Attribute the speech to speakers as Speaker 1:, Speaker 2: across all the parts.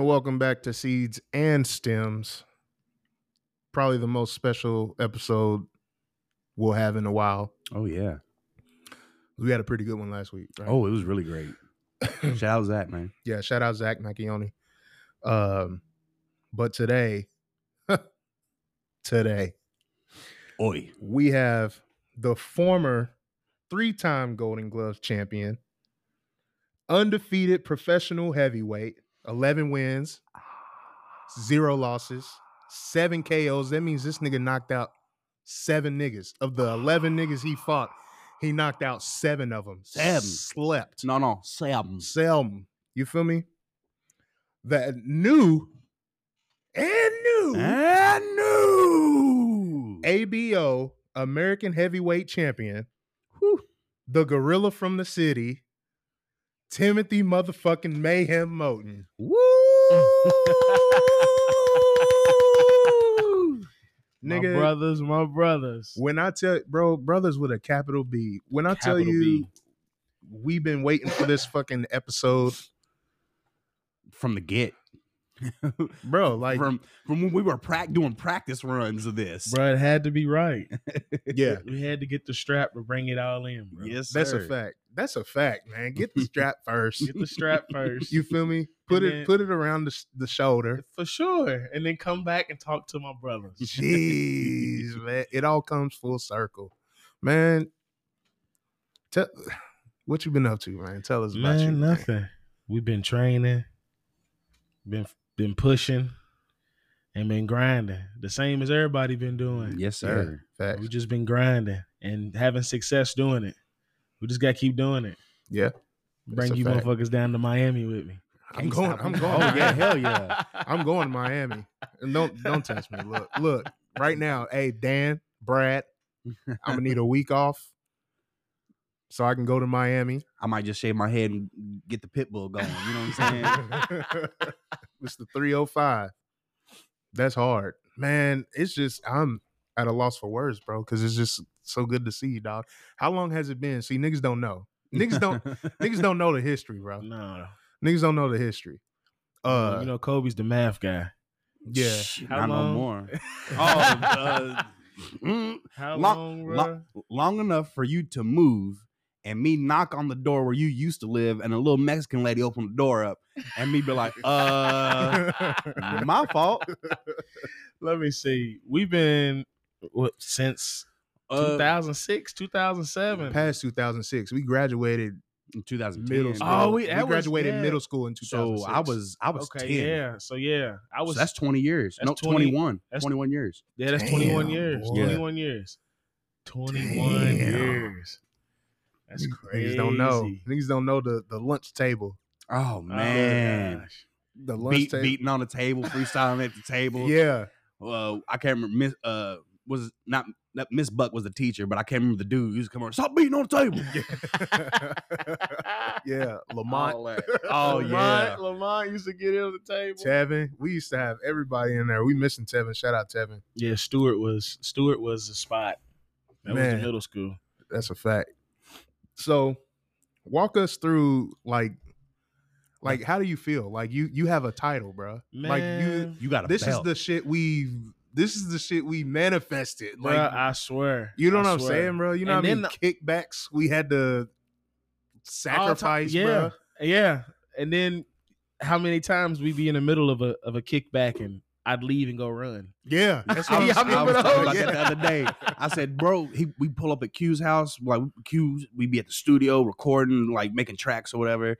Speaker 1: welcome back to Seeds and Stems. Probably the most special episode we'll have in a while.
Speaker 2: Oh yeah.
Speaker 1: We had a pretty good one last week. right?
Speaker 2: Oh, it was really great. Shout out Zach, man.
Speaker 1: Yeah, shout out Zach Nakioni. Um, but today, today
Speaker 2: Oi.
Speaker 1: we have the former three-time Golden Gloves champion, undefeated professional heavyweight, eleven wins, zero losses, seven KOs. That means this nigga knocked out seven niggas of the eleven niggas he fought. He knocked out seven of them.
Speaker 2: Seven. Mm.
Speaker 1: slept.
Speaker 2: No, no, Sam.
Speaker 1: Selm. You feel me? That new and new
Speaker 2: And new.
Speaker 1: ABO American Heavyweight Champion,
Speaker 2: Whew.
Speaker 1: the gorilla from the city, Timothy motherfucking Mayhem Moten.
Speaker 2: Woo!
Speaker 1: Nigga,
Speaker 3: My brothers, my brothers.
Speaker 1: when I tell bro, brothers with a capital B, when I tell
Speaker 2: Capital
Speaker 1: you
Speaker 2: B.
Speaker 1: we've been waiting for this fucking episode,
Speaker 2: From the get,
Speaker 1: bro, like
Speaker 2: from from when we were prac doing practice runs of this.
Speaker 3: Bro, it had to be right.
Speaker 1: yeah,
Speaker 3: We had to get the strap to bring it all in, bro.
Speaker 2: Yes,
Speaker 1: that's a
Speaker 2: sir.
Speaker 1: fact. That's a fact, man. Get the strap first.
Speaker 3: Get the strap first.
Speaker 1: You feel me? Put
Speaker 3: And
Speaker 1: it
Speaker 3: then-
Speaker 1: put it around the, sh- the shoulder.
Speaker 3: for sure. And then come back and talk to my brothers.
Speaker 1: Jeez, man, it all comes full circle, man. Tell what you been up to, man. Tell us about you.
Speaker 3: Man,
Speaker 1: man.
Speaker 3: nothing. We've been training, been been pushing, and been grinding. The same as everybody been doing.
Speaker 2: Yes, sir.
Speaker 1: Facts.
Speaker 3: We just been grinding and having success doing it. We just gotta keep doing it.
Speaker 1: Yeah.
Speaker 3: Bring
Speaker 1: That's a
Speaker 3: you
Speaker 1: fact.
Speaker 3: motherfuckers down to Miami with me.
Speaker 1: I'm
Speaker 2: Can't
Speaker 1: going.
Speaker 2: stop
Speaker 1: I'm
Speaker 2: him.
Speaker 1: going.
Speaker 2: Oh, yeah, hell
Speaker 3: yeah.
Speaker 1: I'm going to Miami. And don't don't test me. Look, look. Right now, hey Dan, Brad, I'm gonna need a week off so I can go to Miami.
Speaker 2: I might just shave my head and get the pit bull going. You know what I'm saying?
Speaker 1: it's the 305. That's hard. Man, it's just I'm at a loss for words, bro, because it's just so good to see you, dog. How long has it been? See, niggas don't know. Niggas don't niggas don't know the history, bro.
Speaker 3: No.
Speaker 1: Niggas don't know the history. Uh
Speaker 3: Mm, you know, Kobe's the math guy.
Speaker 1: yeah.
Speaker 2: Shh,
Speaker 3: How
Speaker 2: not no
Speaker 3: long?
Speaker 2: more. Oh, uh, mm,
Speaker 3: How
Speaker 2: Lo-
Speaker 3: long,
Speaker 2: lo-
Speaker 3: bro?
Speaker 2: long enough for you to move and me knock on the door where you used to live and a little Mexican lady open the door up and me be like, uh, my fault.
Speaker 3: Let me see. We've been what since
Speaker 2: Uh,
Speaker 3: 2006, 2007.
Speaker 1: Past 2006, we graduated.
Speaker 2: Middle school.
Speaker 3: Oh, we-
Speaker 1: we,
Speaker 3: that was-
Speaker 1: graduated
Speaker 3: yeah.
Speaker 1: middle school in 2006.
Speaker 2: so I was, I was
Speaker 3: okay,
Speaker 2: 10.
Speaker 3: yeah. So yeah, I
Speaker 2: So
Speaker 3: was.
Speaker 2: that's 20 years.
Speaker 3: that's
Speaker 2: no,
Speaker 3: 20
Speaker 2: 21.
Speaker 3: that's-
Speaker 2: 21 years.
Speaker 3: yeah, that's
Speaker 1: Damn,
Speaker 3: 21 years.
Speaker 1: boy.
Speaker 3: 21 years. 21
Speaker 1: Damn.
Speaker 3: years. That's crazy.
Speaker 1: Niggas don't know. Niggas don't know the the lunch table.
Speaker 2: Oh,
Speaker 3: Oh,
Speaker 2: man.
Speaker 3: gosh.
Speaker 1: The lunch
Speaker 2: Beat,
Speaker 1: table.
Speaker 2: beating on the table, freestyling at the table.
Speaker 1: Yeah.
Speaker 2: uh, I can't remember Miss uh was not not Miss Buck was the teacher, but I can't remember the dude. He used to come over, stop beating on the table.
Speaker 1: yeah, Lamont,
Speaker 3: All that.
Speaker 2: Oh, yeah.
Speaker 3: Lamont, Lamont used to get in on the table.
Speaker 1: Tevin. We used to have everybody in there. We missing Tevin. Shout out Tevin.
Speaker 3: Yeah, Stewart was Stewart was the spot. That was
Speaker 1: Man.
Speaker 3: the middle school.
Speaker 1: That's a fact. So, walk us through like, like how do you feel? Like you you have a title, bruh. Like
Speaker 3: Man,
Speaker 2: You got
Speaker 1: you,
Speaker 2: a
Speaker 1: this
Speaker 2: belt.
Speaker 1: is the shit we. This is the shit we manifested.
Speaker 3: bruh,
Speaker 1: Like
Speaker 3: I swear.
Speaker 1: you know
Speaker 3: I
Speaker 1: what I'm
Speaker 3: swear.
Speaker 1: saying, bro. You know
Speaker 3: And
Speaker 1: what I mean?
Speaker 3: then
Speaker 1: Kickbacks we had to
Speaker 3: All ti-
Speaker 1: sacrifice,
Speaker 3: yeah,
Speaker 1: bruh.
Speaker 3: yeah. And then how many times we be in the middle of a of a kickback and I'd leave and go run.
Speaker 1: Yeah, that's
Speaker 2: I
Speaker 1: what
Speaker 2: was,
Speaker 1: I'm
Speaker 2: I
Speaker 1: saying.
Speaker 2: was talking about
Speaker 1: Yeah.
Speaker 2: that the other day. I said, bro, he, we pull up at Q's house, like Q's, we be at the studio recording, like making tracks or whatever.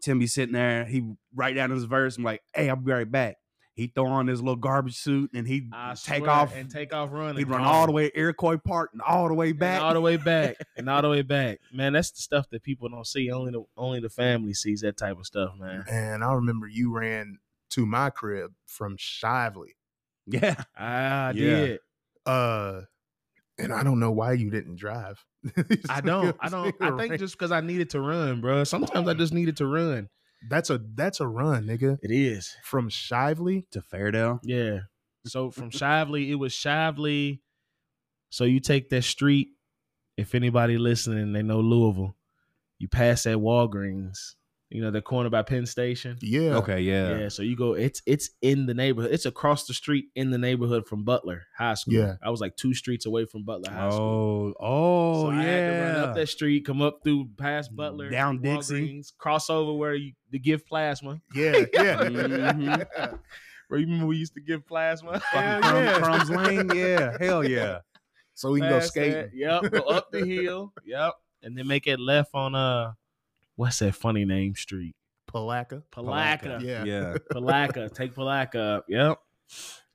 Speaker 2: Tim be sitting there, he write down his verse. I'm like, hey, I'll be right back. He throw on his little garbage suit and he
Speaker 3: I
Speaker 2: take
Speaker 3: swear,
Speaker 2: off.
Speaker 3: and take off running.
Speaker 2: He'd run all the way to Iroquois Park and all the way back.
Speaker 3: back, all the way back, and all the way back. Man, that's the stuff that people don't see. Only the only the family sees that type of stuff, man.
Speaker 1: And I remember you ran to my crib from Shively.
Speaker 2: yeah.
Speaker 3: Ah, I
Speaker 2: Yeah.
Speaker 3: did.
Speaker 1: Uh and I don't know why you didn't drive.
Speaker 3: I don't. I don't. I think just because I needed to run, bro. Sometimes I just needed to run.
Speaker 1: that's a that's a run, nigga.
Speaker 3: It is.
Speaker 1: From Shively.
Speaker 2: To Fairdale.
Speaker 3: Yeah. So from Shively, it was Shively. So you take that street. If anybody listening, they know Louisville. You pass that Walgreens. You know, the corner by Penn Station.
Speaker 1: Yeah.
Speaker 2: Okay,
Speaker 3: Yeah.
Speaker 2: yeah.
Speaker 3: so you go. It's it's in the neighborhood. It's across the street in the neighborhood from Butler High School.
Speaker 1: Yeah.
Speaker 3: I was like two streets away from Butler High School.
Speaker 2: Oh,
Speaker 3: So
Speaker 2: oh, yeah.
Speaker 3: I had to run up that street, come up through past Butler,
Speaker 2: Down Dixie.
Speaker 3: Walgreens, cross over where you to give plasma.
Speaker 1: Yeah. Yeah. Mm-hmm.
Speaker 3: Mm-hmm.
Speaker 2: Mhm.
Speaker 3: Where you remember we used to give plasma?
Speaker 2: Fucking
Speaker 1: Hell
Speaker 2: Crum-
Speaker 1: yeah.
Speaker 2: Crumbs Lane, yeah, hell yeah.
Speaker 1: so we can go
Speaker 3: Past that,
Speaker 1: skating.
Speaker 3: Yep, go up the hill. Yep, and then make it left on uh, what's that funny name street?
Speaker 1: Palaka.
Speaker 3: Palaca.
Speaker 2: Palaca.
Speaker 1: Yeah.
Speaker 2: yeah.
Speaker 3: Palaka. Take Palaka up. Yep,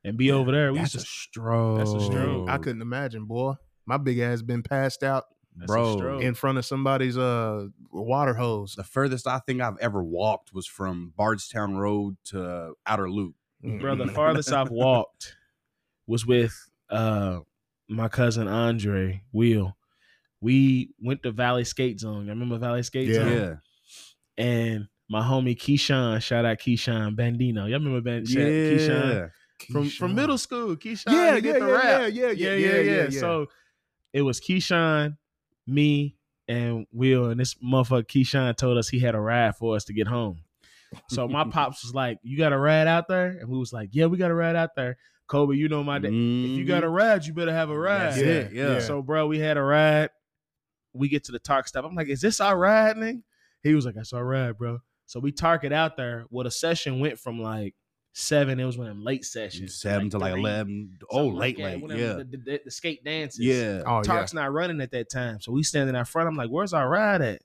Speaker 3: and be over there. We
Speaker 2: That's a
Speaker 3: used to,
Speaker 2: stroke.
Speaker 3: That's a
Speaker 2: Oh.
Speaker 3: stroke.
Speaker 1: I couldn't imagine, boy. My big ass been passed out
Speaker 3: that's a
Speaker 2: bro,
Speaker 3: stroke.
Speaker 1: in front of somebody's uh water hose.
Speaker 2: The furthest I think I've ever walked was from Bardstown Road to Outer Loop.
Speaker 3: bro, the
Speaker 1: Mhm.
Speaker 3: farthest I've walked was with uh my cousin Andre Will. We went to Valley Skate Zone. You remember Valley Skate
Speaker 1: Yeah.
Speaker 3: Zone? And my homie Keyshawn, shout out Keyshawn Bandino. Y'all remember Band-
Speaker 2: yeah.
Speaker 3: Keyshawn from
Speaker 1: Keyshawn.
Speaker 3: from middle school? Keyshawn,
Speaker 1: Yeah,
Speaker 3: he did
Speaker 1: yeah,
Speaker 3: the
Speaker 1: yeah,
Speaker 3: rap.
Speaker 1: yeah, yeah, yeah, yeah, yeah, yeah.
Speaker 3: So it was Keyshawn, me, and Will, and this motherfucker Keyshawn told us he had a ride for us to get home. So my pops was like, "You got a ride out there?" And we was like, "Yeah, we got a ride out there." Kobe, you know my dad. If you got a ride, you better have a ride.
Speaker 2: Mm-hmm. That's it, yeah.
Speaker 1: Yeah.
Speaker 3: So, bro, we had a ride. We get to the talk stop. I'm like, "Is this our ride, nigga?" He was like, "That's our ride, bro." So we target out there. Well, the session went from like seven. It was one of them late sessions.
Speaker 2: seven to like
Speaker 3: three,
Speaker 2: eleven. Oh,
Speaker 3: something like
Speaker 2: late,
Speaker 3: that,
Speaker 2: late.
Speaker 3: one of
Speaker 2: Yeah,
Speaker 3: them- The, the- the skate dances.
Speaker 2: yeah.
Speaker 1: Oh yeah.
Speaker 3: Tark's not running at that time. So we standing out front. I'm like, where's our ride at?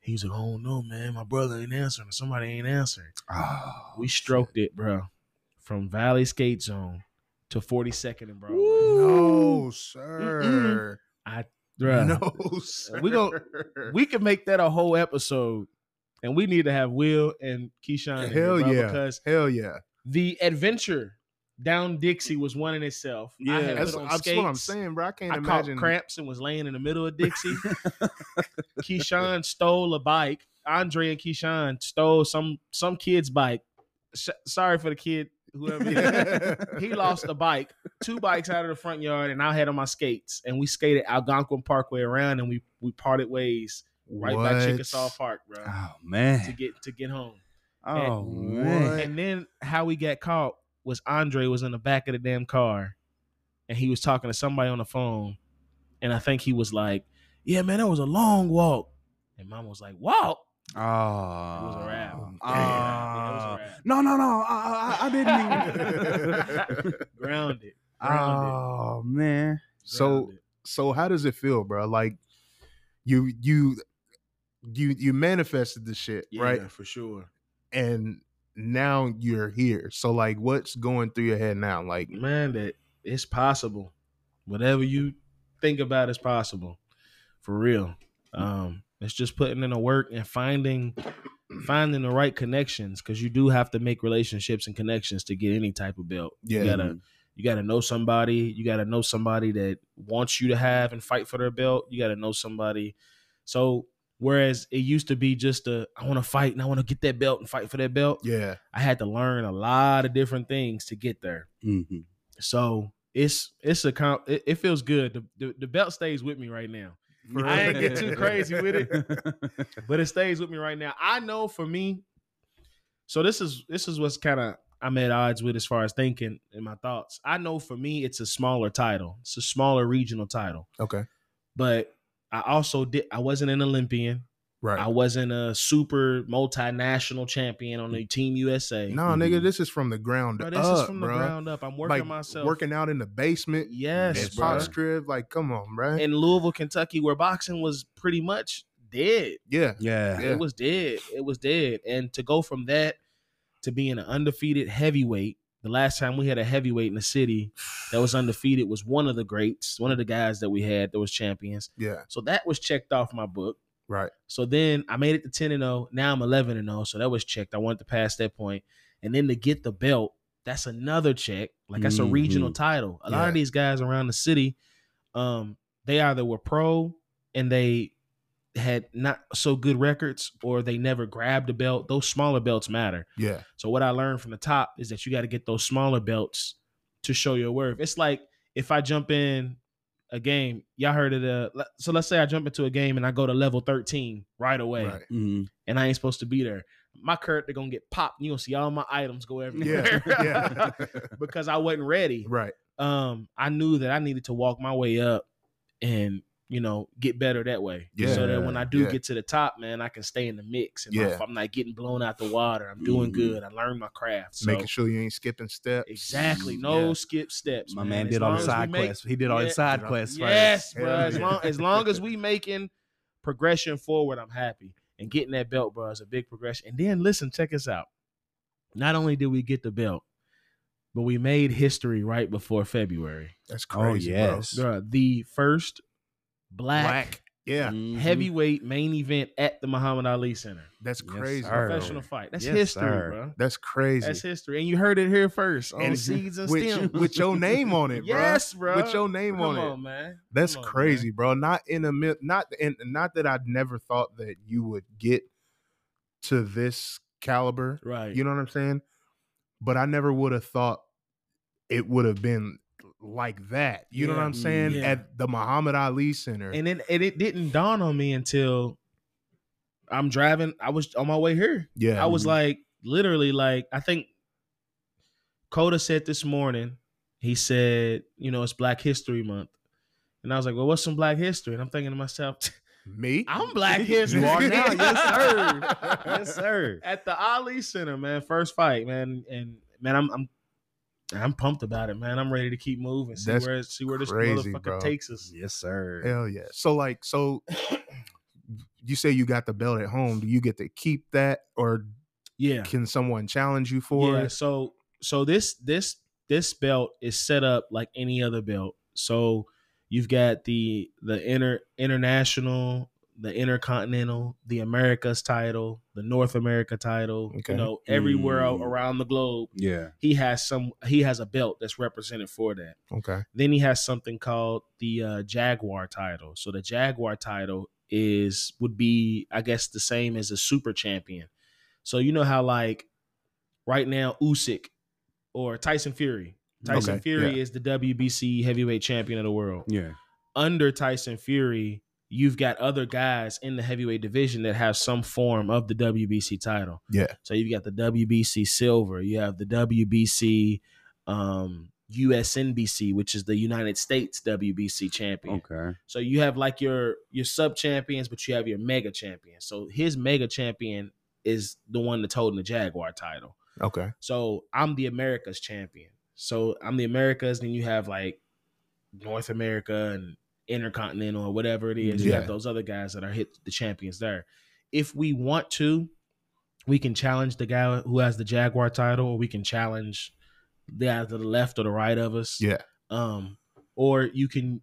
Speaker 3: He was like, oh no, man, my brother ain't answering. Somebody ain't answering.
Speaker 2: Oh,
Speaker 3: We stroked it, bro, from Valley Skate Zone to 42nd and Broadway.
Speaker 1: No, sir.
Speaker 3: Bruh,
Speaker 1: No, sir.
Speaker 3: We go- We could make that a whole episode, and we need to have Will and Keyshawn. in here,
Speaker 1: Hell
Speaker 3: bro,
Speaker 1: yeah.
Speaker 3: Because
Speaker 1: Hell yeah.
Speaker 3: the adventure down Dixie was one in itself. I
Speaker 2: Yeah.
Speaker 3: had
Speaker 1: That's,
Speaker 3: put on
Speaker 1: that's what I'm
Speaker 3: skates.
Speaker 1: saying, bro. I can't
Speaker 3: I
Speaker 1: imagine.
Speaker 3: caught cramps and was laying in the middle of Dixie. Keyshawn stole a bike. Andre and Keyshawn stole some some kid's bike. Sh- sorry for the kid, whoever. it is. he lost a bike, two bikes out of the front yard, and I had on my skates. And we skated Algonquin Parkway around, and we we parted ways right by
Speaker 1: What?
Speaker 3: Chickasaw Park, bro,
Speaker 2: oh
Speaker 3: to
Speaker 2: man.
Speaker 3: get to get home.
Speaker 2: Oh
Speaker 1: and-
Speaker 2: man.
Speaker 1: What?
Speaker 3: And then how we got caught was Andre was in the back of the damn car and he was talking to somebody on the phone. And I think he was like, Yeah, man, that was a long walk. And mama was like, Walk?
Speaker 2: Oh,
Speaker 3: It was a wrap.
Speaker 1: Oh,
Speaker 3: Yeah, yeah, it was a
Speaker 2: Ah.
Speaker 3: wrap.
Speaker 2: no, no, no. I, I, I didn't. Even...
Speaker 3: Grounded. Grounded.
Speaker 2: oh man.
Speaker 1: so
Speaker 3: Grounded.
Speaker 1: so how does it feel, bro? Like you you you you manifested the shit, right?
Speaker 3: Yeah, for sure.
Speaker 1: And now you're here. So like what's going through your head now? Like
Speaker 3: Man, that it's possible. Whatever you think about is possible. For real. Um, it's just putting in the work and finding finding the right connections because you do have to make relationships and connections to get any type of belt.
Speaker 1: yeah.
Speaker 3: You gotta you gotta know somebody. You gotta know somebody that wants you to have and fight for their belt. You gotta know somebody. So whereas it used to be just a I want to fight and I want to get that belt and fight for that belt,
Speaker 1: Yeah.
Speaker 3: I had to learn a lot of different things to get there.
Speaker 2: Mhm.
Speaker 3: So it's it's a com- it, it feels good. The, the the belt stays with me right now,
Speaker 1: For
Speaker 3: I
Speaker 1: real.
Speaker 3: ain't get too crazy with
Speaker 2: it.
Speaker 3: but it stays with me right now. I know for me. So this is this is what's kind of I'm at odds with as far as thinking and my thoughts. I know for me it's a smaller title. It's a smaller regional title,
Speaker 1: Okay.
Speaker 3: but I also did I wasn't an Olympian.
Speaker 1: Right.
Speaker 3: I wasn't a super multinational champion on the team USA.
Speaker 1: no,
Speaker 2: Mhm.
Speaker 1: nigga, this is from the ground
Speaker 3: Bro,
Speaker 1: up.
Speaker 3: this is from the
Speaker 1: bruh.
Speaker 3: ground up. I'm working
Speaker 1: like
Speaker 3: myself.
Speaker 1: working out in the basement.
Speaker 3: Yes,
Speaker 1: Yes,
Speaker 2: It's
Speaker 3: bro.
Speaker 1: Pop's crib. Like, come on, bro.
Speaker 3: in Louisville, Kentucky, where boxing was pretty much dead.
Speaker 1: yeah.
Speaker 2: yeah.
Speaker 1: Yeah.
Speaker 3: It was dead. It was dead. And to go from that to being an undefeated heavyweight, the last time we had a heavyweight in the city that was undefeated was one of the greats, one of the guys that we had that was champions.
Speaker 1: Yeah.
Speaker 3: So that was checked off my book.
Speaker 1: Right.
Speaker 3: So then I made it to 10 and 0. Now I'm 11 and 0. So that was checked. I wanted to pass that point. And then to get the belt, that's another check. Like that's a regional title. A lot
Speaker 1: Yeah.
Speaker 3: of these guys around the city, um, they either were pro and they had not so good records or they never grabbed a belt. Those smaller belts matter.
Speaker 1: Yeah.
Speaker 3: So what I learned from the top is that you got to get those smaller belts to show your worth. It's like if I jump in a game. Y'all heard of the le- so let's say I jump into a game and I go to level 13 right away
Speaker 1: Right.
Speaker 2: Mhm.
Speaker 3: and I ain't supposed to be there. My character gonna get popped. You gonna see all my items go
Speaker 1: Yeah.
Speaker 3: everywhere.
Speaker 1: yeah.
Speaker 3: because I wasn't ready.
Speaker 1: right.
Speaker 3: Um, I knew that I needed to walk my way up and you know get better that way. So that when
Speaker 2: Yeah,
Speaker 3: I do
Speaker 1: yeah.
Speaker 3: get to the top, man, I can stay in the mix. And
Speaker 1: Yeah. Mm-hmm.
Speaker 3: I'm not getting blown out the water. I'm doing
Speaker 2: Mhm.
Speaker 3: good. I learned my craft. So
Speaker 1: Making sure you ain't skipping steps.
Speaker 3: exactly, no
Speaker 1: Yeah.
Speaker 3: skip steps.
Speaker 2: Mm, My man
Speaker 3: As
Speaker 2: did all
Speaker 3: long
Speaker 2: the
Speaker 3: as we
Speaker 2: side
Speaker 3: make-
Speaker 2: quests. He did all
Speaker 3: yeah,
Speaker 2: his side
Speaker 1: did all-
Speaker 2: quests.
Speaker 3: Yes,
Speaker 1: Hell
Speaker 3: bro. As
Speaker 1: yeah.
Speaker 3: long as long as we making progression forward, I'm happy. And getting that belt, bro, is a big progression. And then listen, check us out. Not only did we get the belt, but we made history right before February.
Speaker 1: That's
Speaker 2: Oh,
Speaker 1: crazy.
Speaker 2: yes.
Speaker 1: Bro.
Speaker 3: Bruh, the first black,
Speaker 1: Black. Mm-hmm. Yeah.
Speaker 2: Mhm.
Speaker 3: heavyweight main event at the Muhammad Ali Center.
Speaker 1: That's
Speaker 2: Yes,
Speaker 1: crazy.
Speaker 2: sir.
Speaker 1: bro.
Speaker 3: Professional fight. That's
Speaker 2: Yes,
Speaker 3: history,
Speaker 2: sir.
Speaker 3: bro.
Speaker 1: That's crazy.
Speaker 3: That's history. And you heard it here first on
Speaker 1: And
Speaker 3: Seeds and
Speaker 1: with,
Speaker 3: Stems.
Speaker 1: with your name on it, bro.
Speaker 3: yes, bro.
Speaker 1: With your name
Speaker 3: Come
Speaker 1: on, it.
Speaker 3: man.
Speaker 1: That's
Speaker 3: Come on, man.
Speaker 1: crazy, bro. Not in a mi- not in not that I'd never thought that you would get to this caliber.
Speaker 3: Right.
Speaker 1: You know what I'm saying? But I never would have thought it would have been like that. You know what
Speaker 3: Yeah.
Speaker 1: I'm saying?
Speaker 3: Yeah.
Speaker 1: At the Muhammad Ali Center.
Speaker 3: and then and it didn't dawn on me until I'm driving. I was on my way here.
Speaker 1: yeah.
Speaker 3: I was
Speaker 2: Mhm.
Speaker 3: like, literally, like I think Coda said this morning. He said, you know, it's Black History Month, and I was like, well, what's some Black history? And I'm thinking to myself,
Speaker 1: me.
Speaker 3: I'm Black History.
Speaker 1: You are now.
Speaker 2: Yes, sir. yes, sir.
Speaker 3: At the Ali Center, man, first fight, man, and man, I'm I'm I'm pumped about it, man. I'm ready to keep moving. See
Speaker 1: That's
Speaker 3: where see where this
Speaker 1: crazy,
Speaker 3: motherfucker
Speaker 1: bro.
Speaker 3: takes us.
Speaker 2: Yes, sir.
Speaker 1: Hell yeah. So like so you say you got the belt at home. Do you get to keep that or
Speaker 3: Yeah.
Speaker 1: can someone challenge you for
Speaker 3: yeah,
Speaker 1: it?
Speaker 3: so so this this this belt is set up like any other belt so you've got the the inter international the intercontinental the americas title the north america title
Speaker 1: Okay.
Speaker 3: you know everywhere
Speaker 2: Mm.
Speaker 3: around the globe
Speaker 2: Yeah.
Speaker 3: he has some he has a belt that's represented for that
Speaker 1: Okay.
Speaker 3: then he has something called the uh, jaguar title so the jaguar title is would be i guess the same as a super champion so you know how like right now usyk or tyson fury tyson
Speaker 1: Okay,
Speaker 3: fury
Speaker 1: yeah.
Speaker 3: is the wbc heavyweight champion of the world
Speaker 2: Yeah.
Speaker 3: under tyson fury you've got other guys in the heavyweight division that have some form of the wbc title
Speaker 1: Yeah.
Speaker 3: so you've got the WBC silver, you have the WBC um USNBC, which is the United States WBC champion.
Speaker 2: Okay.
Speaker 3: So you have like your your sub champions, but you have your mega champion. So his mega champion is the one that's holding the Jaguar title.
Speaker 1: Okay.
Speaker 3: So I'm the Americas champion. So I'm the Americas, then you have like North America and Intercontinental or whatever it is. You
Speaker 1: Yeah.
Speaker 3: have those other guys that are hit the champions there. If we want to, we can challenge the guy who has the Jaguar title, or we can challenge the guy to the left or the right of us.
Speaker 1: Yeah.
Speaker 3: Um, or you can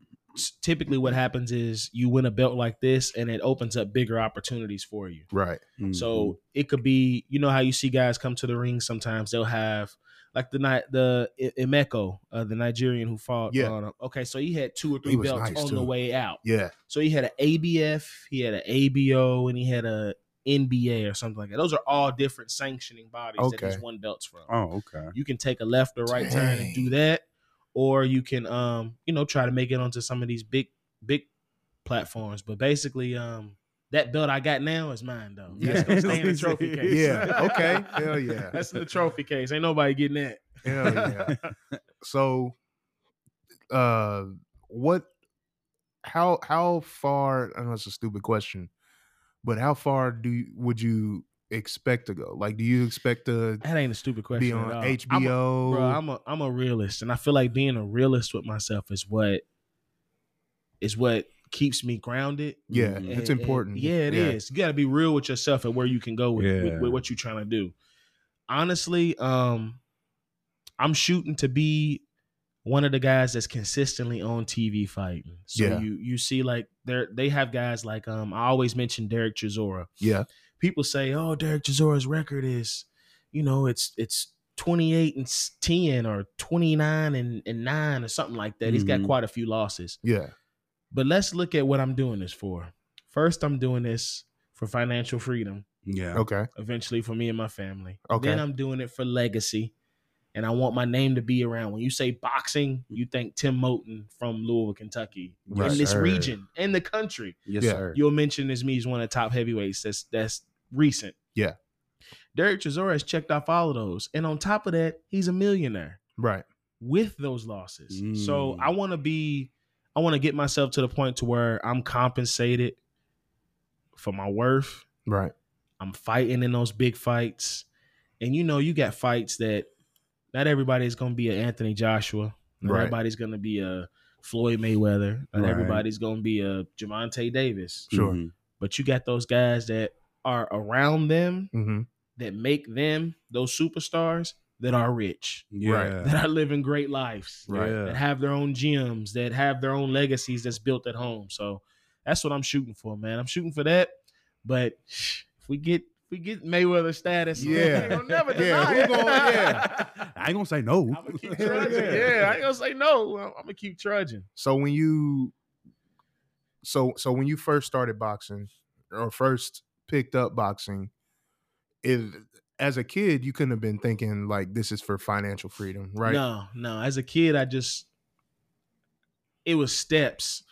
Speaker 3: typically what happens is you win a belt like this and it opens up bigger opportunities for you.
Speaker 1: Right.
Speaker 2: Mm-hmm.
Speaker 1: Mm-hmm.
Speaker 3: So it could be, you know, how you see guys come to the ring sometimes. They'll have like the night the I- Emeko, uh, the Nigerian who fought.
Speaker 1: Yeah.
Speaker 3: on- okay, so he had two or three
Speaker 1: He was
Speaker 3: belts
Speaker 1: nice,
Speaker 3: on
Speaker 1: too.
Speaker 3: the way out.
Speaker 1: Yeah.
Speaker 3: So he had an ABF, he had an ABO, and he had a NBA or something like that. Those are all different sanctioning bodies that he's
Speaker 1: Okay.
Speaker 3: won belts from.
Speaker 2: Oh, okay.
Speaker 3: You can take a left or right turn and do
Speaker 1: Dang.
Speaker 3: that, or you can, um, you know, try to make it onto some of these big, big platforms. But basically, um, that belt I got now is mine though. That's gonna stay in the trophy case.
Speaker 1: Yeah. Okay. Hell yeah.
Speaker 3: That's in the trophy case. Ain't nobody getting that.
Speaker 1: Hell yeah. so uh what how how far I know it's a stupid question, but how far do you, would you expect to go? Like do you expect to
Speaker 3: That ain't a stupid question.
Speaker 1: be
Speaker 3: at
Speaker 1: on
Speaker 3: all. I'm a,
Speaker 1: HBO?
Speaker 3: bro, I'm a I'm a realist, and I feel like being a realist with myself is what is what keeps me grounded.
Speaker 1: yeah,
Speaker 2: Mhm.
Speaker 1: it's
Speaker 3: And- and-
Speaker 1: important.
Speaker 3: yeah, it is. You got to be real with yourself and where you can go with, with,
Speaker 2: Yeah.
Speaker 3: with what you're trying to do. Honestly, um, I'm shooting to be one of the guys that's consistently on TV fighting. So
Speaker 1: Yeah.
Speaker 3: you you see like they they have guys like um I always mention Derek Chisora.
Speaker 1: Yeah.
Speaker 3: People say, "Oh, Derek Chisora's record is, you know, it's it's 28 and s- 10 or 29 and, and 9 or something like that. He's
Speaker 1: Mm-hmm.
Speaker 3: got
Speaker 2: Mhm.
Speaker 3: quite a few losses."
Speaker 1: Yeah.
Speaker 3: But let's look at what I'm doing this for. First, I'm doing this for financial freedom,
Speaker 2: Yeah.
Speaker 1: Okay.
Speaker 3: eventually for me and my family.
Speaker 1: Okay.
Speaker 3: Then I'm doing it for legacy. and I want my name to be around. When you say boxing, you think Tim Moten from Louisville, Kentucky,
Speaker 1: Right.
Speaker 3: in this
Speaker 1: Sir.
Speaker 3: region, in the country.
Speaker 2: Yes,
Speaker 1: Yeah.
Speaker 2: sir.
Speaker 3: You'll mention as me as one of the top heavyweights. That's that's recent.
Speaker 1: Yeah.
Speaker 3: Derek Chisora has checked off all of those, and on top of that, he's a millionaire
Speaker 1: Right.
Speaker 3: with those losses. So
Speaker 2: Mm.
Speaker 3: I want to be, I want to get myself to the point to where I'm compensated for my worth.
Speaker 1: Right.
Speaker 3: I'm fighting in those big fights, and you know you got fights that not everybody's going to be an Anthony Joshua. Not
Speaker 1: Right.
Speaker 3: everybody's going to be a Floyd Mayweather. Not
Speaker 2: Right.
Speaker 3: everybody's going to be a Javante Davis
Speaker 1: Sure.
Speaker 2: Mhm.
Speaker 3: but you got those guys that are around them
Speaker 1: Mm-hmm.
Speaker 3: that make them those superstars that are rich
Speaker 2: Mm-hmm. Yeah.
Speaker 1: Right.
Speaker 3: that are living great lives
Speaker 1: Right.
Speaker 3: that
Speaker 2: Yeah.
Speaker 3: have their own gyms that have their own legacies that's built at home so that's what i'm shooting for man i'm shooting for that but if we get if we get mayweather status
Speaker 1: Yeah.
Speaker 3: we'll never
Speaker 1: Yeah,
Speaker 3: deny
Speaker 1: we're
Speaker 3: it.
Speaker 1: going- yeah.
Speaker 2: I ain't gonna say no.
Speaker 3: i'm gonna keep
Speaker 1: Hell
Speaker 3: trudging
Speaker 1: yeah.
Speaker 3: yeah. i ain't gonna say no i'm I'm gonna keep trudging
Speaker 1: So when you so so when you first started boxing or first picked up boxing, if as a kid you couldn't have been thinking like this is for financial freedom, right?
Speaker 3: No, no. As a kid, I just it was steps.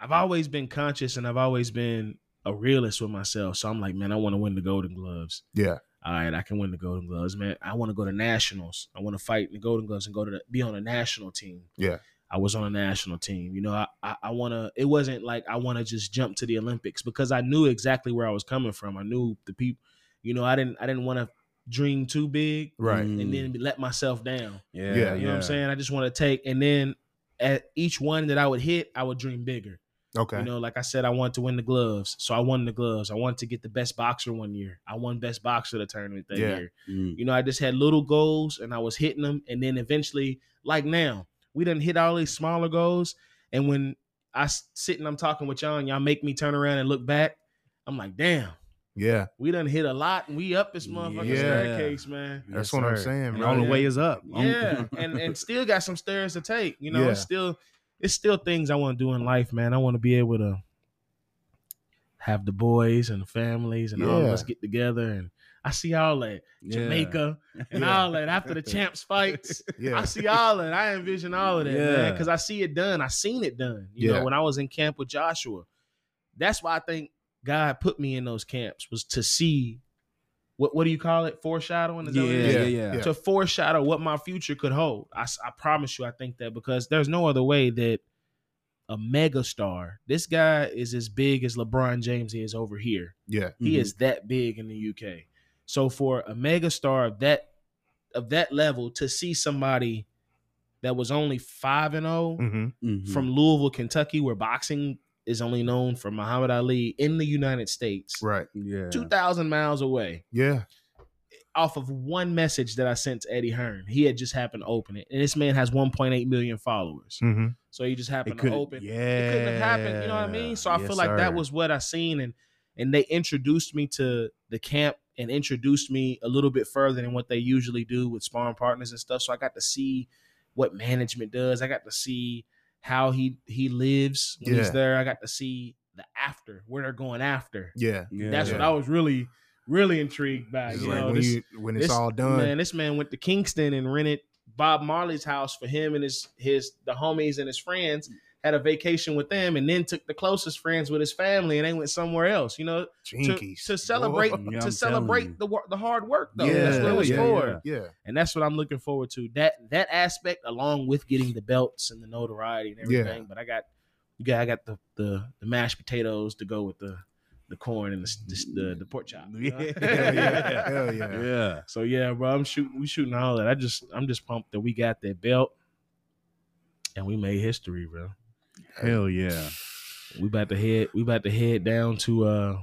Speaker 3: I've always been conscious and I've always been a realist with myself. So I'm like, man, I want to win the golden gloves.
Speaker 1: Yeah.
Speaker 3: All right, I can win the golden gloves, man. I want to go to nationals. I want to fight in the golden gloves and go to the, be on a national team.
Speaker 1: Yeah.
Speaker 3: I was on a national team. You know, I I, I want to. It wasn't like I want to just jump to the Olympics because I knew exactly where I was coming from. I knew the people. You know, I didn't I didn't want to dream too big
Speaker 1: Right.
Speaker 2: Mm.
Speaker 3: and then let myself down.
Speaker 2: yeah,
Speaker 1: Yeah,
Speaker 3: You know what I'm saying? I just want to take, and then at each one that I would hit, I would dream bigger.
Speaker 1: Okay.
Speaker 3: Mm-hmm. You know, like I said, I wanted to win the gloves, so I won the gloves. I wanted to get the best boxer one year. I won best boxer of the tournament that
Speaker 1: Yeah.
Speaker 3: year.
Speaker 2: Mm.
Speaker 3: You know, I just had little goals, and I was hitting them, and then eventually, like now, we didn't hit all these smaller goals, and when I s- sit and I'm talking with y'all, and y'all make me turn around and look back, I'm like, damn,
Speaker 1: yeah.
Speaker 3: we done hit a lot, and we up this motherfucking
Speaker 1: Yeah.
Speaker 3: staircase, man.
Speaker 1: That's
Speaker 2: Yes,
Speaker 1: what I'm
Speaker 2: sir.
Speaker 1: saying,
Speaker 2: And
Speaker 1: bro.
Speaker 2: the only way is up. On-
Speaker 3: Yeah, and and still got some stairs to take. You know,
Speaker 1: Yeah.
Speaker 3: it's still it's still things I want to do in life, man. I want to be able to have the boys and the families and all of
Speaker 1: Yeah.
Speaker 3: us get together and I see all that
Speaker 2: Yeah.
Speaker 3: Jamaica and
Speaker 1: Yeah.
Speaker 3: all that after the champs fights. I
Speaker 1: Yeah.
Speaker 3: see all that. I envision all of that, man,
Speaker 2: Yeah.
Speaker 3: because I see it done. I seen it done. You
Speaker 1: Yeah.
Speaker 3: know, when I was in camp with Joshua, that's why I think God put me in those camps was to see what what do you call it? Foreshadowing? Is that
Speaker 2: Yeah,
Speaker 3: what it is?
Speaker 2: yeah, yeah.
Speaker 1: Yeah.
Speaker 3: to foreshadow what my future could hold. I, s- I promise you, I think that because there's no other way that a megastar, this guy is as big as LeBron James is over here.
Speaker 1: Yeah.
Speaker 3: He is that big in the UK. So for a megastar of that of that level to see somebody that was only five and zero
Speaker 1: Mm-hmm.
Speaker 2: Mhm.
Speaker 3: from Louisville, Kentucky, where boxing is only known for Muhammad Ali in the United States,
Speaker 1: Right.
Speaker 2: yeah.
Speaker 3: two thousand miles away
Speaker 1: Yeah.
Speaker 3: off of one message that I sent to Eddie Hearn. He had just happened to open it. And this man has 1.8 million followers.
Speaker 1: Mm-hmm.
Speaker 3: So he just happened to
Speaker 2: could've-
Speaker 3: open.
Speaker 2: Yeah.
Speaker 3: It couldn't have happened. You know what I mean? So I
Speaker 2: Yes,
Speaker 3: feel like that
Speaker 2: sir.
Speaker 3: was what I seen and and they introduced me to the camp and introduced me a little bit further than what they usually do with sparring partners and stuff. So I got to see what management does. I got to see how he he lives when
Speaker 1: Yeah.
Speaker 3: he's there. I got to see the after, where they're going after.
Speaker 1: Yeah.
Speaker 2: Yeah.
Speaker 3: That's what
Speaker 1: Yeah.
Speaker 3: I was really, really intrigued by.
Speaker 1: It's
Speaker 3: you
Speaker 1: like
Speaker 3: know,
Speaker 1: when,
Speaker 3: this-
Speaker 1: you, when it's
Speaker 3: this-
Speaker 1: all done.
Speaker 3: Man, this man went to Kingston and rented Bob Marley's house for him and his his the homies and his friends. Had a vacation with them, and then took the closest friends with his family, and they went somewhere else. You know, to,
Speaker 1: Jinkies.
Speaker 3: to celebrate
Speaker 1: Whoa.
Speaker 2: Yeah, I'm
Speaker 3: to
Speaker 2: telling you.
Speaker 3: celebrate the wor- the hard work though. that's
Speaker 1: Yeah,
Speaker 3: what it was
Speaker 1: yeah,
Speaker 3: for,
Speaker 2: yeah.
Speaker 1: Yeah.
Speaker 3: and that's what I'm looking forward to. That that aspect, along with getting the belts and the notoriety and
Speaker 1: Yeah.
Speaker 3: everything. But I got, yeah, I got the, the the mashed potatoes to go with the the corn and the the, the, the pork chop. you know?
Speaker 2: Yeah.
Speaker 1: Hell yeah. Hell yeah.
Speaker 2: Yeah.
Speaker 3: So yeah, bro, I'm shooting. We shooting all that. I just, I'm just pumped that we got that belt, and we made history, bro.
Speaker 2: Hell yeah.
Speaker 3: We about to head, we about to head down to uh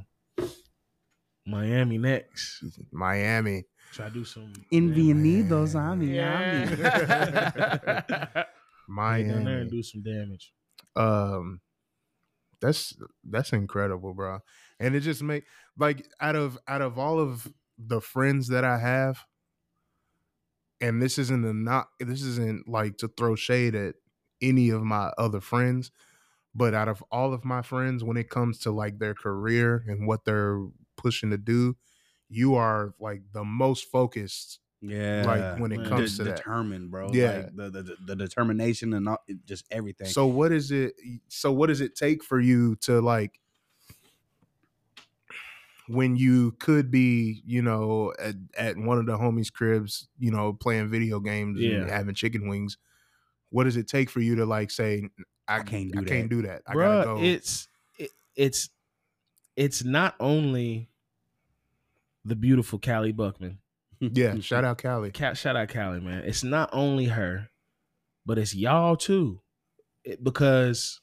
Speaker 3: Miami next.
Speaker 1: Miami.
Speaker 3: Try to do some
Speaker 1: Bienvenidos a
Speaker 3: Yeah. Head down there and
Speaker 1: Miami.
Speaker 3: do some damage.
Speaker 1: Um that's that's incredible, bro. And it just make like out of out of all of the friends that I have, and this isn't a not this isn't like to throw shade at any of my other friends, but out of all of my friends, when it comes to like their career and what they're pushing to do, you are like the most focused
Speaker 2: Yeah.
Speaker 1: like when it
Speaker 3: Man.
Speaker 1: comes
Speaker 2: De-
Speaker 1: to that.
Speaker 2: determined, bro.
Speaker 1: Yeah.
Speaker 2: Like, the, the the determination and all, it- just everything.
Speaker 1: So what is it? So what does it take for you to like when you could be, you know, at, at one of the homies' cribs, you know, playing video games
Speaker 3: Yeah.
Speaker 1: and having chicken wings? What does it take for you to like say, I, can't, do I that. can't do that. I gotta
Speaker 3: Bruh,
Speaker 1: go.
Speaker 3: it's it, it's it's not only the beautiful Callie Buckman. Mm-hmm.
Speaker 1: yeah, shout out Cali.
Speaker 3: Ca- shout out Callie, man. It's not only her, but it's y'all too, It- because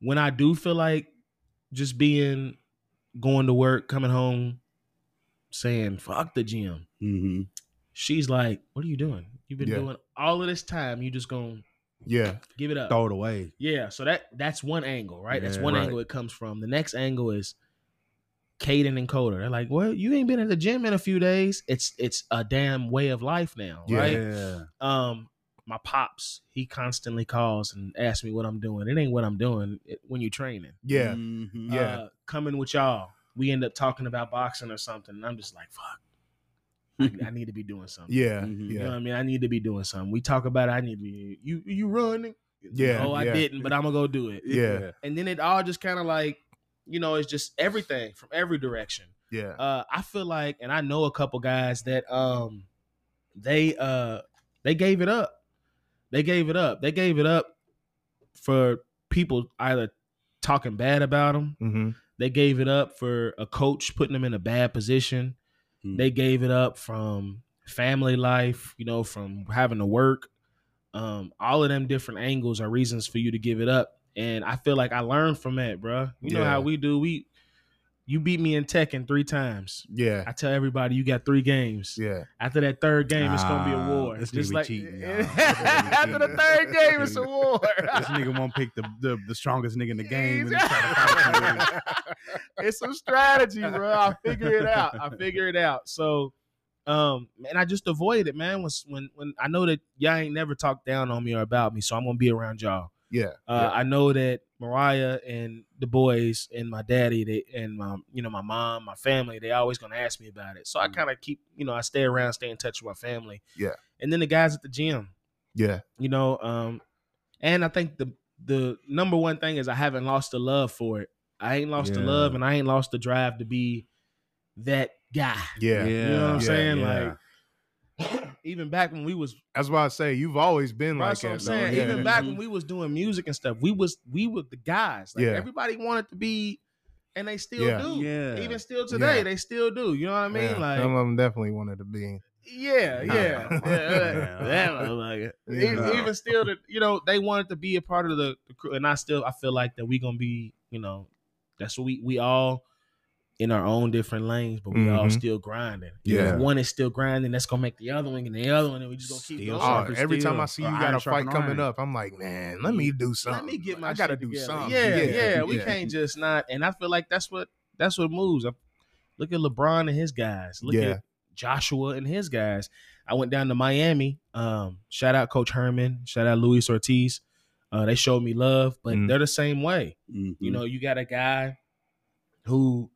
Speaker 3: when I do feel like just being going to work, coming home, saying "fuck the gym,"
Speaker 2: hmm
Speaker 3: she's like, "What are you doing? You've been
Speaker 1: Yeah.
Speaker 3: doing all of this time. You just gonna
Speaker 1: Yeah,
Speaker 3: give it up."
Speaker 2: Throw it away.
Speaker 3: Yeah, so that that's one angle, right? that's
Speaker 2: Yeah.
Speaker 3: one
Speaker 1: Right.
Speaker 3: angle it comes from. The next angle is Caden and Coder. They're like, "Well, you ain't been at the gym in a few days. It's it's a damn way of life now, right?"
Speaker 2: Yeah.
Speaker 3: Um, my pops, he constantly calls and asks me what I'm doing. It ain't what I'm doing it, when you training.
Speaker 1: yeah,
Speaker 2: Mhm.
Speaker 1: Yeah.
Speaker 3: Uh, coming with y'all, we end up talking about boxing or something. And I'm just like, "Fuck, I, I need to be doing something."
Speaker 1: yeah,
Speaker 2: Mhm.
Speaker 3: You
Speaker 1: yeah.
Speaker 3: know what I mean? I need to be doing something. We talk about it. I need to be you. You running?
Speaker 1: Yeah,
Speaker 3: Oh, I
Speaker 1: yeah.
Speaker 3: didn't, but I'm gonna go do it
Speaker 1: Yeah.
Speaker 3: and then it all just kind of like you know it's just everything from every direction
Speaker 1: Yeah.
Speaker 3: uh i feel like and i know a couple guys that um they uh they gave it up they gave it up they gave it up for people either talking bad about them
Speaker 1: Mm-hmm.
Speaker 3: they gave it up for a coach putting them in a bad position
Speaker 2: Hmm.
Speaker 3: they gave it up from family life you know from having to work um, all of them different angles are reasons for you to give it up and i feel like i learned from that bruh you know
Speaker 1: Yeah.
Speaker 3: how we do we you beat me in tekken three times
Speaker 1: Yeah.
Speaker 3: i tell everybody you got three games
Speaker 1: Yeah.
Speaker 3: after that third game it's gonna be
Speaker 2: Ah,
Speaker 3: a war
Speaker 2: this
Speaker 3: it's
Speaker 2: nigga
Speaker 3: just
Speaker 2: be
Speaker 3: like
Speaker 2: cheating, y'all.
Speaker 3: after the third game it's a war
Speaker 2: this nigga won't pick the, the the strongest nigga in the game. And then try to fight you.
Speaker 3: it's some strategy, bro. I figure it out. I figure it out. So, um, and I just avoid it, man. When when when I know that y'all ain't never talked down on me or about me, so I'm gonna be around y'all.
Speaker 1: Yeah.
Speaker 3: Uh, I know that Mariah and the boys and my daddy, they and my you know my mom, my family, they always gonna ask me about it. So I kind of keep you know I stay around, stay in touch with my family.
Speaker 1: Yeah.
Speaker 3: and then the guys at the gym
Speaker 1: Yeah.
Speaker 3: you know um and i think the the number one thing is i haven't lost the love for it i ain't lost the
Speaker 2: Yeah.
Speaker 3: love and i ain't lost the drive to be that guy
Speaker 1: Yeah.
Speaker 3: you know what i'm
Speaker 1: Yeah,
Speaker 3: saying
Speaker 2: yeah.
Speaker 3: like even back when we was
Speaker 1: That's why I say you've always been like
Speaker 3: that's
Speaker 1: that.
Speaker 3: what i'm
Speaker 1: though.
Speaker 3: saying
Speaker 1: Yeah. Mm-hmm.
Speaker 3: even back when we was doing music and stuff we was we were the guys like
Speaker 1: Yeah.
Speaker 3: everybody wanted to be and they still
Speaker 1: Yeah.
Speaker 3: do
Speaker 2: Yeah.
Speaker 3: even still today
Speaker 1: Yeah.
Speaker 3: they still do you know what i mean
Speaker 1: Yeah,
Speaker 3: like
Speaker 1: some of them definitely wanted to be.
Speaker 3: Yeah,
Speaker 1: Nah.
Speaker 3: yeah, yeah.
Speaker 2: Yeah.
Speaker 3: that motherfucker.
Speaker 1: Yeah.
Speaker 3: Even, even still, the, you know, they wanted to be a part of the, the crew, and I still, I feel like that we gonna be, you know, that's what we we all in our own different lanes, but we all
Speaker 1: Mhm.
Speaker 3: still grinding.
Speaker 1: Yeah.
Speaker 3: If one is still grinding, that's gonna make the other one, and the other one, and we just gonna keep
Speaker 2: Still
Speaker 3: going.
Speaker 1: Oh,
Speaker 2: sharp as
Speaker 1: every time I see
Speaker 2: steel,
Speaker 1: you
Speaker 2: or
Speaker 1: got
Speaker 2: iron
Speaker 1: a fight
Speaker 2: sharpen
Speaker 1: coming
Speaker 2: iron.
Speaker 1: up, I'm like, man, let me do something.
Speaker 3: Let me get my.
Speaker 1: I gotta
Speaker 3: shit
Speaker 1: do
Speaker 3: together.
Speaker 1: something.
Speaker 3: Yeah, yeah,
Speaker 1: yeah.
Speaker 3: We
Speaker 1: yeah.
Speaker 3: can't just not. And I feel like that's what that's what moves. I, look at LeBron and his guys. Look
Speaker 1: Yeah.
Speaker 3: at Joshua and his guys. I went down to Miami. Um, shout out Coach Herman. Shout out Luis Ortiz. Uh, they showed me love, but
Speaker 1: Mm.
Speaker 3: they're the same way.
Speaker 2: Mm-hmm.
Speaker 3: You know, you got a guy who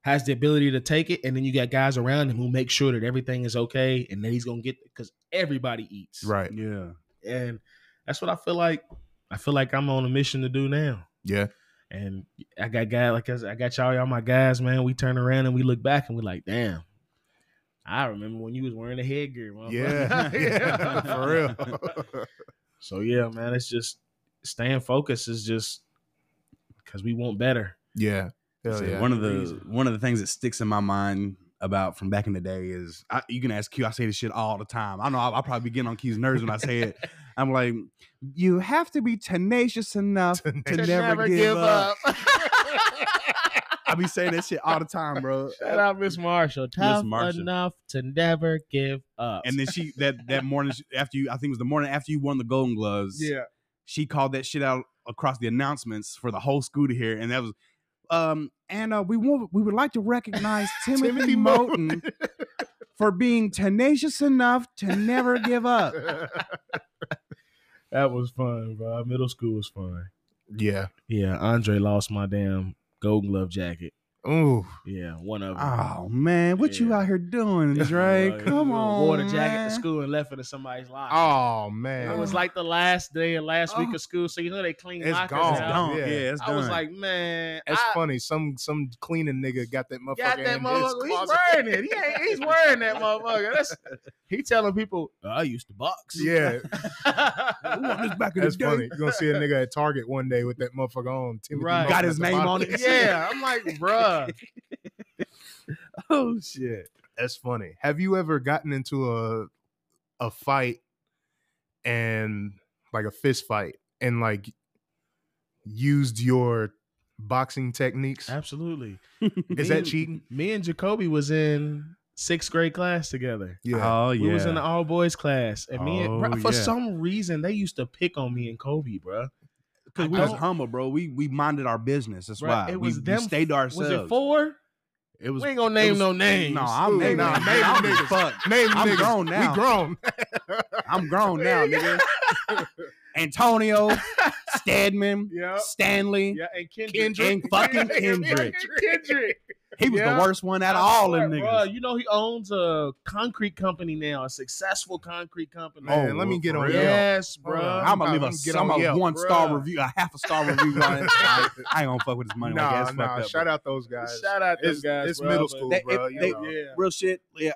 Speaker 3: has the ability to take it, and then you got guys around him who make sure that everything is okay, and then he's gonna get because everybody eats,
Speaker 1: Right.
Speaker 2: Yeah.
Speaker 3: and that's what I feel like. I feel like I'm on a mission to do now.
Speaker 1: Yeah.
Speaker 3: And I got guys like I said, I got y'all, y'all my guys, man. We turn around and we look back and we like, damn. I remember when you was wearing the headgear, motherfucker."
Speaker 1: Yeah. yeah. For real.
Speaker 3: So yeah, man, it's just staying focused is just because we want better.
Speaker 1: yeah. Hell
Speaker 2: So
Speaker 1: yeah.
Speaker 2: One of the one of the things that sticks in my mind about from back in the day is I, you can ask Q. I say this shit all the time. I know I'll, I'll probably be getting on Q's nerves when I say it. I'm like, you have to be tenacious enough to, never, give, up. I be saying that shit all the time, bro.
Speaker 3: Shout out Miss Marshall. Tough
Speaker 2: Marshall.
Speaker 3: enough to never give up.
Speaker 2: And then she that that morning she- after you, I think it was the morning after you won the Golden Gloves. she called that shit out across the announcements for the whole school to hear, and that was. Um, and uh, we want, we would like to recognize Timothy,
Speaker 1: Timothy
Speaker 2: Moulton,
Speaker 1: Moulton.
Speaker 2: for being tenacious enough to never give up.
Speaker 3: that was fun, bro. Middle school was fun.
Speaker 1: yeah.
Speaker 3: Yeah, Andre lost my damn gold glove jacket.
Speaker 1: Ooh,
Speaker 3: Yeah, one of them.
Speaker 2: Oh man, what you
Speaker 3: Yeah.
Speaker 2: out here doing, Dre? Come on,
Speaker 3: Wore the jacket
Speaker 2: man.
Speaker 3: to school and left it in somebody's locker.
Speaker 1: oh
Speaker 3: It
Speaker 1: man,
Speaker 3: was like the last day and last week
Speaker 2: Oh.
Speaker 3: of school, so you know they clean
Speaker 1: It's
Speaker 3: lockers
Speaker 1: gone.
Speaker 2: It's
Speaker 3: out.
Speaker 2: done.
Speaker 1: Yeah.
Speaker 2: Yeah, it's
Speaker 3: I was
Speaker 2: done.
Speaker 3: like, man,
Speaker 1: that's
Speaker 3: I
Speaker 1: funny. Some some cleaning nigga got that motherfucker.
Speaker 3: got that
Speaker 1: in his
Speaker 3: motherfucker. He's
Speaker 1: closet.
Speaker 3: wearing it. He ain't, he's wearing that motherfucker. That's, he telling people, I used to box.
Speaker 1: Yeah,
Speaker 2: Ooh, I'm just back in the
Speaker 1: that's
Speaker 2: day.
Speaker 1: funny. You're gonna see a nigga at Target one day with that motherfucker on. Timothy
Speaker 3: Right.
Speaker 1: Morton
Speaker 2: Got
Speaker 1: at
Speaker 2: his
Speaker 1: the
Speaker 2: name
Speaker 1: bottom.
Speaker 2: on it.
Speaker 3: yeah, I'm like, bruh.
Speaker 2: Oh shit.
Speaker 1: That's funny. Have you ever gotten into a a fight and like a fist fight and like used your boxing techniques?
Speaker 3: Absolutely.
Speaker 1: Is that cheating?
Speaker 3: Me and Jacoby was in sixth grade class together.
Speaker 1: Yeah.
Speaker 2: Oh yeah.
Speaker 3: We was in the all boys class, and me and
Speaker 2: Oh,
Speaker 3: bruh, for
Speaker 2: yeah.
Speaker 3: some reason they used to pick on me and Kobe, bruh.
Speaker 2: Because
Speaker 3: I
Speaker 2: we was
Speaker 3: don't-
Speaker 2: humble, bro. We we minded our business. That's
Speaker 3: Right,
Speaker 2: why
Speaker 3: it
Speaker 2: we,
Speaker 3: was
Speaker 2: we
Speaker 3: them-
Speaker 2: stayed to
Speaker 3: Was
Speaker 2: ourselves.
Speaker 3: it four?
Speaker 2: It was
Speaker 3: We ain't gonna name
Speaker 2: was-
Speaker 3: no names.
Speaker 2: No, I'm
Speaker 1: Ooh,
Speaker 2: name
Speaker 1: nah,
Speaker 2: names.
Speaker 1: name
Speaker 2: I'm
Speaker 1: niggas.
Speaker 2: fuck.
Speaker 1: Name
Speaker 2: I'm
Speaker 1: niggas.
Speaker 2: grown now.
Speaker 1: We grown.
Speaker 2: I'm grown now, nigga. Antonio, Stedman,
Speaker 3: Yeah,
Speaker 2: Stanley.
Speaker 3: yeah, and Kendrick,
Speaker 2: Kendrick. And fucking Kendrick.
Speaker 3: Kendrick.
Speaker 2: He was
Speaker 3: Yeah.
Speaker 2: the worst one out
Speaker 3: I
Speaker 2: of all
Speaker 3: swear,
Speaker 2: them
Speaker 3: bruh,
Speaker 2: niggas.
Speaker 3: you know he owns a concrete company now, a successful concrete company.
Speaker 1: Man,
Speaker 2: Oh,
Speaker 1: let me get
Speaker 2: for
Speaker 1: on
Speaker 2: real?
Speaker 1: Yelp.
Speaker 3: yes,
Speaker 1: Hold
Speaker 3: bruh.
Speaker 1: on.
Speaker 2: I'm gonna leave a,
Speaker 1: I'm get
Speaker 2: I'm
Speaker 1: on
Speaker 2: a
Speaker 1: Yelp,
Speaker 2: one star
Speaker 3: bruh.
Speaker 2: review, a half a star review. on it. I, I ain't gonna fuck with this money. like,
Speaker 1: Nah,
Speaker 2: that's
Speaker 1: nah.
Speaker 2: fucked up,
Speaker 1: Shout out those guys.
Speaker 3: Shout out those
Speaker 1: It's,
Speaker 3: guys.
Speaker 1: it's
Speaker 3: bruh,
Speaker 1: middle
Speaker 3: but-
Speaker 1: school,
Speaker 2: They-
Speaker 1: bro.
Speaker 2: it- they-
Speaker 3: Yeah.
Speaker 2: real shit. Yeah,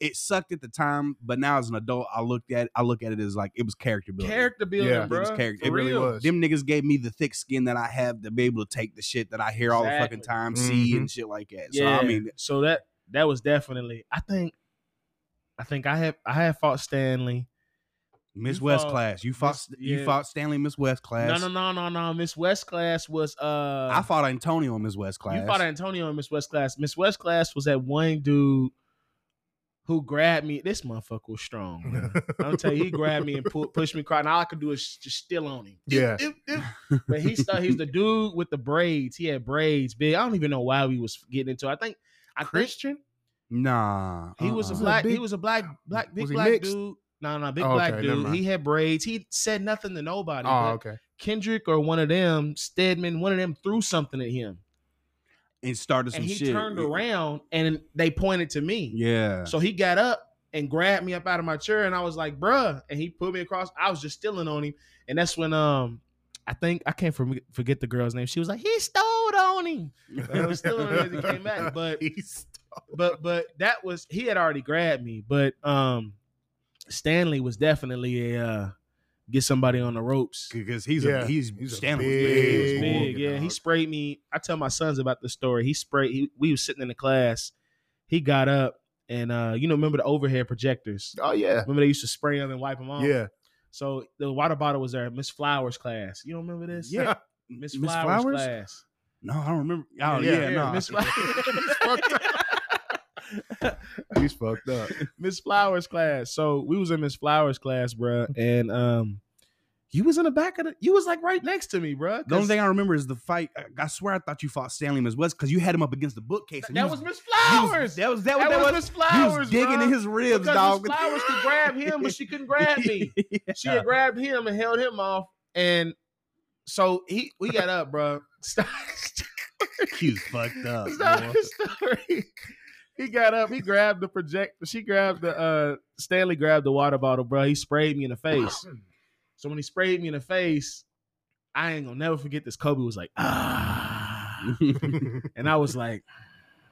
Speaker 2: it sucked at the time, but now as an adult, I looked at I look at it as like it was character building.
Speaker 3: Character building,
Speaker 1: Yeah.
Speaker 3: bro.
Speaker 2: It was character.
Speaker 3: For
Speaker 2: It really
Speaker 3: real.
Speaker 1: was.
Speaker 2: Them niggas gave me the thick skin that I have to be able to take the shit that I hear all the
Speaker 3: Exactly.
Speaker 2: fucking time, see
Speaker 1: Mhm.
Speaker 2: and shit like that.
Speaker 3: Yeah.
Speaker 2: So I mean,
Speaker 3: so that that was definitely. I think. I think I have I have fought Stanley.
Speaker 2: Miss
Speaker 3: You
Speaker 2: West
Speaker 3: fought-
Speaker 2: class, you fought
Speaker 3: Miss- yeah.
Speaker 2: you fought Stanley Miss West class.
Speaker 3: No, no, no, no, no. Miss West class was uh.
Speaker 2: I fought Antonio in Miss West class.
Speaker 3: You fought Antonio in Miss West class. Miss West class was that one dude who grabbed me. This motherfucker was strong. man. I'm telling you, he grabbed me and pu- pushed me across, and all I could do is just still on him.
Speaker 1: Yeah.
Speaker 3: Dip, dip, dip. But he started, he's the dude with the braids. He had braids big. I don't even know why we was getting into. it. I think I Christian.
Speaker 2: Nah,
Speaker 3: he was a
Speaker 2: uh-uh.
Speaker 3: black. he
Speaker 1: big-
Speaker 3: was a black black big
Speaker 1: was he
Speaker 3: black
Speaker 1: mixed?
Speaker 3: dude. No, no, big
Speaker 1: Oh,
Speaker 3: black
Speaker 1: okay, never
Speaker 3: dude.
Speaker 1: mind.
Speaker 3: He had braids. He said nothing to nobody.
Speaker 1: Oh,
Speaker 3: but
Speaker 1: okay.
Speaker 3: Kendrick or one of them, Stedman, one of them threw something at him
Speaker 2: and started some
Speaker 3: and he
Speaker 2: shit.
Speaker 3: turned around and they pointed to me.
Speaker 2: Yeah.
Speaker 3: So he got up and grabbed me up out of my chair, and I was like, "Bruh!" And he put me across. I was just stealing on him, and that's when um, I think I can't form- forget the girl's name. She was like, "He stole on him," and I was stealing on him as he came back. But but but that was he had already grabbed me. But um, Stanley was definitely a uh, get somebody on the ropes.
Speaker 2: because he's
Speaker 1: Yeah.
Speaker 2: a he's,
Speaker 1: He's a
Speaker 2: Stanley was
Speaker 1: big-
Speaker 2: big. as
Speaker 3: He was big,
Speaker 2: Morgan,
Speaker 3: yeah. He
Speaker 2: dog.
Speaker 3: sprayed me. I tell my sons about the story. He sprayed. He, we was sitting in the class. He got up and uh, you know, remember the overhead projectors?
Speaker 1: Oh yeah.
Speaker 3: Remember they used to spray them and wipe them off.
Speaker 1: Yeah.
Speaker 3: So the water bottle was there. Miss Flowers class. You don't remember this?
Speaker 2: Yeah.
Speaker 3: Miss Flowers, class.
Speaker 2: No, I don't remember. Oh yeah, no.
Speaker 3: Miss Flowers.
Speaker 1: He's fucked up.
Speaker 3: Miss Flowers class. So we was in Miss Flowers class, bruh. and um, you was in the back of the. You was like right next to me, bruh.
Speaker 2: The only
Speaker 3: 'cause
Speaker 2: thing I remember is the fight. I- I swear I thought you fought Stanley Miss West because you had him up against the bookcase. and he
Speaker 3: that was Miss
Speaker 2: he was-
Speaker 3: Flowers.
Speaker 2: that was that,
Speaker 3: That,
Speaker 2: was, that
Speaker 3: was
Speaker 2: was,
Speaker 3: Miss
Speaker 2: he
Speaker 3: Flowers.
Speaker 2: was digging
Speaker 3: bruh.
Speaker 2: in his ribs,
Speaker 3: because
Speaker 2: dog.
Speaker 3: Miss Flowers could grab him, but she couldn't grab me. She had grabbed him and held him off, and so he we got up, bro. Stop,
Speaker 2: He's fucked up.
Speaker 3: stop
Speaker 2: boy.
Speaker 3: the story. He got up. He grabbed the project. She grabbed the uh Stanley grabbed the water bottle, bro. He sprayed me in the face. So when he sprayed me in the face, I ain't gonna never forget this. Kobe was like, ah. And I was like,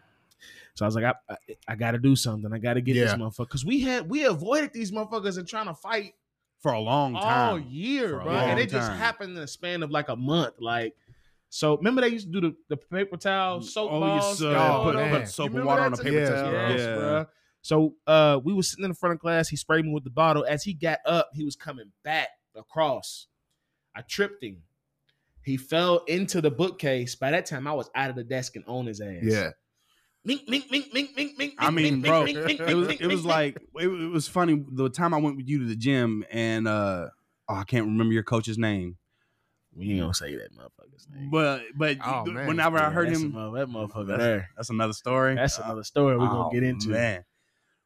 Speaker 3: so I was like, I, I, I got to do something. I got to get this
Speaker 1: Yeah.
Speaker 3: motherfucker because we had we avoided these motherfuckers and trying to fight
Speaker 2: for a long
Speaker 3: all
Speaker 2: time.
Speaker 3: year,
Speaker 2: For a
Speaker 3: bro. And
Speaker 1: long
Speaker 3: it just
Speaker 2: time.
Speaker 3: happened in the span of like a month. Like, so remember they used to do the, the paper towel soap
Speaker 2: oh,
Speaker 3: balls.
Speaker 2: Yes, sir.
Speaker 1: Oh,
Speaker 2: put,
Speaker 1: man.
Speaker 2: put soap
Speaker 3: You
Speaker 2: and
Speaker 3: remember
Speaker 2: water
Speaker 3: that
Speaker 2: on a
Speaker 3: too?
Speaker 2: paper
Speaker 1: Yes,
Speaker 2: towel.
Speaker 1: bro.
Speaker 3: Yes, bruh. So uh, we were sitting in the front of class. He sprayed me with the bottle. As he got up, he was coming back across. I tripped him. He fell into the bookcase. By that time, I was out of the desk and on his ass.
Speaker 1: Yeah.
Speaker 3: Mink, mink, mink, mink, mink, mink.
Speaker 2: I mean,
Speaker 3: mink,
Speaker 2: bro,
Speaker 3: mink, mink, mink,
Speaker 2: It was
Speaker 3: mink,
Speaker 2: it was
Speaker 3: mink,
Speaker 2: like it, wa- it was funny. The time I went with you to the gym and uh oh, I can't remember your coach's name,
Speaker 3: we ain't gonna say that motherfucker's name.
Speaker 2: but but
Speaker 1: Oh,
Speaker 2: th-
Speaker 1: man.
Speaker 2: whenever I
Speaker 3: Yeah,
Speaker 2: heard
Speaker 3: that's a
Speaker 2: him,
Speaker 3: mother- that motherfucker there.
Speaker 2: that's another story.
Speaker 3: That's another story we're gonna
Speaker 2: Oh,
Speaker 3: get into.
Speaker 2: Man.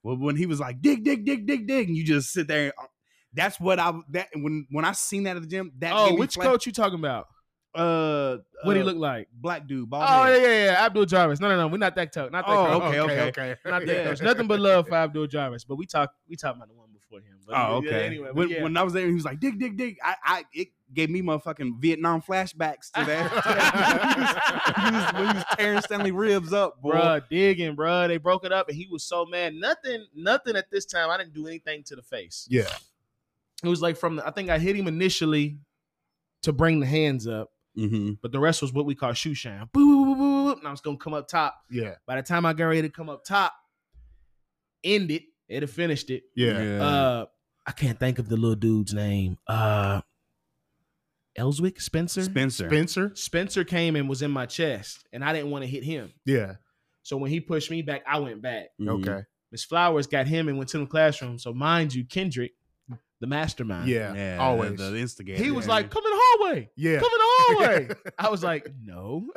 Speaker 2: Well, when he was like dig, dig, dig, dig, dig, and you just sit uh, there. and- That's what I that when when I seen that at the gym. That
Speaker 3: Oh,
Speaker 2: gave me
Speaker 3: which
Speaker 2: flash-
Speaker 3: coach you talking about?
Speaker 2: uh,
Speaker 3: What
Speaker 2: uh,
Speaker 3: he look like?
Speaker 2: Black dude, bald
Speaker 3: Oh yeah,
Speaker 2: head.
Speaker 3: yeah, yeah. Abdul Jarvis. No, no, no. We're not that tough. Not that.
Speaker 2: Oh,
Speaker 3: coach.
Speaker 2: okay, okay.
Speaker 3: Not that.
Speaker 2: Yeah.
Speaker 3: coach. Nothing but love for Abdul Jarvis. But we talk. We talked about the one before him. But
Speaker 2: Oh,
Speaker 3: yeah,
Speaker 2: okay.
Speaker 3: anyway, but
Speaker 2: when,
Speaker 3: yeah.
Speaker 2: when I was there, he was like, "Dig, dig, dig." I, I, it gave me motherfucking Vietnam flashbacks to that. to that. he, was, he was- when he was tearing Stanley ribs up, boy.
Speaker 3: Bruh, digging, bruh. They broke it up, and he was so mad. Nothing, nothing at this time. I didn't do anything to the face.
Speaker 1: Yeah.
Speaker 3: It was like from the. I think I hit him initially to bring the hands up,
Speaker 2: Mm-hmm.
Speaker 3: but the rest was what we call shoe shine. Boo, boo, boo, boo, boo. And I was gonna come up top.
Speaker 1: Yeah.
Speaker 3: By the time I got ready to come up top, end it. It have finished it.
Speaker 1: Yeah.
Speaker 3: Uh, I can't think of the little dude's name. Uh, Elswick Spencer.
Speaker 2: Spencer.
Speaker 1: Spencer.
Speaker 3: Spencer came and was in my chest, and I didn't want to hit him.
Speaker 1: Yeah.
Speaker 3: So when he pushed me back, I went back.
Speaker 2: Mhm.
Speaker 1: Okay.
Speaker 3: Miss Flowers got him and went to the classroom. So mind you, Kendrick, the mastermind,
Speaker 1: Yeah.
Speaker 2: Yeah,
Speaker 1: Always.
Speaker 2: the instigator.
Speaker 3: he was
Speaker 2: Yeah.
Speaker 3: like, "Come in the hallway,
Speaker 1: Yeah.
Speaker 3: come in the hallway." I was like, "No,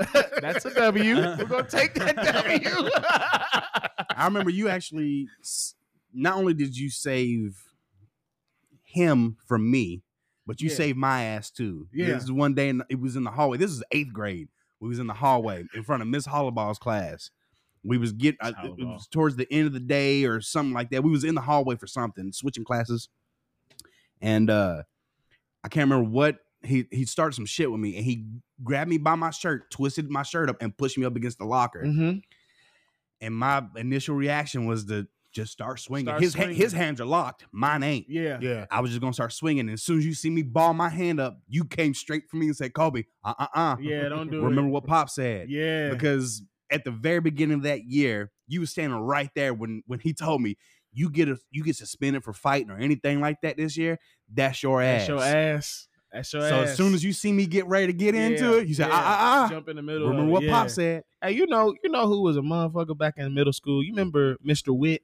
Speaker 3: that's a W. We're gonna take that W."
Speaker 2: I remember you actually. s- Not only did you save him from me, but you
Speaker 3: Yeah.
Speaker 2: saved my ass too.
Speaker 3: Yeah.
Speaker 2: This is one day, in, it was in the hallway. This is eighth grade. We was in the hallway in front of Miss Hollaball's class. We was get uh, it- it
Speaker 3: Hollaball.
Speaker 2: was towards the end of the day or something like that. We was in the hallway for something, switching classes, and uh I can't remember what he he started some shit with me, and he grabbed me by my shirt, twisted my shirt up, and pushed me up against the locker
Speaker 3: mm-hmm.
Speaker 2: and my initial reaction was to just start swinging.
Speaker 3: Start
Speaker 2: his ha-
Speaker 3: swinging.
Speaker 2: his hands are locked, mine ain't.
Speaker 3: Yeah.
Speaker 1: Yeah.
Speaker 2: I was just gonna start swinging. And as soon as you see me ball my hand up, you came straight for me and said, "Kobe, uh, uh, uh."
Speaker 3: Yeah, don't do
Speaker 2: Remember
Speaker 3: it.
Speaker 2: what Pop said?
Speaker 3: Yeah.
Speaker 2: Because at the very beginning of that year, you was standing right there when when he told me you get a you get suspended for fighting or anything like that this year. That's your ass.
Speaker 3: That's your ass. That's your
Speaker 2: So
Speaker 3: ass.
Speaker 2: as soon as you see me get ready to get into it, you said, "Uh, uh, uh."
Speaker 3: Jump in the middle.
Speaker 2: Remember
Speaker 3: of it,
Speaker 2: what
Speaker 3: yeah.
Speaker 2: Pop said?
Speaker 3: Hey, you know, you know who was a motherfucker back in middle school? You remember Mr. Witt?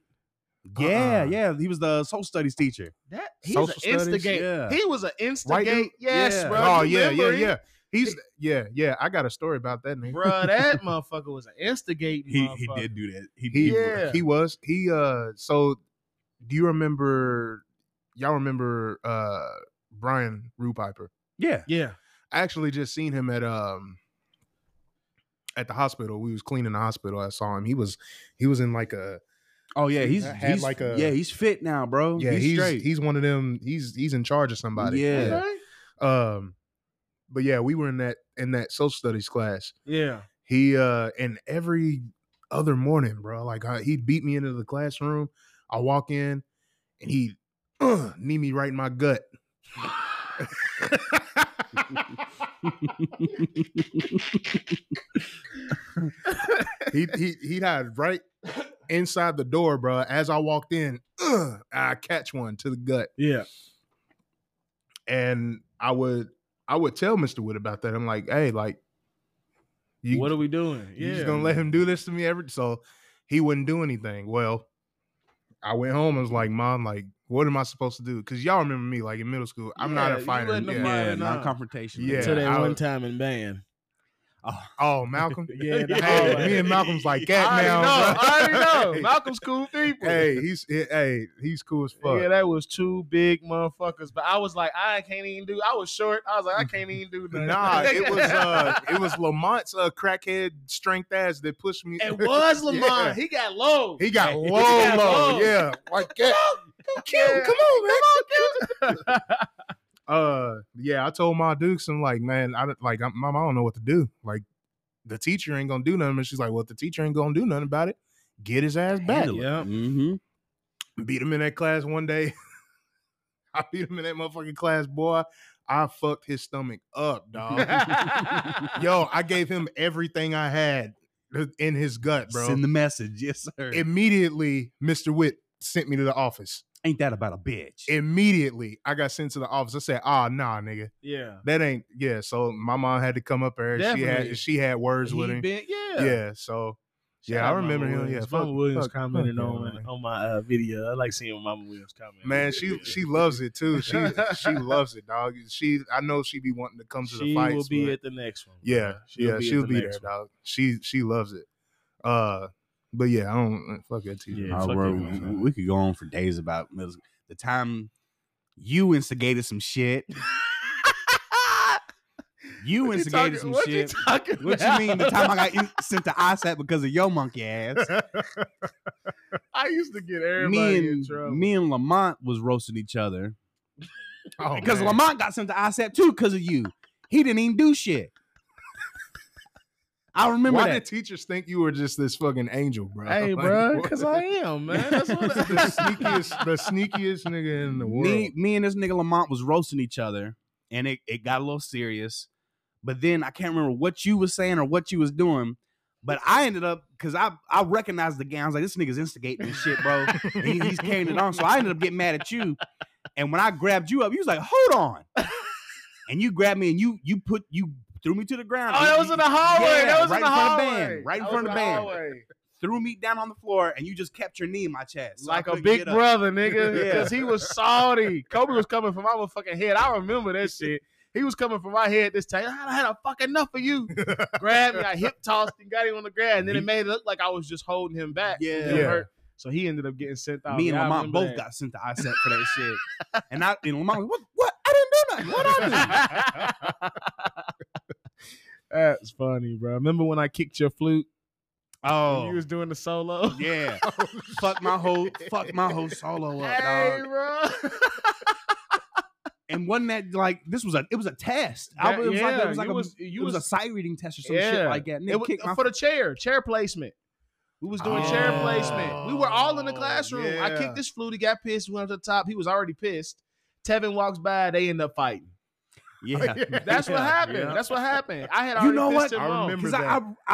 Speaker 2: Yeah,
Speaker 1: Uh-uh.
Speaker 2: yeah. He was the social studies teacher.
Speaker 3: That he's
Speaker 1: Social
Speaker 3: an
Speaker 1: studies?
Speaker 3: instigator.
Speaker 2: Yeah.
Speaker 3: He was an
Speaker 1: White
Speaker 3: instigate.
Speaker 1: dude?
Speaker 3: yes,
Speaker 2: Yeah.
Speaker 3: bro.
Speaker 1: oh
Speaker 3: you
Speaker 1: yeah, yeah,
Speaker 3: remember
Speaker 1: yeah.
Speaker 3: him?
Speaker 1: He's yeah, yeah. I got a story about that nigga.
Speaker 3: Bro, that motherfucker was an instigating.
Speaker 2: he he
Speaker 3: motherfucker.
Speaker 2: did do that. He,
Speaker 1: He
Speaker 2: he-
Speaker 3: Yeah.
Speaker 1: he was he uh. So do you remember? Y'all remember uh Brian Rupiper?
Speaker 2: yeah.
Speaker 3: Yeah.
Speaker 1: I actually just seen him at um at the hospital. We was cleaning the hospital. I saw him. He was he was in like a
Speaker 2: Oh yeah,
Speaker 1: He
Speaker 2: he's
Speaker 1: had
Speaker 2: he's
Speaker 1: like
Speaker 2: like
Speaker 1: a-
Speaker 2: yeah he's fit now, bro.
Speaker 1: yeah.
Speaker 2: Oh, he's,
Speaker 1: He's he's,
Speaker 2: straight.
Speaker 1: one of them. He's he's in charge of somebody.
Speaker 2: Yeah.
Speaker 3: Okay.
Speaker 1: Um, but yeah, we were in that in that social studies class.
Speaker 3: Yeah.
Speaker 1: He uh and every other morning, bro, like I, he'd beat me into the classroom. I walk in and he uh, knee me right in my gut. he he he died right inside the door, bro. As I walked in, uh, I catch one to the gut,
Speaker 3: Yeah.
Speaker 1: and I would I would tell Mister Wood about that. I'm like, hey, like you,
Speaker 3: what are we doing?
Speaker 1: you
Speaker 3: Yeah.
Speaker 1: just gonna let him do this to me every so he wouldn't do anything. Well, I went home. I was like, Mom, like, what am I supposed to do? Because y'all remember me, like in middle school, I'm not
Speaker 3: Yeah,
Speaker 1: a
Speaker 3: you
Speaker 1: fighter.
Speaker 3: wasn't a
Speaker 1: Yeah.
Speaker 3: fighter.
Speaker 2: yeah,
Speaker 3: Fire now.
Speaker 2: non-confrontational.
Speaker 1: Yeah.
Speaker 3: Until that
Speaker 1: I
Speaker 3: one
Speaker 1: was-
Speaker 3: time in band.
Speaker 2: Oh,
Speaker 1: Oh, Malcolm.
Speaker 3: Yeah, the
Speaker 1: Hey,
Speaker 3: hallway.
Speaker 1: me and Malcolm's like that
Speaker 3: I
Speaker 1: now.
Speaker 3: already know.
Speaker 1: bro.
Speaker 3: I already know. Malcolm's cool people.
Speaker 1: hey, he's he- hey, he's cool as fuck.
Speaker 3: Yeah, that was two big motherfuckers. But I was like, I can't even do. I was short. I was like, I can't even do
Speaker 1: Mm-hmm.
Speaker 3: nothing.
Speaker 1: Nah, it was uh it was Lamont's uh crackhead strength ass that pushed me.
Speaker 3: It was Lamont.
Speaker 1: Yeah.
Speaker 3: He got low.
Speaker 1: He got
Speaker 2: He
Speaker 1: low,
Speaker 3: got
Speaker 1: low,
Speaker 3: low.
Speaker 1: yeah, like that.
Speaker 3: Cute. Come on, man.
Speaker 1: uh yeah i told my dukes i'm like man i don't- like I'm, mom i don't know what to do like the teacher ain't gonna do nothing and she's like well if the teacher ain't gonna do nothing about it get his ass back
Speaker 3: Handle it. Yeah.
Speaker 2: Mm-hmm.
Speaker 1: beat him in that class one day i beat him in that motherfucking class boy i fucked his stomach up dog yo i gave him everything i had in his gut bro
Speaker 2: Send the message, yes sir.
Speaker 1: immediately mr witt sent me to the office
Speaker 2: Ain't that about a bitch?
Speaker 1: immediately i got sent to the office i said ah nah nigga
Speaker 3: yeah.
Speaker 1: that ain't yeah. So my mom had to come up there. and She
Speaker 3: Definitely.
Speaker 1: had she had words
Speaker 3: He
Speaker 1: with him.
Speaker 3: been-
Speaker 1: yeah.
Speaker 3: yeah.
Speaker 1: So
Speaker 3: Shout
Speaker 1: Yeah, I
Speaker 3: out Mama
Speaker 1: remember him.
Speaker 3: Williams.
Speaker 1: Yeah,
Speaker 3: Mama
Speaker 1: fuck-
Speaker 3: Williams
Speaker 1: fuck- fuck
Speaker 3: commented
Speaker 1: yeah,
Speaker 3: on
Speaker 1: man.
Speaker 3: on my uh, video. I like seeing Mama Williams comment.
Speaker 1: man, she she loves it too. She she loves it, dog. She I know she be wanting to come to
Speaker 3: She
Speaker 1: the fights.
Speaker 3: will be
Speaker 1: but
Speaker 3: at the next one.
Speaker 1: yeah,
Speaker 3: She'll
Speaker 1: yeah,
Speaker 3: be at
Speaker 1: she'll
Speaker 3: the
Speaker 1: be there,
Speaker 3: next one.
Speaker 1: dog. She she loves it. Uh, but yeah, I don't uh, fuck that teacher.
Speaker 3: Yeah,
Speaker 2: Oh,
Speaker 3: fuck
Speaker 2: bro,
Speaker 3: you,
Speaker 2: we,
Speaker 3: man.
Speaker 2: we could go on for days about middle school. the time you instigated some shit. You
Speaker 1: What you
Speaker 2: instigated
Speaker 1: talking-
Speaker 2: some
Speaker 1: what you
Speaker 2: shit.
Speaker 1: talking
Speaker 2: what you
Speaker 1: about?
Speaker 2: mean the time I got in- sent to ISAT because of your monkey ass?
Speaker 1: I used to get everybody
Speaker 2: Me
Speaker 1: in
Speaker 2: and
Speaker 1: trouble
Speaker 2: me and Lamont was roasting each other
Speaker 1: Oh,
Speaker 2: because
Speaker 1: man.
Speaker 2: Lamont got sent to ISAT too because of you. He didn't even do shit. I remember
Speaker 1: Why
Speaker 2: that.
Speaker 1: did teachers think you were just this fucking angel, bro?
Speaker 3: Hey,
Speaker 1: Like,
Speaker 3: bro,
Speaker 1: what-
Speaker 3: because I am, man. That's
Speaker 1: the
Speaker 3: what I,
Speaker 1: sneakiest, the sneakiest nigga in the world.
Speaker 2: Me, me and this nigga Lamont was roasting each other, and it, it got a little serious. But then I can't remember what you was saying or what you was doing. But I ended up because I I recognized the guy. I was like, this nigga's instigating this shit, bro. And he- he's carrying it on. So I ended up getting mad at you. And when I grabbed you up, you was like, hold on. And you grabbed me and you you put you threw me to the ground.
Speaker 3: Oh,
Speaker 2: You-
Speaker 3: that was in the
Speaker 2: you
Speaker 3: hallway.
Speaker 2: Yeah,
Speaker 3: that was
Speaker 2: right
Speaker 3: in the
Speaker 2: in front of the
Speaker 3: hallway.
Speaker 2: band, right in
Speaker 3: That
Speaker 2: front
Speaker 3: was
Speaker 2: of the band.
Speaker 3: hallway.
Speaker 2: threw me down on the floor and you just kept your knee in my chest. So I
Speaker 3: like a
Speaker 2: couldn't
Speaker 3: big
Speaker 2: get up.
Speaker 3: brother, nigga,
Speaker 2: Yeah.
Speaker 3: because he was salty. Kobe was coming from my motherfucking head. I remember that shit. He was coming from my head this time. I had a fuck enough of you. Grabbed me, I hip tossed and got him on the ground, and then it
Speaker 2: Me-
Speaker 3: made it look like I was just holding him back. from
Speaker 2: Yeah.
Speaker 3: getting
Speaker 1: Yeah.
Speaker 3: hurt. So he ended up getting sent out.
Speaker 2: me and
Speaker 3: Oh, Yeah, I
Speaker 2: Lamont
Speaker 3: remember
Speaker 2: both
Speaker 3: that.
Speaker 2: got sent to ISAT for that shit. And I and Lamont was what what? I didn't do nothing. What I do?
Speaker 3: That's funny, bro. Remember when I kicked your flute? when
Speaker 2: Oh
Speaker 3: you was doing the solo.
Speaker 2: yeah. fuck my whole fuck my whole solo up,
Speaker 3: Hey,
Speaker 2: dog.
Speaker 3: bro.
Speaker 2: And wasn't that like this was a it was a test. I,
Speaker 3: That-
Speaker 2: was- it was like,
Speaker 3: yeah,
Speaker 2: it was like
Speaker 3: you
Speaker 2: a,
Speaker 3: was-
Speaker 2: it
Speaker 3: you
Speaker 2: was,
Speaker 3: was-
Speaker 2: a sight reading test or some shit
Speaker 3: Yeah.
Speaker 2: like that.
Speaker 3: It
Speaker 2: Nigga
Speaker 3: was
Speaker 2: kicked my
Speaker 3: for the chair, chair placement. We was doing chair
Speaker 2: Oh.
Speaker 3: placement. We were all in the
Speaker 1: Oh,
Speaker 3: classroom. I
Speaker 1: yeah.
Speaker 3: kicked this flute. He got pissed. Went up to the top. He was already pissed. Tevin walks by. They end up fighting.
Speaker 2: yeah.
Speaker 3: That's what
Speaker 2: Yeah.
Speaker 3: happened.
Speaker 1: Yeah.
Speaker 3: That's what happened. I had
Speaker 2: You
Speaker 3: already
Speaker 2: know
Speaker 3: pissed
Speaker 2: what?
Speaker 3: him
Speaker 1: I
Speaker 3: off.
Speaker 1: remember
Speaker 2: Because I,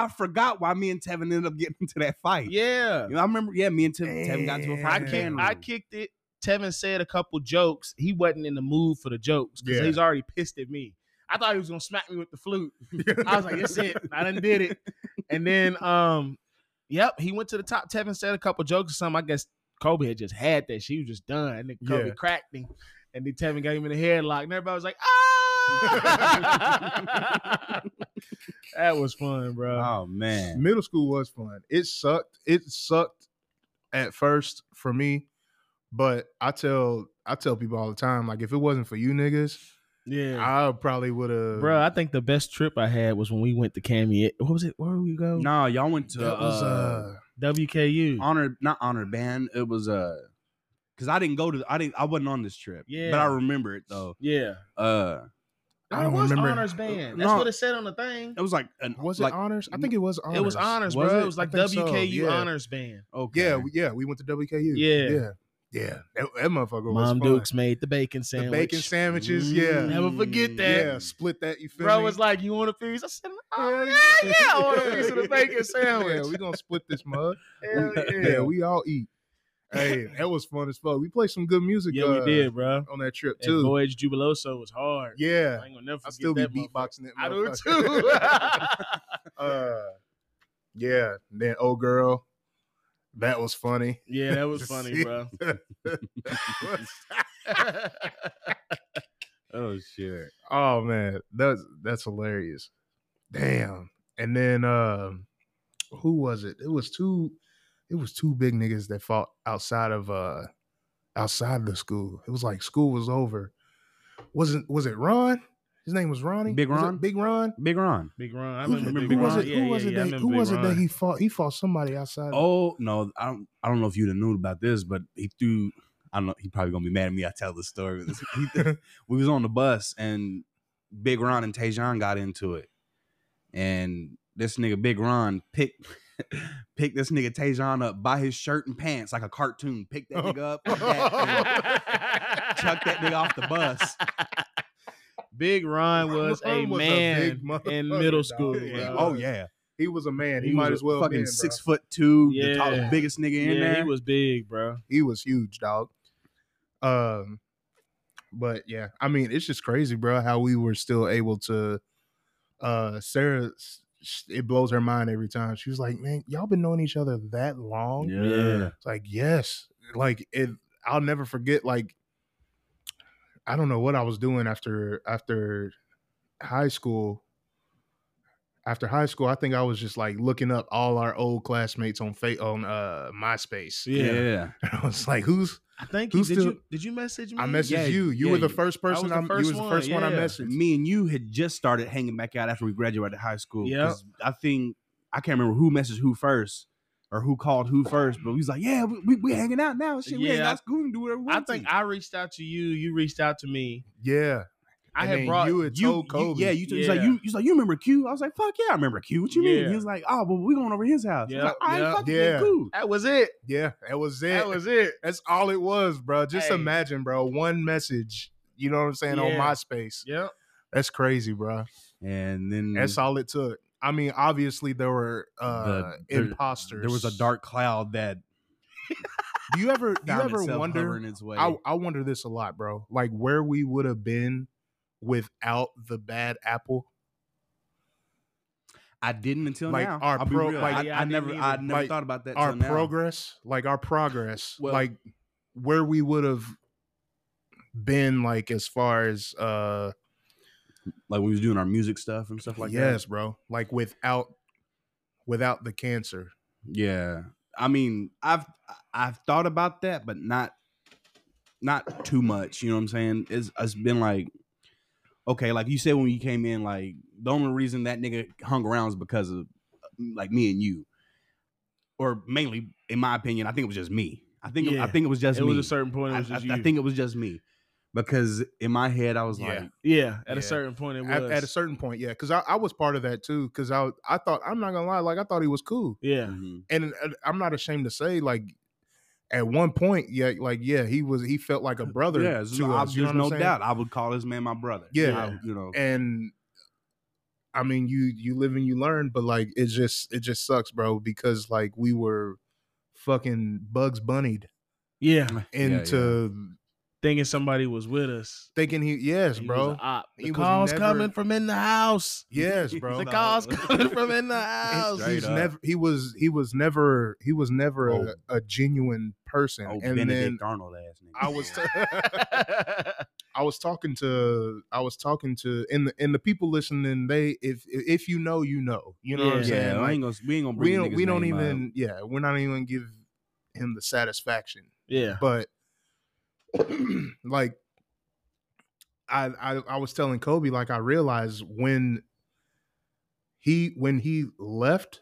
Speaker 2: I I forgot why me and Tevin ended up getting into that fight.
Speaker 3: Yeah,
Speaker 2: You know, I remember, yeah, me and Tim, Tevin got into a
Speaker 1: I
Speaker 2: fight.
Speaker 3: I
Speaker 2: in the
Speaker 1: kicked-
Speaker 2: band
Speaker 3: kicked.
Speaker 2: room.
Speaker 3: I kicked it. Tevin said a couple jokes. He wasn't in the mood for the jokes because
Speaker 1: Yeah.
Speaker 3: he's already pissed at me. I thought he was gonna smack me with the flute. I was like, "That's it. I done did it." And then, um, yep, he went to the top. Tevin said a couple jokes or something. I guess Kobe had just had that. She was just done, and then Kobe
Speaker 1: Yeah.
Speaker 3: cracked him, and then Tevin got him in the headlock, and everybody was like, "Ah!" that was fun, bro.
Speaker 2: Oh man.
Speaker 1: Middle school was fun. It sucked. It sucked at first for me, but I tell I tell people all the time, like if it wasn't for you niggas,
Speaker 3: Yeah.
Speaker 1: I probably would have.
Speaker 3: Bro, I think the best trip I had was when we went to Cami. What was it? Where we go?
Speaker 2: No, y'all went to
Speaker 1: that was
Speaker 2: uh,
Speaker 1: uh,
Speaker 3: WKU.
Speaker 2: honor not honor band it was uh because i didn't go to i didn't i wasn't on this trip but
Speaker 3: Yeah.
Speaker 2: i remember it though
Speaker 3: yeah.
Speaker 1: Oh.
Speaker 2: uh
Speaker 1: I don't remember.
Speaker 3: honors band. That's
Speaker 2: No.
Speaker 3: what it said on the thing.
Speaker 2: it was like an,
Speaker 1: was it
Speaker 2: like
Speaker 1: honors? I think it was honors.
Speaker 3: It was honors,
Speaker 2: Was
Speaker 3: bro. It?
Speaker 2: it?
Speaker 3: was
Speaker 1: I
Speaker 3: like
Speaker 1: think so,
Speaker 3: WKU
Speaker 1: yeah.
Speaker 3: honors band.
Speaker 2: okay
Speaker 1: Yeah, we- yeah, we went to WKU.
Speaker 3: Yeah.
Speaker 1: yeah, yeah. That, that motherfucker was
Speaker 3: Mom
Speaker 1: fun.
Speaker 3: Dukes made the bacon sandwich. Mm-hmm.
Speaker 1: The bacon sandwiches, yeah.
Speaker 3: Never
Speaker 2: Mm.
Speaker 3: forget that.
Speaker 1: Yeah, split that. You feel
Speaker 3: Bro
Speaker 1: me?
Speaker 3: was like, "You want a piece?" I said, "Oh
Speaker 1: Yeah,
Speaker 3: yeah, yeah, I want a piece of the bacon
Speaker 1: Yeah,
Speaker 3: sandwich."
Speaker 1: we gonna split this mug.
Speaker 3: Hell
Speaker 1: yeah. we all eat. Hey, that was fun as fuck. We played some good music.
Speaker 3: yeah, we
Speaker 1: uh,
Speaker 3: did, bro.
Speaker 1: on that trip
Speaker 3: And
Speaker 1: too.
Speaker 3: Voyage Jubiloso was hard.
Speaker 1: Yeah,
Speaker 3: I ain't gonna never forget
Speaker 1: I still be
Speaker 3: that motherfucker.
Speaker 1: beatboxing it.
Speaker 3: I do
Speaker 1: motherfucker.
Speaker 3: too.
Speaker 1: uh, yeah, then old girl, that was funny.
Speaker 3: yeah, that was funny,
Speaker 1: See?
Speaker 3: bro.
Speaker 2: oh shit
Speaker 1: oh man, that's that's hilarious. Damn. And then uh, who was it? It was two. It was two big niggas that fought outside of uh outside the school. It was like school was over. Wasn't was it Ron? His name was Ronnie.
Speaker 2: Big
Speaker 1: Was it
Speaker 2: Ron?
Speaker 1: Big Ron.
Speaker 2: big ron
Speaker 3: Big Ron. I
Speaker 1: Who-
Speaker 3: remember
Speaker 1: who
Speaker 3: Big
Speaker 1: was
Speaker 3: Ron.
Speaker 1: it?
Speaker 3: Yeah,
Speaker 1: who
Speaker 3: yeah,
Speaker 1: was it?
Speaker 3: yeah, I
Speaker 1: that,
Speaker 3: remember
Speaker 1: who
Speaker 3: Big
Speaker 1: was it that
Speaker 3: Ron.
Speaker 1: he fought? He fought somebody outside.
Speaker 2: oh no i don't i don't know if you'd have known about this but he threw i don't know he probably gonna be mad at me i tell the story but he- we was on the bus and big ron and Tajon got into it and this nigga big ron picked picked this nigga Tajon up by his shirt and pants like a cartoon picked
Speaker 1: Oh.
Speaker 2: that nigga up like that, and chuck that nigga off the bus.
Speaker 3: Big Ron was a
Speaker 1: Ron was a
Speaker 3: man
Speaker 1: big motherfucker,
Speaker 3: in middle
Speaker 1: dog.
Speaker 3: school.
Speaker 1: Yeah.
Speaker 3: bro.
Speaker 2: Oh yeah,
Speaker 1: He was a man. He,
Speaker 3: He was
Speaker 1: might
Speaker 3: a
Speaker 1: as well
Speaker 2: fucking
Speaker 1: been, bro.
Speaker 2: six foot two, the tall-
Speaker 3: Yeah.
Speaker 2: biggest nigga in
Speaker 3: Yeah,
Speaker 2: there.
Speaker 3: he was big, bro.
Speaker 1: He was huge, dog. Um, but yeah, I mean, it's just crazy, bro, how we were still able to. Uh, Sarah, s- it blows her mind every time. She was like, "Man, y'all been knowing each other that long?"
Speaker 2: yeah,
Speaker 1: It's like, yes. Like it I'll never forget like I don't know what I was doing after after high school. After high school, I think I was just like looking up all our old classmates on fa- on uh MySpace.
Speaker 2: yeah.
Speaker 3: Yeah.
Speaker 1: I was like, who's
Speaker 3: I think you,
Speaker 1: Who's
Speaker 3: did
Speaker 1: still-
Speaker 3: you did you message me?
Speaker 1: I messaged
Speaker 2: Yeah,
Speaker 1: you. You
Speaker 2: yeah,
Speaker 1: were the
Speaker 2: you-
Speaker 1: first
Speaker 3: was
Speaker 1: person.
Speaker 3: the
Speaker 1: I, you
Speaker 3: first
Speaker 1: was the
Speaker 3: one,
Speaker 1: first one I
Speaker 3: yeah.
Speaker 1: messaged.
Speaker 2: me and you had just started hanging back out after we graduated high school.
Speaker 3: Yeah.
Speaker 2: 'cause I think I can't remember who messaged who first or who called who first, but we was like, yeah, we, we, we hanging out now. Shit, we hanging
Speaker 3: Yeah.
Speaker 2: out school and do whatever. We
Speaker 3: I
Speaker 2: want
Speaker 3: think
Speaker 2: to.
Speaker 3: I reached out to you. You reached out to me.
Speaker 1: Yeah,
Speaker 3: I
Speaker 1: And
Speaker 3: had
Speaker 1: then
Speaker 3: brought
Speaker 1: you had
Speaker 2: you,
Speaker 1: told Kobe.
Speaker 2: you, yeah, you, he's like
Speaker 3: Yeah.
Speaker 2: you, you was like you remember Q? I was like, fuck yeah, I remember Q. What you mean?
Speaker 3: Yeah.
Speaker 2: He was like, oh, but we going over his house. I
Speaker 3: Yeah,
Speaker 2: was like, all right,
Speaker 3: yeah.
Speaker 2: fuck it,
Speaker 1: Yeah.
Speaker 2: cool.
Speaker 3: that was it.
Speaker 1: yeah, that was it.
Speaker 3: That was it.
Speaker 1: That's all it was, bro. Just
Speaker 3: Hey.
Speaker 1: imagine, bro. One message. You know what I'm saying on
Speaker 3: Yeah.
Speaker 1: MySpace.
Speaker 3: Yeah. Mm.
Speaker 1: That's crazy, bro.
Speaker 2: And then
Speaker 1: That's all it took. I mean, obviously there were uh,
Speaker 2: The- there-
Speaker 1: imposters.
Speaker 2: there was a dark cloud that
Speaker 1: Do you ever? Do you
Speaker 2: found
Speaker 1: ever
Speaker 2: itself
Speaker 1: wonder?
Speaker 2: hovering its way.
Speaker 1: I, I wonder this a lot, bro. Like where we would have been without the bad apple.
Speaker 2: I didn't until
Speaker 1: Like,
Speaker 2: now.
Speaker 1: our
Speaker 2: I'll be
Speaker 1: pro-
Speaker 2: real.
Speaker 1: like-
Speaker 2: I,
Speaker 3: Yeah,
Speaker 2: I
Speaker 3: I
Speaker 2: never,
Speaker 3: didn't
Speaker 2: I
Speaker 3: either.
Speaker 2: never
Speaker 1: Like,
Speaker 2: thought about that.
Speaker 1: our
Speaker 2: till now.
Speaker 1: progress, like our progress,
Speaker 2: Well-
Speaker 1: like where we would have been, like as far as uh
Speaker 2: like when we was doing our music stuff and stuff like
Speaker 1: yes,
Speaker 2: that.
Speaker 1: bro, like without without the cancer.
Speaker 2: Yeah, I mean, I've I've thought about that, but not not too much. You know what I'm saying? It's it's been like okay, like you said when you came in, like the only reason that nigga hung around was because of like me and you, or mainly in my opinion, I think it was just me. I think I
Speaker 3: Yeah.
Speaker 2: think it was just
Speaker 3: it
Speaker 2: me.
Speaker 3: was a certain point. It
Speaker 2: I,
Speaker 3: was just
Speaker 2: I- I
Speaker 3: you.
Speaker 2: think it was just me because in my head I was
Speaker 1: Yeah.
Speaker 2: like.
Speaker 3: yeah.
Speaker 1: Yeah.
Speaker 3: At a certain point, it was
Speaker 1: At, at a certain point, yeah, because I, I was part of that too. Because I I thought I'm not gonna lie, like I thought he was cool,
Speaker 3: yeah.
Speaker 2: Mhm.
Speaker 1: and uh, I'm not ashamed to say, like at one point, yeah, like yeah, he was he felt like a brother
Speaker 2: Yeah, there's
Speaker 1: to
Speaker 2: no,
Speaker 1: us. you know
Speaker 2: there's
Speaker 1: what I'm
Speaker 2: no
Speaker 1: saying?
Speaker 2: doubt. I would call this man my brother.
Speaker 1: Yeah.
Speaker 2: I- you know.
Speaker 1: and I mean you you live and you learn, but like it just it just sucks, bro, because like we were fucking bugs bunnied
Speaker 3: Yeah.
Speaker 1: Mm. into
Speaker 3: Thinking somebody was with us.
Speaker 1: thinking he yes,
Speaker 3: He was
Speaker 1: bro.
Speaker 3: a op. The
Speaker 1: He was
Speaker 3: calls
Speaker 1: never-
Speaker 3: coming from in the house.
Speaker 1: yes, bro.
Speaker 3: The
Speaker 2: No.
Speaker 3: calls coming from in the house.
Speaker 2: Straight
Speaker 1: He's
Speaker 2: up.
Speaker 1: never he was he was never he was never a, a genuine person.
Speaker 2: Oh,
Speaker 1: and
Speaker 2: Benedict
Speaker 1: then
Speaker 2: Arnold ass nigga.
Speaker 1: I was I was talking to I was talking to and the and the people listening, they if if you know, you know. You know what I'm
Speaker 3: Yeah.
Speaker 1: saying?
Speaker 2: yeah, I
Speaker 1: Like,
Speaker 2: ain't gonna, we ain't gonna bring
Speaker 1: we
Speaker 2: the
Speaker 1: don't
Speaker 2: nigga's
Speaker 1: we don't
Speaker 2: name up.
Speaker 1: even yeah we're not even gonna give him the satisfaction
Speaker 3: yeah.
Speaker 1: but like I, I i was telling kobe like i realized when he when he left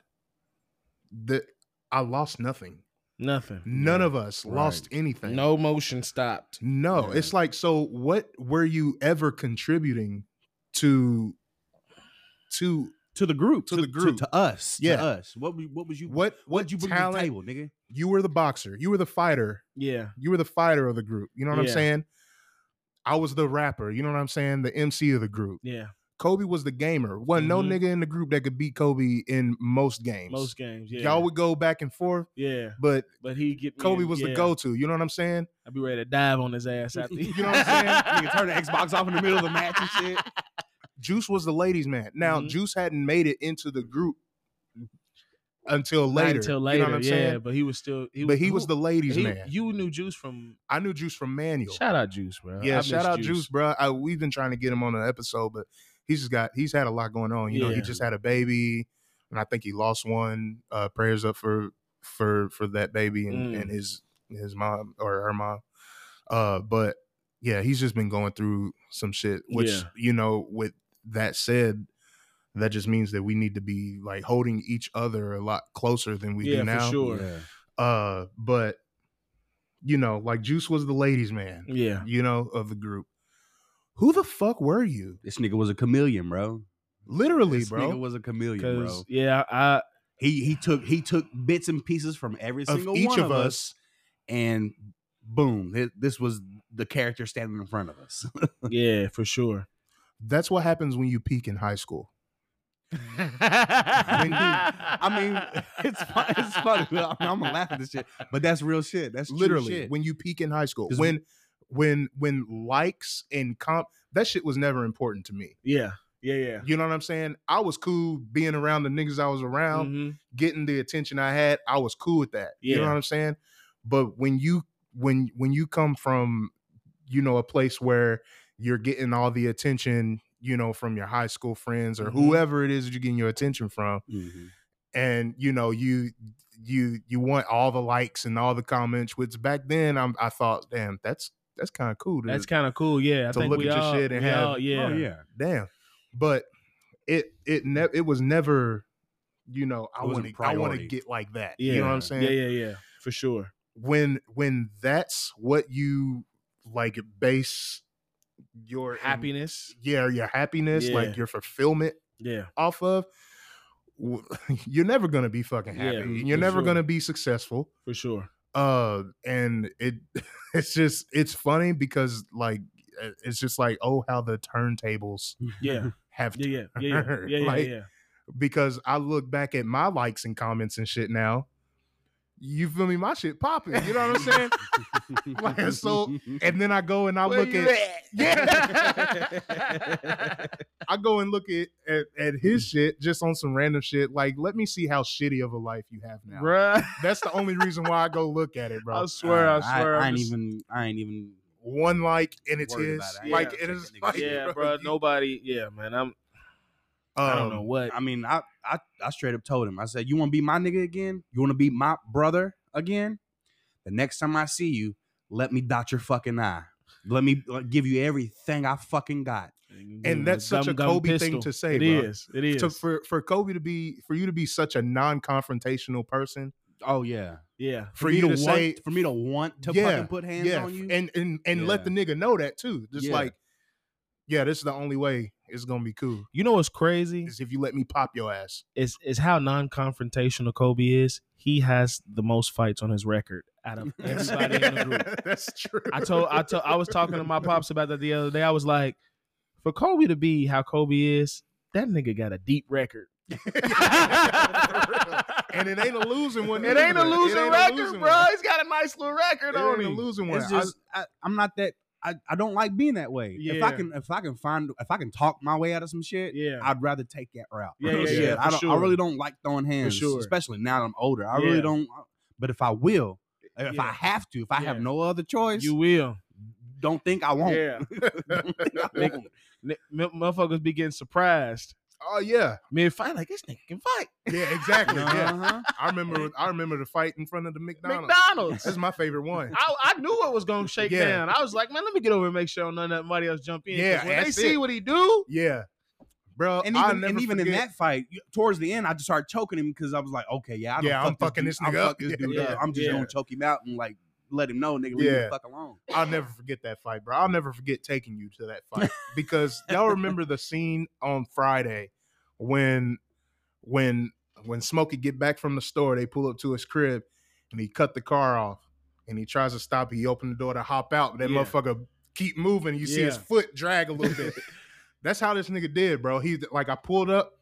Speaker 1: that i lost nothing
Speaker 3: Nothing.
Speaker 1: none
Speaker 2: Yeah,
Speaker 1: of us lost anything
Speaker 3: No motion stopped.
Speaker 1: no
Speaker 2: Yeah.
Speaker 1: it's like so what were you ever contributing to to
Speaker 2: to the group,
Speaker 1: To the group.
Speaker 2: to, us, to
Speaker 1: Yeah.
Speaker 2: us. What we- what was you?
Speaker 1: what what
Speaker 2: you bring to the
Speaker 1: talent
Speaker 2: table, nigga?
Speaker 1: you were the boxer you were the fighter
Speaker 3: Yeah.
Speaker 1: you were the fighter of the group. You know what I'm
Speaker 3: Yeah.
Speaker 1: saying? I was the rapper. You know what I'm saying? The MC of the group.
Speaker 3: Yeah.
Speaker 1: Kobe was the gamer. Wasn't
Speaker 3: Mhm.
Speaker 1: no nigga in the group that could beat Kobe in most games.
Speaker 3: Most games. Yeah.
Speaker 1: Y'all would go back and forth,
Speaker 3: yeah.
Speaker 1: but
Speaker 3: But he get me
Speaker 1: Kobe
Speaker 3: in-
Speaker 1: was
Speaker 3: yeah.
Speaker 1: the go-to. You know what I'm saying?
Speaker 3: I'd be ready to dive on his ass after.
Speaker 2: You know what I'm saying? Nigga, turn the Xbox off in the middle of the match and shit.
Speaker 1: Juice was the ladies' man. Now
Speaker 3: Mhm.
Speaker 1: Juice hadn't made it into the group until
Speaker 3: Not
Speaker 1: later.
Speaker 3: Until
Speaker 1: You know
Speaker 3: later.
Speaker 1: what I'm
Speaker 3: yeah.
Speaker 1: saying?
Speaker 3: But he was still. He
Speaker 1: but he was the ladies'
Speaker 3: he-
Speaker 1: man.
Speaker 3: You knew Juice from.
Speaker 1: I knew Juice from Manual.
Speaker 3: Shout out Juice, bro. Uh, I
Speaker 1: Yeah,
Speaker 3: miss
Speaker 1: shout out Juice, bro. I, we've been trying to get him on an episode, but he's just got he's had a lot going on. You know, he
Speaker 3: Yeah.
Speaker 1: just had a baby, and I think he lost one. Uh, prayers up for for for that baby and,
Speaker 3: Mm.
Speaker 1: and his his mom or her mom. Uh, but yeah, he's just been going through some shit. Which
Speaker 3: Yeah.
Speaker 1: you know, with that said, that just means that we need to be like holding each other a lot closer than we
Speaker 3: Yeah,
Speaker 1: do
Speaker 3: for
Speaker 1: now.
Speaker 3: sure.
Speaker 1: Uh, but you know, like Juice was the ladies' man
Speaker 3: Yeah.
Speaker 1: you know, of the group. Who the fuck were you?
Speaker 2: This nigga was a chameleon, bro.
Speaker 1: Literally,
Speaker 2: this nigga
Speaker 1: bro.
Speaker 2: was a chameleon,
Speaker 3: Because
Speaker 2: bro.
Speaker 3: yeah, I
Speaker 2: He he took he took bits and pieces from every
Speaker 1: Of
Speaker 2: single
Speaker 1: each
Speaker 2: one
Speaker 1: of
Speaker 2: of us, and boom, thi- this was the character standing in front of us.
Speaker 3: yeah for sure.
Speaker 1: That's what happens when you peak in high school.
Speaker 2: I mean, it's fun, it's funny. I mean, I'm gonna laugh at this shit, but that's real shit. That's true
Speaker 1: Literally,
Speaker 2: shit.
Speaker 1: when you peak in high school,
Speaker 2: 'Cause
Speaker 1: when when when likes and comp that shit was never important to me.
Speaker 3: Yeah, yeah, yeah.
Speaker 1: You know what I'm saying? I was cool being around the niggas I was around,
Speaker 2: Mm-hmm.
Speaker 3: Mhm.
Speaker 1: getting the attention I had. I was cool with that. You know
Speaker 3: Yeah.
Speaker 1: what I'm saying? But when you when when you come from you know a place where you're getting all the attention you know from your high school friends or
Speaker 3: Mhm. Mm-hmm.
Speaker 1: whoever it is that you're getting your attention from
Speaker 2: Mhm.
Speaker 1: and you know you you you want all the likes and all the comments which back then I'm, i thought damn that's that's kind of cool to-
Speaker 3: That's kind of cool. Yeah, I
Speaker 1: to
Speaker 3: think
Speaker 1: look
Speaker 3: we
Speaker 1: at your
Speaker 3: all-
Speaker 1: shit and
Speaker 3: we
Speaker 1: have-
Speaker 3: all- yeah.
Speaker 2: Oh yeah.
Speaker 1: damn but it it never it was never you know i
Speaker 2: It wasn't
Speaker 1: want to
Speaker 2: a
Speaker 1: i want to
Speaker 2: priority.
Speaker 1: get like that
Speaker 3: yeah,
Speaker 1: you know what i'm saying
Speaker 3: Yeah, yeah, yeah, for sure.
Speaker 1: when when that's what you like base your
Speaker 3: Mm-hmm. Happiness.
Speaker 1: yeah your happiness
Speaker 3: Yeah.
Speaker 1: like your fulfillment
Speaker 3: Yeah,
Speaker 1: off of w- you're never gonna be fucking
Speaker 3: Yeah,
Speaker 1: happy you're
Speaker 3: for
Speaker 1: never
Speaker 3: sure.
Speaker 1: gonna be successful
Speaker 3: for sure.
Speaker 1: uh and it it's just it's funny because like uh, it's just like oh how the turntables
Speaker 3: Yeah,
Speaker 1: have
Speaker 3: yeah, yeah, yeah, yeah, yeah, yeah,
Speaker 1: Like-
Speaker 3: yeah.
Speaker 1: because I look back at my likes and comments and shit now. You feel me? My shit popping. You know what I'm saying? Like, so- and then I go and I look at,
Speaker 3: yeah.
Speaker 1: I go and look at, at at his shit just on some random shit. Like, let me see how shitty of a life you have now.
Speaker 3: Bruh,
Speaker 1: That's the only reason why I go look at it, bro.
Speaker 3: I swear, I
Speaker 2: Uh,
Speaker 3: swear,
Speaker 2: I,
Speaker 3: I'm
Speaker 2: ain't
Speaker 3: just-
Speaker 2: even. I ain't even.
Speaker 1: One like and it's his.
Speaker 2: Worried about it. I ain't
Speaker 1: Like
Speaker 3: gotta
Speaker 1: it
Speaker 2: check
Speaker 1: is.
Speaker 2: that nigga
Speaker 1: Like,
Speaker 2: shit.
Speaker 3: Yeah, bro.
Speaker 1: you-
Speaker 3: Nobody. Yeah, man. I'm. I don't
Speaker 1: um,
Speaker 3: know what.
Speaker 2: I mean, I, I I straight up told him. I said, "You want to be my nigga again? You want to be my brother again? The next time I see you, let me dot your fucking eye. Let me like, give you everything I fucking got."
Speaker 1: And that's such a Kobe thing to say,
Speaker 3: It
Speaker 1: bro.
Speaker 3: is. It is.
Speaker 1: To, for for Kobe to be for you to be such a non-confrontational person
Speaker 2: Oh yeah.
Speaker 3: yeah.
Speaker 1: for you to
Speaker 2: want,
Speaker 1: say
Speaker 2: for me to want to
Speaker 1: Yeah,
Speaker 2: fucking put hands
Speaker 1: yeah,
Speaker 2: on you.
Speaker 1: and and and let
Speaker 2: Yeah.
Speaker 1: the nigga know that too. Just
Speaker 2: Yeah.
Speaker 1: like, yeah, this is the only way it's gonna be cool
Speaker 3: You know what's crazy
Speaker 1: is if you let me pop your ass.
Speaker 3: is is how non-confrontational Kobe is. He has the most fights on his record out of everybody in the group.
Speaker 1: That's true.
Speaker 3: I told I told I was talking to my pops about that the other day. I was like, for Kobe to be how Kobe is, that nigga got a deep record.
Speaker 1: and it ain't a losing one.
Speaker 3: It ain't
Speaker 1: either.
Speaker 3: a losing
Speaker 1: ain't a
Speaker 3: record,
Speaker 1: losing
Speaker 3: bro.
Speaker 1: one.
Speaker 3: He's got a nice little record
Speaker 1: It
Speaker 3: on
Speaker 1: ain't a
Speaker 3: him.
Speaker 1: losing one.
Speaker 2: it's just I, I'm not that. I, I don't like being that way. If I
Speaker 3: Yeah.
Speaker 2: can if I can find if I can talk my way out of some shit,
Speaker 3: yeah.
Speaker 2: I'd rather take that route.
Speaker 3: Yeah,
Speaker 2: Real
Speaker 1: yeah,
Speaker 2: shit.
Speaker 1: yeah,
Speaker 2: I
Speaker 3: for
Speaker 2: don't.
Speaker 3: sure.
Speaker 2: I really don't like throwing hands,
Speaker 3: sure.
Speaker 2: especially now that I'm older. I
Speaker 3: Yeah.
Speaker 2: really don't. But if I will, if I
Speaker 3: Yeah.
Speaker 2: have to, if I have
Speaker 3: Yeah.
Speaker 2: no other choice,
Speaker 3: you will.
Speaker 2: don't think I won't.
Speaker 3: Yeah.
Speaker 2: Don't think I
Speaker 3: Nick-
Speaker 2: won't.
Speaker 3: N- m- motherfuckers be getting surprised.
Speaker 1: oh yeah,
Speaker 3: Mid fight, like this nigga can fight.
Speaker 1: yeah, exactly. Yeah,
Speaker 2: Uh-huh.
Speaker 1: I remember. I remember the fight in front of the McDonald's.
Speaker 3: McDonald's.
Speaker 1: That's my favorite one.
Speaker 3: I, I knew it was gonna shake
Speaker 1: Yeah.
Speaker 3: down. I was like, man, let me get over and make sure none of nobody else jump in. 'Cause
Speaker 1: Yeah,
Speaker 3: when they
Speaker 1: that's
Speaker 3: see
Speaker 1: it.
Speaker 3: what he do,
Speaker 1: Yeah, bro.
Speaker 2: And
Speaker 1: I'll
Speaker 2: even,
Speaker 1: never
Speaker 2: and even in
Speaker 1: forget-
Speaker 2: that fight, you- towards the end, I just started choking him because I was like, okay, yeah, I
Speaker 1: Yeah, I'm fucking
Speaker 2: dude-
Speaker 1: this
Speaker 2: I'm
Speaker 1: nigga up.
Speaker 2: fuck this dude
Speaker 3: Yeah.
Speaker 2: up. I'm just
Speaker 3: Yeah.
Speaker 2: gonna choke him out and like let him know, nigga, leave me
Speaker 1: Yeah.
Speaker 2: the fuck alone.
Speaker 1: I'll never forget that fight, bro. I'll never forget taking you to that fight because y'all remember the scene on Friday when when when Smokey get back from the store, they pull up to his crib and he cut the car off and he tries to stop. He opened the door to hop out, but that
Speaker 3: Yeah.
Speaker 1: motherfucker keep moving. You see his
Speaker 3: Yeah.
Speaker 1: foot drag a little bit. That's how this nigga did, bro. He like I pulled up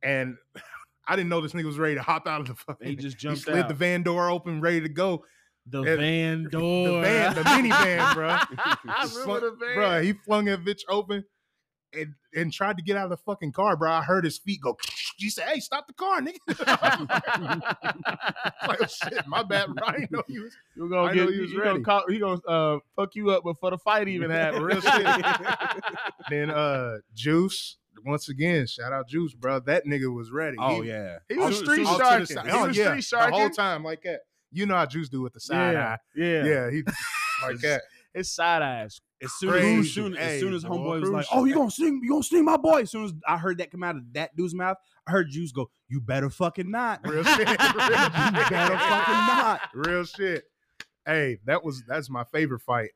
Speaker 1: and I didn't know this nigga was ready to hop out of the fucking.
Speaker 3: he just
Speaker 1: he
Speaker 3: jumped
Speaker 1: slid
Speaker 3: out.
Speaker 1: the van door open, ready to go.
Speaker 3: The
Speaker 1: and-
Speaker 3: van door.
Speaker 1: van- the minivan, bro.
Speaker 3: I
Speaker 1: Slung-
Speaker 3: remember the van.
Speaker 1: Bruh, he flung that bitch open and and tried to get out of the fucking car, bro. I heard his feet go. He said, "Hey, stop the car, nigga." like, oh, shit, my bad, bro. I didn't know you was
Speaker 3: you gonna
Speaker 1: I
Speaker 3: get
Speaker 1: know he was
Speaker 3: you gonna
Speaker 1: ready.
Speaker 3: call, he gonna uh, fuck you up before the fight even happened.
Speaker 1: real shit. Then uh, Juice. Once again, shout out Juice, bro. That nigga was ready.
Speaker 2: Oh
Speaker 1: He-
Speaker 2: yeah,
Speaker 3: He
Speaker 1: all
Speaker 3: was
Speaker 1: to-
Speaker 3: street
Speaker 1: all to the
Speaker 3: sharking.
Speaker 1: side.
Speaker 3: He
Speaker 1: Oh,
Speaker 3: was
Speaker 1: yeah,
Speaker 3: street
Speaker 1: the whole
Speaker 3: sharking.
Speaker 1: time like that. You know how Juice do with the side
Speaker 3: yeah,
Speaker 1: eye.
Speaker 3: yeah,
Speaker 1: Yeah, he like that.
Speaker 3: His side eyes.
Speaker 2: As soon
Speaker 1: Crazy.
Speaker 2: as, as soon,
Speaker 1: Hey,
Speaker 2: as soon as
Speaker 1: Jamal
Speaker 2: homeboy was
Speaker 1: Cruise.
Speaker 2: like, "Oh, you gonna sing? You gonna sing my boy?" As soon as I heard that come out of that dude's mouth, I heard Juice go, "You better fucking not."
Speaker 1: Real shit. Real
Speaker 2: you
Speaker 1: shit.
Speaker 2: better fucking not.
Speaker 1: Real shit. Hey, that was that's my favorite fight.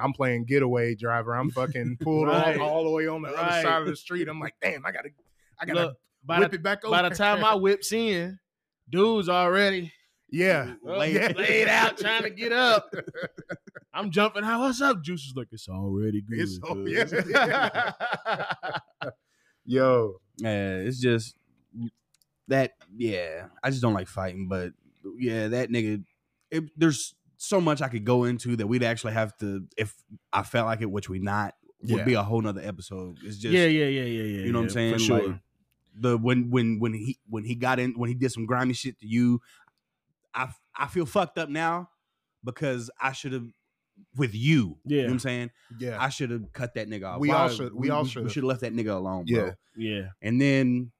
Speaker 1: I'm playing getaway driver. I'm fucking pulled
Speaker 3: Right.
Speaker 1: all, all the way on the other
Speaker 3: Right.
Speaker 1: side of the street. I'm like, damn, I gotta, I gotta
Speaker 3: Look, by
Speaker 1: whip
Speaker 3: the,
Speaker 1: it back over.
Speaker 3: by the time I whips in, dude's already
Speaker 1: yeah,
Speaker 2: Laid-
Speaker 1: Yeah.
Speaker 3: laid out trying to get up. I'm jumping. How what's up? Juice is like it's already good.
Speaker 1: it's oh,
Speaker 3: cuz."
Speaker 1: yeah. Yo,
Speaker 2: Yeah, it's just that. Yeah, I just don't like fighting, but yeah, that nigga. It, there's so much I could go into that we'd actually have to, if I felt like it, which we not, would
Speaker 1: Yeah.
Speaker 2: be a whole nother episode. It's just
Speaker 3: yeah, yeah, yeah, yeah, yeah.
Speaker 2: You know what I'm
Speaker 3: yeah,
Speaker 2: saying?
Speaker 3: For sure.
Speaker 2: Like, the when when when he when he got in when he did some grimy shit to you, I I feel fucked up now because I should have with you. You know
Speaker 3: Yeah.
Speaker 2: what I'm saying?
Speaker 1: yeah,
Speaker 2: I should have cut that nigga off.
Speaker 1: We all
Speaker 2: Why-
Speaker 1: should- we all should've.
Speaker 2: should have left that nigga alone,
Speaker 1: Yeah.
Speaker 2: bro.
Speaker 3: yeah.
Speaker 2: And then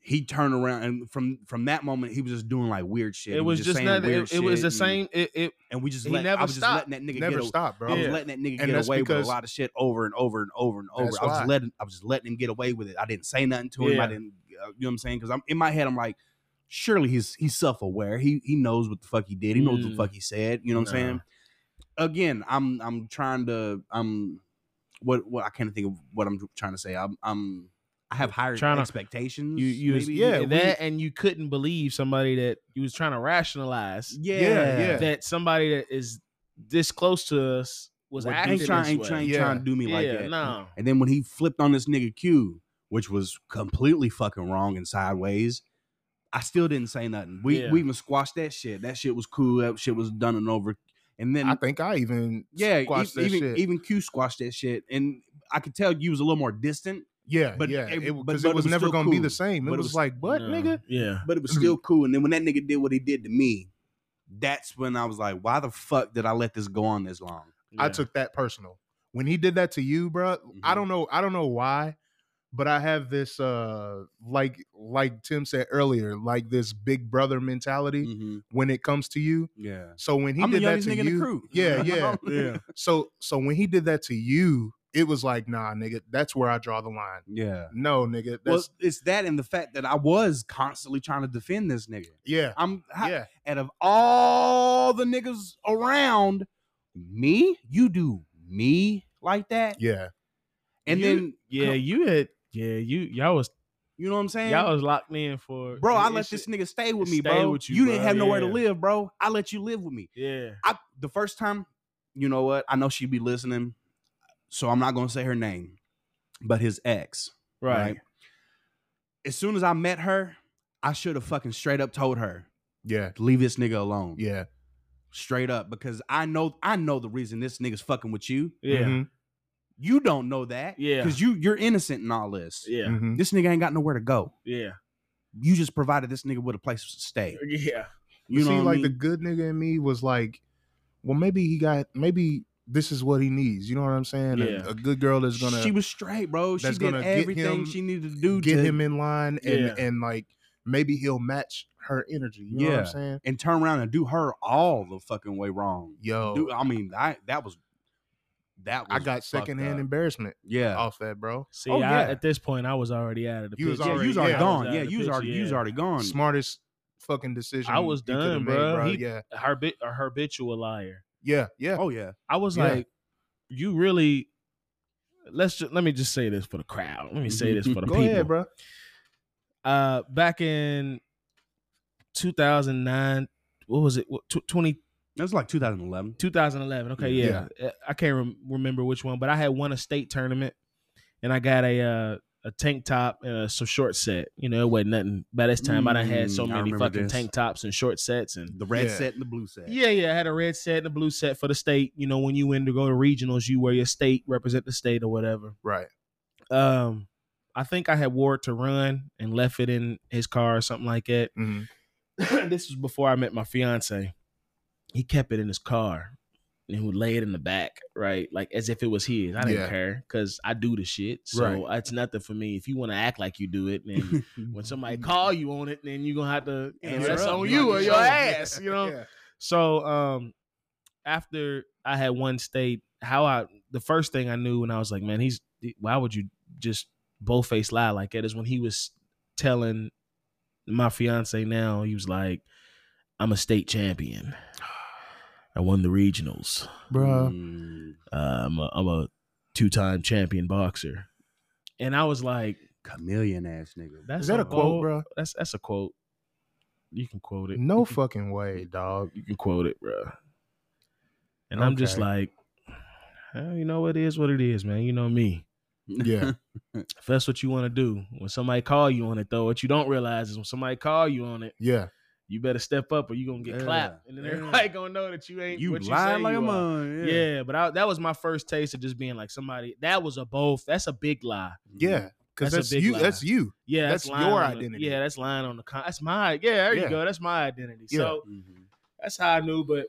Speaker 2: he turned around and from from that moment he was just doing like weird shit. He
Speaker 3: It was just
Speaker 2: saying
Speaker 3: not.
Speaker 2: weird
Speaker 3: It, it
Speaker 2: shit
Speaker 3: was the
Speaker 2: and-
Speaker 3: same. It, it
Speaker 2: And we just
Speaker 3: he
Speaker 2: let,
Speaker 3: never
Speaker 2: I was
Speaker 3: stopped.
Speaker 2: just letting that nigga
Speaker 1: Never
Speaker 2: get. a-
Speaker 1: stop, bro.
Speaker 2: I was
Speaker 3: Yeah.
Speaker 2: letting that nigga
Speaker 1: And
Speaker 2: get
Speaker 1: that's
Speaker 2: away with
Speaker 1: because-
Speaker 2: a lot of shit over and over and over and over.
Speaker 1: That's
Speaker 2: I was
Speaker 1: why.
Speaker 2: just letting I was just letting him get away with it. I didn't say nothing to him.
Speaker 3: Yeah.
Speaker 2: I didn't. uh, You know what I'm saying? Because I'm in my head. I'm like, surely he's he's self aware. He he knows what the fuck he did. He knows what
Speaker 3: Mm.
Speaker 2: the fuck he said. You know what I'm
Speaker 1: Nah.
Speaker 2: saying? Again, I'm I'm trying to I'm what what I can't think of what I'm trying to say. I'm I'm I have higher
Speaker 3: Trying to-
Speaker 2: expectations.
Speaker 3: you you was-
Speaker 2: maybe.
Speaker 3: yeah
Speaker 1: we-
Speaker 3: that and you couldn't believe somebody that you was trying to rationalize
Speaker 2: yeah
Speaker 1: yeah.
Speaker 3: that somebody that is this close to us was
Speaker 2: Well,
Speaker 3: acting
Speaker 2: ain't trying,
Speaker 3: this
Speaker 2: ain't
Speaker 3: way.
Speaker 2: trying,
Speaker 1: Yeah.
Speaker 2: trying to do me like
Speaker 3: Yeah,
Speaker 2: that.
Speaker 3: no.
Speaker 2: And then when he flipped on this nigga Q, which was completely fucking wrong and sideways, I still didn't say nothing. We
Speaker 3: Yeah.
Speaker 2: we even squashed that shit. That shit was cool. That shit was done and over. And then
Speaker 1: I think I even
Speaker 2: yeah, e-
Speaker 1: squashed that
Speaker 2: even
Speaker 1: shit.
Speaker 2: even Q squashed that shit. And I could tell you was a little more distant,
Speaker 1: yeah,
Speaker 2: but
Speaker 1: yeah,
Speaker 2: it-
Speaker 1: it,
Speaker 2: but-
Speaker 1: because
Speaker 2: but
Speaker 1: it,
Speaker 2: it
Speaker 1: was
Speaker 2: was
Speaker 1: never
Speaker 2: still
Speaker 1: gonna be
Speaker 2: cool.
Speaker 1: the same. It
Speaker 2: But it
Speaker 1: was,
Speaker 2: was-
Speaker 1: like, what,
Speaker 3: No.
Speaker 1: nigga?
Speaker 3: Yeah.
Speaker 2: but it was
Speaker 1: Mhm.
Speaker 2: still cool. And then when that nigga did what he did to me, that's when I was like, why the fuck did I let this go on this long?
Speaker 1: I
Speaker 3: Yeah.
Speaker 1: took that personal. When he did that to you, bro, I
Speaker 2: Mhm.
Speaker 1: don't know, I don't know why, but I have this uh like like Tim said earlier, like this big brother mentality
Speaker 2: Mhm.
Speaker 1: when it comes to you.
Speaker 2: Yeah.
Speaker 1: So when he
Speaker 2: I'm the
Speaker 1: did that
Speaker 2: youngest
Speaker 1: to
Speaker 2: nigga
Speaker 1: you,
Speaker 2: in the crew.
Speaker 1: yeah, yeah.
Speaker 2: yeah.
Speaker 1: So so when he did that to you, it was like, nah, nigga, that's where I draw the line.
Speaker 2: Yeah.
Speaker 1: No, nigga, that's
Speaker 2: Well, it's that and the fact that I was constantly trying to defend this nigga.
Speaker 1: yeah,
Speaker 2: I'm how,
Speaker 1: yeah,
Speaker 2: out of all the niggas around, me, you do me like that,
Speaker 1: yeah.
Speaker 2: and
Speaker 3: You-
Speaker 2: then
Speaker 3: yeah, you had yeah, you y'all was
Speaker 2: you know what I'm saying,
Speaker 3: y'all was locked in for
Speaker 2: bro. I
Speaker 3: it-
Speaker 2: let
Speaker 3: it
Speaker 2: this
Speaker 3: should-
Speaker 2: nigga stay with
Speaker 3: it
Speaker 2: me,
Speaker 3: stay
Speaker 2: bro.
Speaker 3: with you,
Speaker 2: you didn't
Speaker 3: bro.
Speaker 2: have nowhere to
Speaker 3: Yeah.
Speaker 2: live, bro. I let you live with me.
Speaker 3: Yeah.
Speaker 2: I the first time, you know what? I know she'd be listening, so I'm not gonna say her name, but his ex.
Speaker 3: Right.
Speaker 2: As soon as I met her, I should have fucking straight up told her,
Speaker 1: Yeah,
Speaker 2: leave this nigga alone.
Speaker 1: yeah,
Speaker 2: Straight up. Because I know I know the reason this nigga's fucking with you.
Speaker 3: Yeah.
Speaker 1: mhm,
Speaker 2: You don't know that.
Speaker 3: Yeah.
Speaker 2: Because you you're innocent in all this.
Speaker 3: Yeah.
Speaker 1: mhm.
Speaker 2: This nigga ain't got nowhere to go.
Speaker 3: Yeah.
Speaker 2: You just provided this nigga with a place to stay.
Speaker 3: Yeah.
Speaker 2: You
Speaker 1: see,
Speaker 2: know, what I
Speaker 1: like the
Speaker 2: mean?
Speaker 1: good nigga in me was like, well, maybe he got, maybe this is what he needs. You know what I'm saying? A-
Speaker 3: Yeah.
Speaker 1: A, good girl is gonna
Speaker 2: she was straight, bro. She
Speaker 1: that's
Speaker 2: did
Speaker 1: gonna get
Speaker 2: everything
Speaker 1: him-
Speaker 2: she needed to do
Speaker 1: get
Speaker 2: to
Speaker 1: him in line and
Speaker 3: Yeah.
Speaker 1: and like maybe he'll match her energy. You know what
Speaker 2: Yeah.
Speaker 1: I'm saying?
Speaker 2: and turn around and do her all the fucking way wrong.
Speaker 1: Yo,
Speaker 2: Dude, I mean, I that was that was
Speaker 1: Oh. I got
Speaker 2: fucked
Speaker 1: secondhand
Speaker 2: up.
Speaker 1: embarrassment
Speaker 2: yeah.
Speaker 1: off that, bro.
Speaker 3: See,
Speaker 2: Oh,
Speaker 3: I,
Speaker 2: yeah.
Speaker 3: at this point, I was already out of the
Speaker 1: You was
Speaker 3: picture.
Speaker 2: yeah,
Speaker 1: already-
Speaker 2: you was already
Speaker 1: yeah.
Speaker 2: gone.
Speaker 3: I
Speaker 2: Yeah,
Speaker 3: was
Speaker 2: you was
Speaker 3: out of the
Speaker 2: already you was
Speaker 3: picture,
Speaker 2: already gone.
Speaker 1: Smartest fucking decision
Speaker 3: I was
Speaker 1: you coulda
Speaker 3: done,
Speaker 1: made,
Speaker 3: bruh. He-
Speaker 1: Yeah,
Speaker 3: Her bit, a habitual liar.
Speaker 1: yeah, yeah.
Speaker 2: Oh yeah.
Speaker 3: I was
Speaker 1: Yeah.
Speaker 3: like, you really. Let's just let me just say this for the crowd. Let me say this for the
Speaker 1: Mm-hmm. Go
Speaker 3: people.
Speaker 1: ahead, bro.
Speaker 3: Uh, back in 2009, what was it? What, tw- 20,
Speaker 2: That was like 2011.
Speaker 3: 2011. Okay, yeah.
Speaker 1: Yeah.
Speaker 3: Uh, I can't rem- remember which one, but I had won a state tournament, and I got a uh, a tank top and a, some short set. You know, it wasn't nothing. By this time, I'd had
Speaker 2: Mm,
Speaker 3: so
Speaker 2: I
Speaker 3: many
Speaker 2: remember
Speaker 3: fucking
Speaker 2: this.
Speaker 3: tank tops and short sets, and
Speaker 2: The red
Speaker 1: Yeah.
Speaker 2: set and the blue set.
Speaker 3: yeah, yeah. I had a red set and a blue set for the state. You know, when you win to go to regionals, you wear your state, represent the state or whatever.
Speaker 1: Right.
Speaker 3: Um, I think I had wore it to run and left it in his car or something like that.
Speaker 1: Mhm.
Speaker 3: this was before I met my fiance. He kept it in his car and he would lay it in the back, right? Like as if it was his. I didn't
Speaker 1: Yeah.
Speaker 3: care because I do the shit. So it's nothing for me. If you want to act like you do it, then when somebody call you on it, then you're gonna have to you know,
Speaker 2: Answer
Speaker 3: that's
Speaker 2: up.
Speaker 3: on
Speaker 2: Be
Speaker 3: you
Speaker 2: like,
Speaker 3: or
Speaker 2: "Yo."
Speaker 3: your ass, you know?
Speaker 1: Yeah.
Speaker 3: So um after I had one state, how I the first thing I knew when I was like, man, he's why would you just bold faced lie like that is when he was telling my fiance now, he was like, I'm a state champion. I won the regionals.
Speaker 1: Bruh.
Speaker 2: Mm,
Speaker 3: Uh, I'm a, I'm a two time champion boxer. And I was like,
Speaker 2: chameleon ass nigga.
Speaker 3: that's
Speaker 1: Is that a quote,
Speaker 3: bold-
Speaker 1: bro?
Speaker 3: That's that's a quote. You can quote it.
Speaker 1: No
Speaker 3: You can-
Speaker 1: fucking way, dog.
Speaker 3: you can quote it, bro. And I'm just
Speaker 1: Okay.
Speaker 3: like, "Eh, you know, it is what it is, man. You know me.
Speaker 1: Yeah.
Speaker 3: If that's what you want to do, when somebody call you on it, though, what you don't realize is when somebody call you on it,
Speaker 1: Yeah.
Speaker 3: you better step up or you gonna get
Speaker 2: Yeah,
Speaker 3: clapped, and then
Speaker 2: yeah.
Speaker 3: everybody gonna know that you ain't
Speaker 2: you
Speaker 3: what
Speaker 2: lied
Speaker 3: you say
Speaker 2: like
Speaker 3: you
Speaker 2: a
Speaker 3: are.
Speaker 2: man.
Speaker 3: Yeah. but I, that was my first taste of just being like somebody. That was a both. That's a big lie.
Speaker 1: Yeah. Because
Speaker 3: That's a
Speaker 1: that's,
Speaker 3: big
Speaker 1: you.
Speaker 3: lie.
Speaker 1: That's you.
Speaker 3: Yeah,
Speaker 1: That's
Speaker 3: lying
Speaker 1: your
Speaker 3: on the-
Speaker 1: identity.
Speaker 3: yeah, that's lying on the. Con- that's my. Yeah, there you
Speaker 1: Yeah.
Speaker 3: go. That's my identity.
Speaker 1: Yeah.
Speaker 3: So
Speaker 2: Mhm.
Speaker 3: that's how I knew. But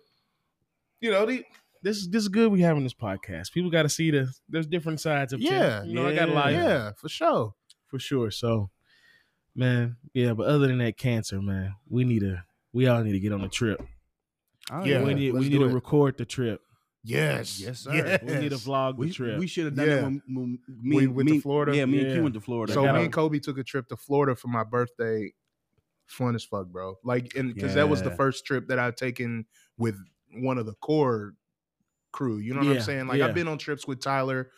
Speaker 3: you know, the, this is this is good. We having this podcast. People got to see the there's different sides of Tim.
Speaker 1: Yeah.
Speaker 3: You know, I got a lot
Speaker 1: Yeah, for sure.
Speaker 3: for sure. So man. Yeah, but other than that, cancer, man, we need to. We all need to get on a trip.
Speaker 2: Oh,
Speaker 1: Yeah.
Speaker 3: we need,
Speaker 1: let's
Speaker 3: we need
Speaker 1: do
Speaker 3: to
Speaker 1: it.
Speaker 3: record the trip.
Speaker 1: Yes.
Speaker 2: Yes, sir.
Speaker 3: We need to
Speaker 1: Yes.
Speaker 3: vlog the
Speaker 2: We,
Speaker 3: trip.
Speaker 2: we should have done
Speaker 1: Yeah.
Speaker 2: that when, when me
Speaker 1: We
Speaker 2: and-
Speaker 1: went to
Speaker 2: me,
Speaker 1: Florida?
Speaker 2: Yeah, me and
Speaker 3: Yeah.
Speaker 2: Q went to Florida.
Speaker 1: So
Speaker 3: I gotta-
Speaker 1: me and Kobe took a trip to Florida for my birthday. Fun as fuck, bro. Like, and because that was the
Speaker 2: Yeah.
Speaker 1: first trip that I've taken with one of the core crew. You know what
Speaker 3: Yeah,
Speaker 1: I'm saying? Like,
Speaker 3: yeah.
Speaker 1: I've been on trips with Tyler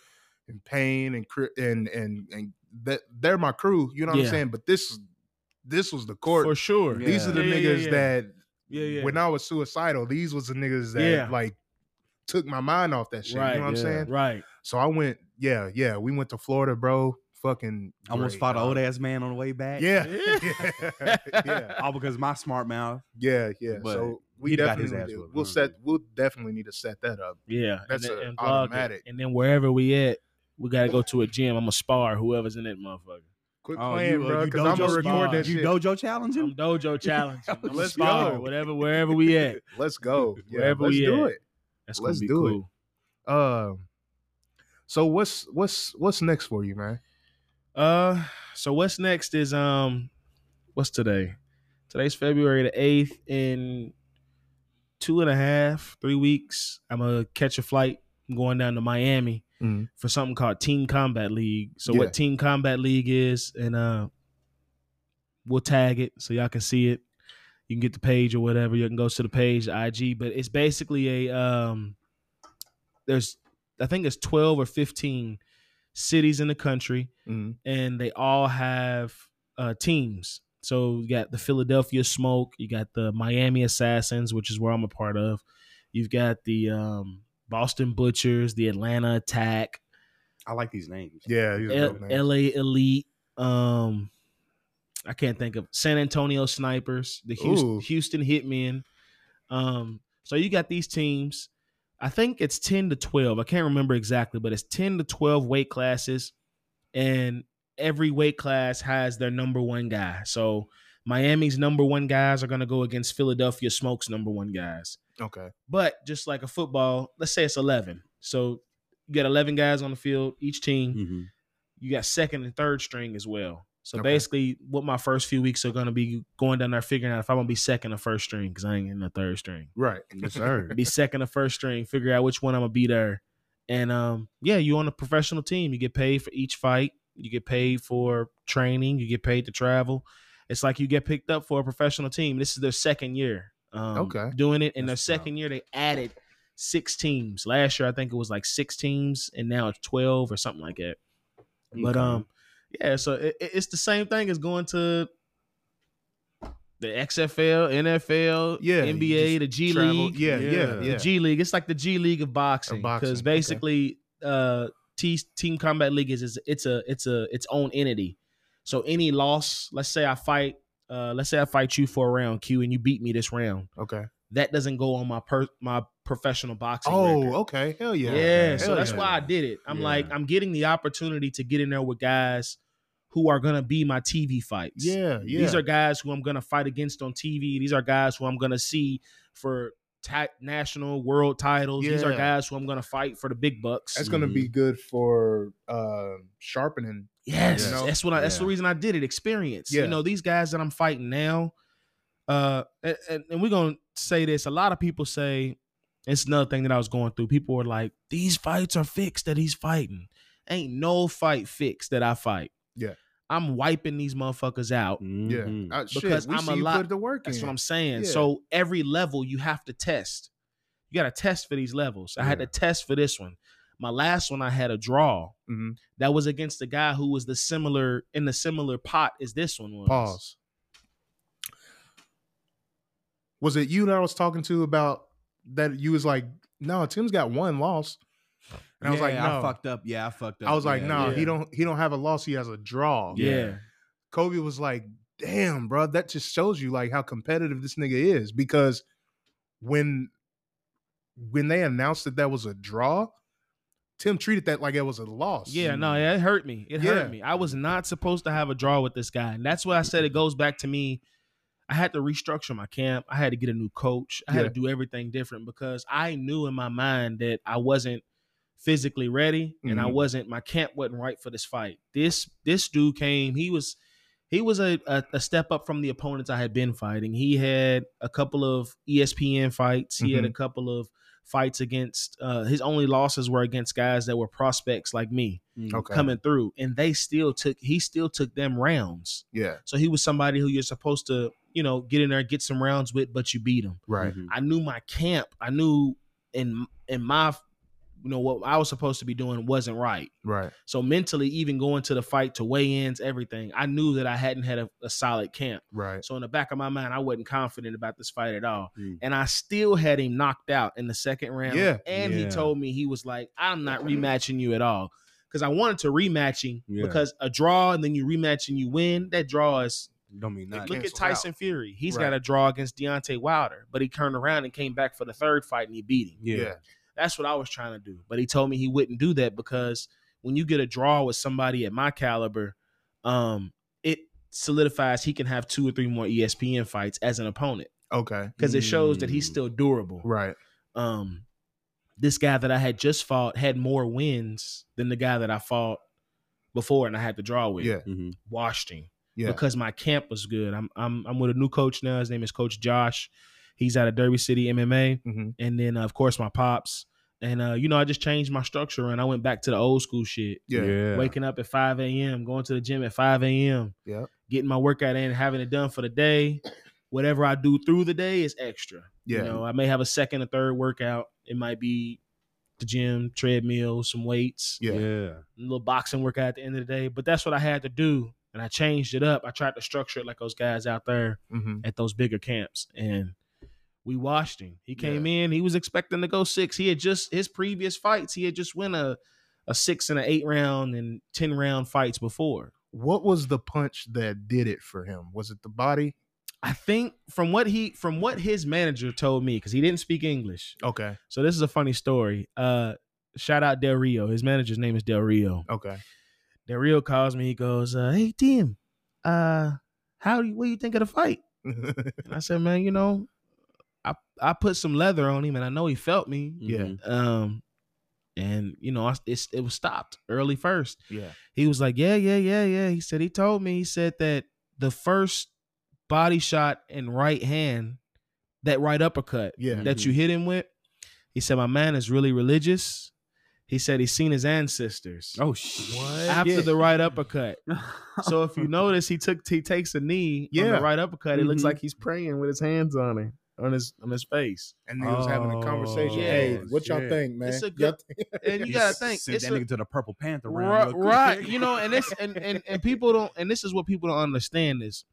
Speaker 1: and Payne and Cri- and and and that they're my crew. You know what
Speaker 3: Yeah.
Speaker 1: I'm saying? But this this was the core.
Speaker 3: for sure.
Speaker 1: These are the
Speaker 3: Yeah, yeah,
Speaker 1: niggas
Speaker 3: yeah.
Speaker 1: that
Speaker 3: Yeah, yeah.
Speaker 1: when I was suicidal, these was the niggas that
Speaker 3: Yeah.
Speaker 1: like took my mind off that shit.
Speaker 3: Right,
Speaker 1: you know what
Speaker 2: yeah.
Speaker 1: I'm saying?
Speaker 3: right.
Speaker 1: So I went, yeah, yeah. We went to Florida, bro. Fucking
Speaker 2: I almost
Speaker 1: great,
Speaker 2: fought an
Speaker 1: dog.
Speaker 2: old ass man on the way back.
Speaker 1: Yeah.
Speaker 3: Yeah.
Speaker 1: yeah. Yeah.
Speaker 2: All because my smart mouth.
Speaker 1: Yeah. yeah.
Speaker 2: But
Speaker 1: so we
Speaker 2: he got his
Speaker 1: definitely
Speaker 2: ass
Speaker 1: do.
Speaker 2: whooped,
Speaker 1: we'll
Speaker 2: huh?
Speaker 1: set we'll definitely need to set that up.
Speaker 3: Yeah,
Speaker 1: That's
Speaker 3: and, then-
Speaker 1: a
Speaker 3: and vlog it.
Speaker 1: automatic.
Speaker 3: And then wherever we at, we gotta go to a gym. I'm gonna spar whoever's in that motherfucker.
Speaker 1: Quit
Speaker 2: Oh,
Speaker 1: playing,
Speaker 2: you, uh,
Speaker 1: bro,
Speaker 2: you
Speaker 1: because I'm gonna
Speaker 2: dojo-
Speaker 1: record
Speaker 3: you-
Speaker 1: that
Speaker 2: you
Speaker 1: shit.
Speaker 2: dojo challenging?
Speaker 3: I'm dojo challenge. I'm gonna
Speaker 1: Let's
Speaker 3: spar
Speaker 1: go.
Speaker 3: whatever wherever we at.
Speaker 1: Let's go. Yeah,
Speaker 3: Wherever
Speaker 1: let's
Speaker 3: we
Speaker 1: do
Speaker 3: at.
Speaker 1: it.
Speaker 3: That's gonna
Speaker 1: Let's
Speaker 3: be
Speaker 1: do it.
Speaker 3: cool.
Speaker 1: Um so what's what's what's next for you, man?
Speaker 3: Uh, so what's next is um, what's today? Today's February the eighth. In two and a half, three weeks, I'm gonna catch a flight. I'm going down to Miami
Speaker 1: Mhm.
Speaker 3: for something called Team Combat League. So
Speaker 1: Yeah.
Speaker 3: what Team Combat League is, and uh, we'll tag it so y'all can see it. You can get the page or whatever. You can go to the page, the IG. But it's basically a um, there's I think it's twelve or fifteen cities in the country
Speaker 1: Mhm.
Speaker 3: and they all have uh, teams. So you got the Philadelphia Smoke, you got the Miami Assassins, which is where I'm a part of. You've got the um, Boston Butchers, the Atlanta Attack,
Speaker 2: I like these names.
Speaker 1: Yeah, he's a
Speaker 3: L-
Speaker 1: dope man.
Speaker 3: LA Elite. Um, I can't think of San Antonio Snipers, the
Speaker 1: Ooh.
Speaker 3: Houston, Houston Hitmen. Um, so you got these teams. I think it's ten to twelve. I can't remember exactly, but it's ten to twelve weight classes, and every weight class has their number one guy. So Miami's number one guys are going to go against Philadelphia Smoke's number one guys.
Speaker 1: Okay.
Speaker 3: But just like a football, let's say it's eleven. So you got eleven guys on the field, each team
Speaker 2: Mm-hmm.
Speaker 3: you got second and third string as well. So
Speaker 1: Okay.
Speaker 3: basically, what my first few weeks are going to be going down there figuring out if I'm going to be second or first string because I ain't in the third string.
Speaker 1: Right.
Speaker 2: Yes, sir.
Speaker 3: Be second or first string, figure out which one I'm going to be there. And um, yeah, you on a professional team. You get paid for each fight, you get paid for training, you get paid to travel. It's like you get picked up for a professional team. This is their second year um,
Speaker 1: Okay.
Speaker 3: doing it. In
Speaker 2: That's
Speaker 3: their
Speaker 2: what's up.
Speaker 3: second year, they added six teams. Last year, I think it was like six teams, and now it's 12 or something like that. But
Speaker 2: Okay.
Speaker 3: um, yeah. So it, it- it's the same thing as going to the XFL, NFL,
Speaker 1: Yeah, you
Speaker 3: NBA,
Speaker 1: just
Speaker 3: the G
Speaker 1: Travel-
Speaker 3: League,
Speaker 1: Yeah,
Speaker 2: Yeah.
Speaker 1: yeah,
Speaker 3: the
Speaker 1: yeah.
Speaker 3: G League. It's like the G League of boxing
Speaker 1: Of boxing,
Speaker 3: because
Speaker 1: okay.
Speaker 3: basically, uh, T- Team Combat League is, is it's a it's a its own entity. So any loss, let's say I fight, uh, let's say I fight you for a round, Q, and you beat me this round.
Speaker 1: Okay.
Speaker 3: That doesn't go on my per- my professional boxing. record.
Speaker 1: Oh, okay. Hell yeah.
Speaker 3: Yeah, so
Speaker 1: Hell
Speaker 3: that's
Speaker 1: yeah.
Speaker 3: why I did it. I'm
Speaker 2: Yeah.
Speaker 3: like, I'm getting the opportunity to get in there with guys who are gonna be my TV fights.
Speaker 1: Yeah, yeah.
Speaker 3: These are guys who I'm gonna fight against on TV. These are guys who I'm gonna see for ta- national, world titles. These are
Speaker 1: Yeah.
Speaker 3: guys who I'm gonna fight for the big bucks.
Speaker 1: That's gonna
Speaker 3: Mhm.
Speaker 1: be good for uh, sharpening.
Speaker 3: yes,
Speaker 1: you know?
Speaker 3: that's what. I, That's the
Speaker 2: Yeah.
Speaker 3: reason I did it. Experience.
Speaker 1: Yeah.
Speaker 3: You know, these guys that I'm fighting now. Uh, and, and, and we're gonna say this. A lot of people say it's another thing that I was going through. People were like, "These fights are fixed that he's fighting." Ain't no fight fixed that I fight.
Speaker 1: Yeah.
Speaker 3: I'm wiping these motherfuckers out.
Speaker 1: Yeah,
Speaker 2: Mhm.
Speaker 1: Uh, shit,
Speaker 3: Mm-hmm. Because
Speaker 1: we
Speaker 3: I'm
Speaker 1: see
Speaker 3: a
Speaker 1: you
Speaker 3: lot-
Speaker 1: put the work
Speaker 3: That's
Speaker 1: in.
Speaker 3: what I'm saying.
Speaker 1: Yeah.
Speaker 3: So every level you have to test. You got to test for these levels. I had to
Speaker 1: Yeah.
Speaker 3: test for this one. My last one I had a draw.
Speaker 1: Mhm.
Speaker 3: That was against the guy who was the similar in the similar pot as this one was.
Speaker 1: Pause. Was it you that I was talking to about that? You was like, no, Tim's got one loss, and I was like, no.
Speaker 2: Yeah, I
Speaker 1: I,
Speaker 2: fucked up. Yeah, I fucked up.
Speaker 1: was like,
Speaker 2: yeah,
Speaker 1: no, nah,
Speaker 2: yeah.
Speaker 1: he don't. He don't have a loss. He has a draw.
Speaker 3: Yeah.
Speaker 2: Yeah.
Speaker 1: Kobe was like, damn, bro, that just shows you like how competitive this nigga is because when when they announced that that was a draw, Tim treated that like it was a loss.
Speaker 3: Yeah, no, yeah, it hurt me. It
Speaker 1: Yeah.
Speaker 3: hurt me. I was not supposed to have a draw with this guy. And that's why I said it goes back to me. I had to restructure my camp. I had to get a new coach. I had
Speaker 1: Yeah.
Speaker 3: to do everything different because I knew in my mind that I wasn't physically ready and I
Speaker 1: Mhm.
Speaker 3: wasn't my camp wasn't right for this fight. This this dude came, he was he was a, a, a step up from the opponents I had been fighting. He had a couple of E ESPN fights. He had a couple of fights against uh, his only losses were against guys that were prospects like me
Speaker 2: Mm-hmm.
Speaker 1: Okay.
Speaker 3: coming through, and they still took he still took them rounds.
Speaker 1: yeah.
Speaker 3: So he was somebody who you're supposed to you know get in there get some rounds with, but you beat him.
Speaker 1: Right.
Speaker 3: I knew my camp. I knew in in my you know what I was supposed to be doing wasn't right.
Speaker 1: Right.
Speaker 3: So mentally, even going to the fight to weigh-ins, everything, I knew that I hadn't had a, a solid camp.
Speaker 1: Right. Hmm.
Speaker 3: So in the back of my mind, I wasn't confident about this fight at all.
Speaker 2: Mm.
Speaker 3: And I still had him knocked out in the second round.
Speaker 1: Yeah.
Speaker 3: And he
Speaker 2: Yeah.
Speaker 3: told me he was like, I'm not rematching you at all. Because I wanted to rematch him
Speaker 2: Yeah.
Speaker 3: because a draw and then you rematch and you win, that draw is
Speaker 2: Don't mean nothing.
Speaker 3: Look at
Speaker 1: cancels out.
Speaker 3: Tyson Fury. He's
Speaker 1: Right.
Speaker 3: got a draw against Deontay Wilder, but he turned around and came back for the third fight and he beat him.
Speaker 2: Yeah.
Speaker 1: Yeah.
Speaker 3: That's what I was trying to do. But he told me he wouldn't do that because when you get a draw with somebody at my caliber, um, it solidifies he can have two or three more E ESPN fights as an opponent
Speaker 1: Okay.
Speaker 3: because it shows that he's
Speaker 2: Mm.
Speaker 3: still durable.
Speaker 1: Right.
Speaker 3: Um, this guy that I had just fought had more wins than the guy that I fought before and I had to draw with.
Speaker 1: Yeah.
Speaker 2: Mhm.
Speaker 3: Washed him
Speaker 1: Yeah.
Speaker 3: because my camp was good. I'm I'm I'm with a new coach now. His name is Coach Josh. He's out of Derby City MMA,
Speaker 1: Mhm.
Speaker 3: and then uh, of course my pops. And uh, you know, I just changed my structure and I went back to the old school shit.
Speaker 1: Yeah.
Speaker 3: Waking up at 5 a.m., going to the gym at 5 a.m.,
Speaker 1: Yep.
Speaker 3: getting my workout in, having it done for the day. Whatever I do through the day is extra.
Speaker 1: Yeah.
Speaker 3: You know, I may have a second or third workout. It might be the gym, treadmill, some weights
Speaker 1: Yeah.
Speaker 2: Yeah.
Speaker 3: a little boxing workout at the end of the day. But that's what I had to do. And I changed it up. I tried to structure it like those guys out there
Speaker 1: Mhm.
Speaker 3: at those bigger camps. And we watched him. He came in. He was expecting to go six. He had just his previous fights, he had just won a a six and an eight round and ten round fights before.
Speaker 1: What was the punch that did it for him? Was it the body?
Speaker 3: I think from what he from what his manager told me, because he didn't speak English.
Speaker 1: Okay.
Speaker 3: So this is a funny story. Uh shout out Del Rio. His manager's name is Del Rio.
Speaker 1: Okay.
Speaker 3: Del Rio calls me. He goes, uh, "Hey Tim, uh, how do you, what do you think of the fight?" And I said, "Man, you know, I I put some leather on him, and I know he felt me.
Speaker 2: Mm-hmm.
Speaker 1: Yeah.
Speaker 3: Um, and you know, I, it's it was stopped early first.
Speaker 1: yeah.
Speaker 3: He was like, "Yeah, yeah, yeah, yeah." He said he told me. He said that the first body shot and right hand, that right uppercut,
Speaker 1: Yeah.
Speaker 3: that you hit him with. He said, My man is really religious. He said he's seen his ancestors
Speaker 2: Oh shit.
Speaker 3: after
Speaker 1: Yeah.
Speaker 3: the right uppercut.
Speaker 2: so
Speaker 3: So if you notice, he took he takes a knee on
Speaker 1: Yeah.
Speaker 3: the right uppercut. It looks
Speaker 2: Mhm.
Speaker 3: like he's praying with his hands on it on his on his face.
Speaker 1: And they was having a conversation.
Speaker 3: Oh,
Speaker 1: hey,
Speaker 2: yeah.
Speaker 1: what y'all
Speaker 2: Shit.
Speaker 1: think, man?
Speaker 3: It's a
Speaker 1: Y'all
Speaker 3: good-
Speaker 1: think-
Speaker 3: And you gotta think,
Speaker 2: Send
Speaker 3: it's
Speaker 2: that
Speaker 3: a-
Speaker 2: nigga to the purple panther
Speaker 3: Right,
Speaker 2: round. real
Speaker 3: right.
Speaker 2: quick.
Speaker 3: You know, and this and, and and people don't and this is what people don't understand is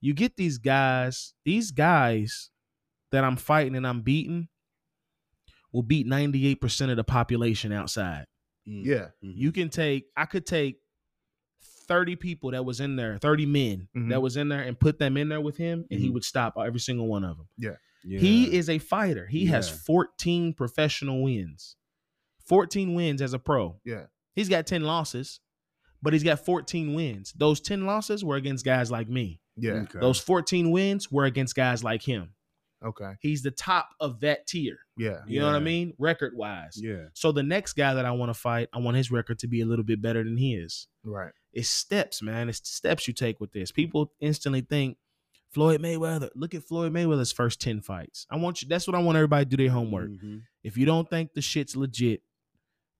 Speaker 3: you get these guys, these guys that I'm fighting and I'm beating will beat 98% of the population outside.
Speaker 2: Mm.
Speaker 1: yeah.
Speaker 2: Mhm.
Speaker 3: You can take, I could take 30 people that was in there, 30 men
Speaker 1: Mhm.
Speaker 3: that was in there and put them in there with him, and he
Speaker 2: Mhm.
Speaker 3: would stop every single one of them.
Speaker 2: Yeah.
Speaker 3: He is a fighter. He has
Speaker 2: Yeah.
Speaker 3: 14 professional wins, 14 wins as a pro.
Speaker 1: Yeah.
Speaker 3: He's got 10 losses, but he's got 14 wins. Those 10 losses were against guys like me,
Speaker 1: Yeah.
Speaker 2: Okay.
Speaker 3: those 14 wins were against guys like him.
Speaker 1: Okay.
Speaker 3: He's the top of that tier.
Speaker 1: Yeah.
Speaker 3: You know what I
Speaker 2: Yeah.
Speaker 3: mean? Record wise.
Speaker 2: Yeah.
Speaker 3: So the next guy that I want to fight, I want his record to be a little bit better than his.
Speaker 1: Right.
Speaker 3: It's steps, man. It's steps you take with this. People instantly think Floyd Mayweather. Look at Floyd Mayweather's first 10 fights. I want you that's what I want everybody to do their homework.
Speaker 2: Mhm.
Speaker 3: If you don't think the shit's legit,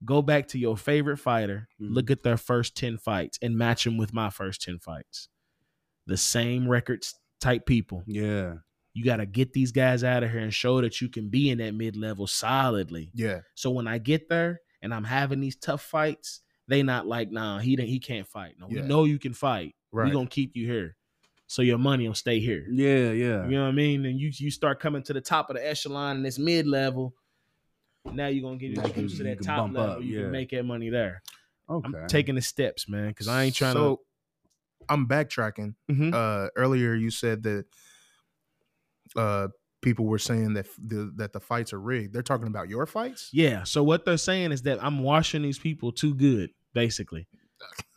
Speaker 3: go back to your favorite fighter,
Speaker 2: Mhm.
Speaker 3: look at their first 10 fights and match them with my first 10 fights. The same records type people.
Speaker 2: Yeah.
Speaker 3: You got to get these guys out of here and show that you can be in that mid-level solidly.
Speaker 1: Yeah.
Speaker 3: So when I get there and I'm having these tough fights, they not like, nah, he didn't, he can't fight. No,
Speaker 1: Yeah.
Speaker 3: we know you can fight.
Speaker 1: Right.
Speaker 3: We're gonna keep you here. So your money will stay here.
Speaker 2: Yeah. Yeah.
Speaker 3: You know what I mean? And you you start coming to the top of the echelon and it's mid level. Now you're gonna get
Speaker 2: Now you can-
Speaker 3: introduced to
Speaker 2: you
Speaker 3: that
Speaker 2: can
Speaker 3: top
Speaker 2: bump
Speaker 3: level.
Speaker 2: up,
Speaker 3: you
Speaker 2: yeah.
Speaker 3: can make that money there.
Speaker 2: Okay.
Speaker 3: I'm taking the steps, man, because I ain't trying
Speaker 1: So I'm backtracking.
Speaker 3: to.
Speaker 2: mm-hmm.
Speaker 3: Mhm.
Speaker 1: Uh, earlier you said that uh, people were saying that f- the, that the fights are rigged. They're talking about your fights.
Speaker 3: Yeah. So what they're saying is that I'm washing these people too good, basically.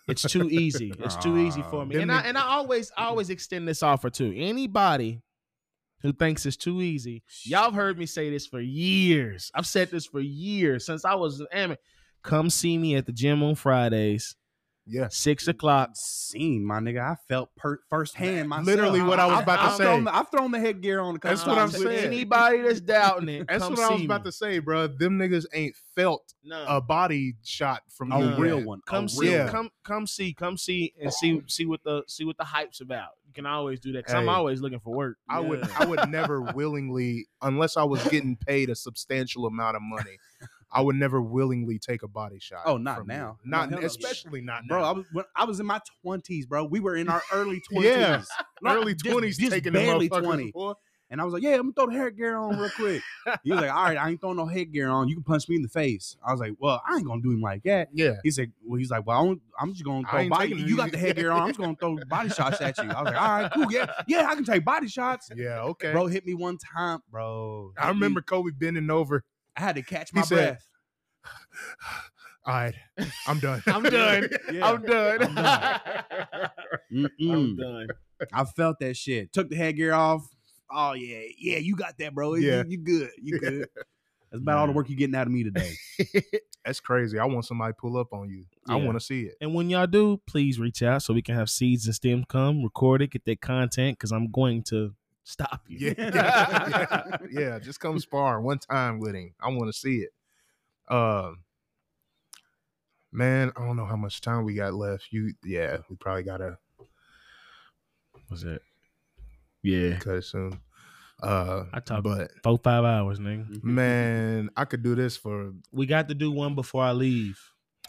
Speaker 3: It's too easy. It's too easy for me.
Speaker 1: Them
Speaker 3: And I
Speaker 1: nigg-
Speaker 3: and I always I always extend this offer to anybody who thinks it's too easy. Y'all have heard me say this for years. I've said this for years since I was an amateur. Come see me at the gym on Fridays
Speaker 1: Yeah.
Speaker 3: six o'clock.
Speaker 2: Seen my nigga, I felt per- firsthand myself.
Speaker 1: Literally what I was about to
Speaker 2: I've thrown-
Speaker 1: say.
Speaker 2: I've thrown the headgear on. a couple
Speaker 1: That's what I'm
Speaker 2: times.
Speaker 3: With
Speaker 1: saying.
Speaker 3: Anybody that's doubting it,
Speaker 1: That's
Speaker 3: come
Speaker 1: what I was
Speaker 3: see
Speaker 1: about
Speaker 3: me.
Speaker 1: to Oh, say, bro. Them niggas ain't felt
Speaker 3: No.
Speaker 1: a body shot from
Speaker 2: A
Speaker 1: you
Speaker 2: real
Speaker 1: yet.
Speaker 2: one. a
Speaker 3: come see,
Speaker 2: real
Speaker 1: Yeah.
Speaker 3: come come see, come see, and see see what the see what the hype's about. You can always do that. Cause I'm
Speaker 1: Hey.
Speaker 3: always looking for work.
Speaker 1: I would
Speaker 3: Yeah.
Speaker 1: I would never willingly unless I was getting paid a substantial amount of money. I would never willingly take a body shot.
Speaker 2: Oh, not
Speaker 1: from you.
Speaker 2: now. No,
Speaker 1: Not
Speaker 2: hell no.
Speaker 1: especially not
Speaker 2: Bro,
Speaker 1: now.
Speaker 2: I was when I was in my twenties, bro. We were in our early twenties.
Speaker 1: Yeah. early
Speaker 2: just-
Speaker 1: twenties
Speaker 2: just
Speaker 1: taking
Speaker 2: barely
Speaker 1: the motherfuckers,
Speaker 2: 20.
Speaker 1: boy.
Speaker 2: And I was like, yeah, I'm gonna throw the headgear on real quick. he was like, all right, I ain't throwing no headgear on. You can punch me in the face. I was like, well, I ain't gonna do him like that.
Speaker 1: Yeah,
Speaker 2: He said, well, he's like, well, I don't, I'm just gonna
Speaker 1: I
Speaker 2: throw
Speaker 1: ain't
Speaker 2: body.
Speaker 1: taking it.
Speaker 2: You got the headgear on. I'm just gonna throw body shots at you. I was like, all right, cool, yeah, yeah, I can take body shots.
Speaker 1: yeah, okay.
Speaker 2: Bro hit me one time, bro.
Speaker 1: I
Speaker 2: Hit me.
Speaker 1: remember Kobe bending over.
Speaker 2: I had to catch
Speaker 1: He
Speaker 2: my
Speaker 1: said,
Speaker 2: breath.
Speaker 1: All right, I'm done.
Speaker 3: I'm done.
Speaker 2: Yeah.
Speaker 3: I'm
Speaker 2: I'm
Speaker 3: done. I'm
Speaker 2: Mm-mm.
Speaker 3: done.
Speaker 2: I felt that shit. Took the headgear off. Oh yeah, yeah, you got that, bro. You-
Speaker 1: Yeah.
Speaker 2: You, good. You
Speaker 1: Yeah.
Speaker 2: good. That's about all the
Speaker 3: Man.
Speaker 2: work you're getting out of me today.
Speaker 1: That's crazy. I want somebody to pull up on you. I
Speaker 2: Yeah.
Speaker 1: want to see it.
Speaker 3: And when y'all do, please reach out so we can have seeds and stems come, record it, get that content, because I'm going to stop you.
Speaker 1: Yeah, yeah, yeah. Just come spar one time with him. I want to see it. Um, man, I don't know how much time we got left. You, yeah, we probably gotta
Speaker 3: What's that? Yeah.
Speaker 1: cut it soon. Uh,
Speaker 3: I talked
Speaker 1: but
Speaker 3: four, five hours, nigga.
Speaker 2: Mm-hmm.
Speaker 1: man, I could do this for.
Speaker 3: We got to do one before I leave.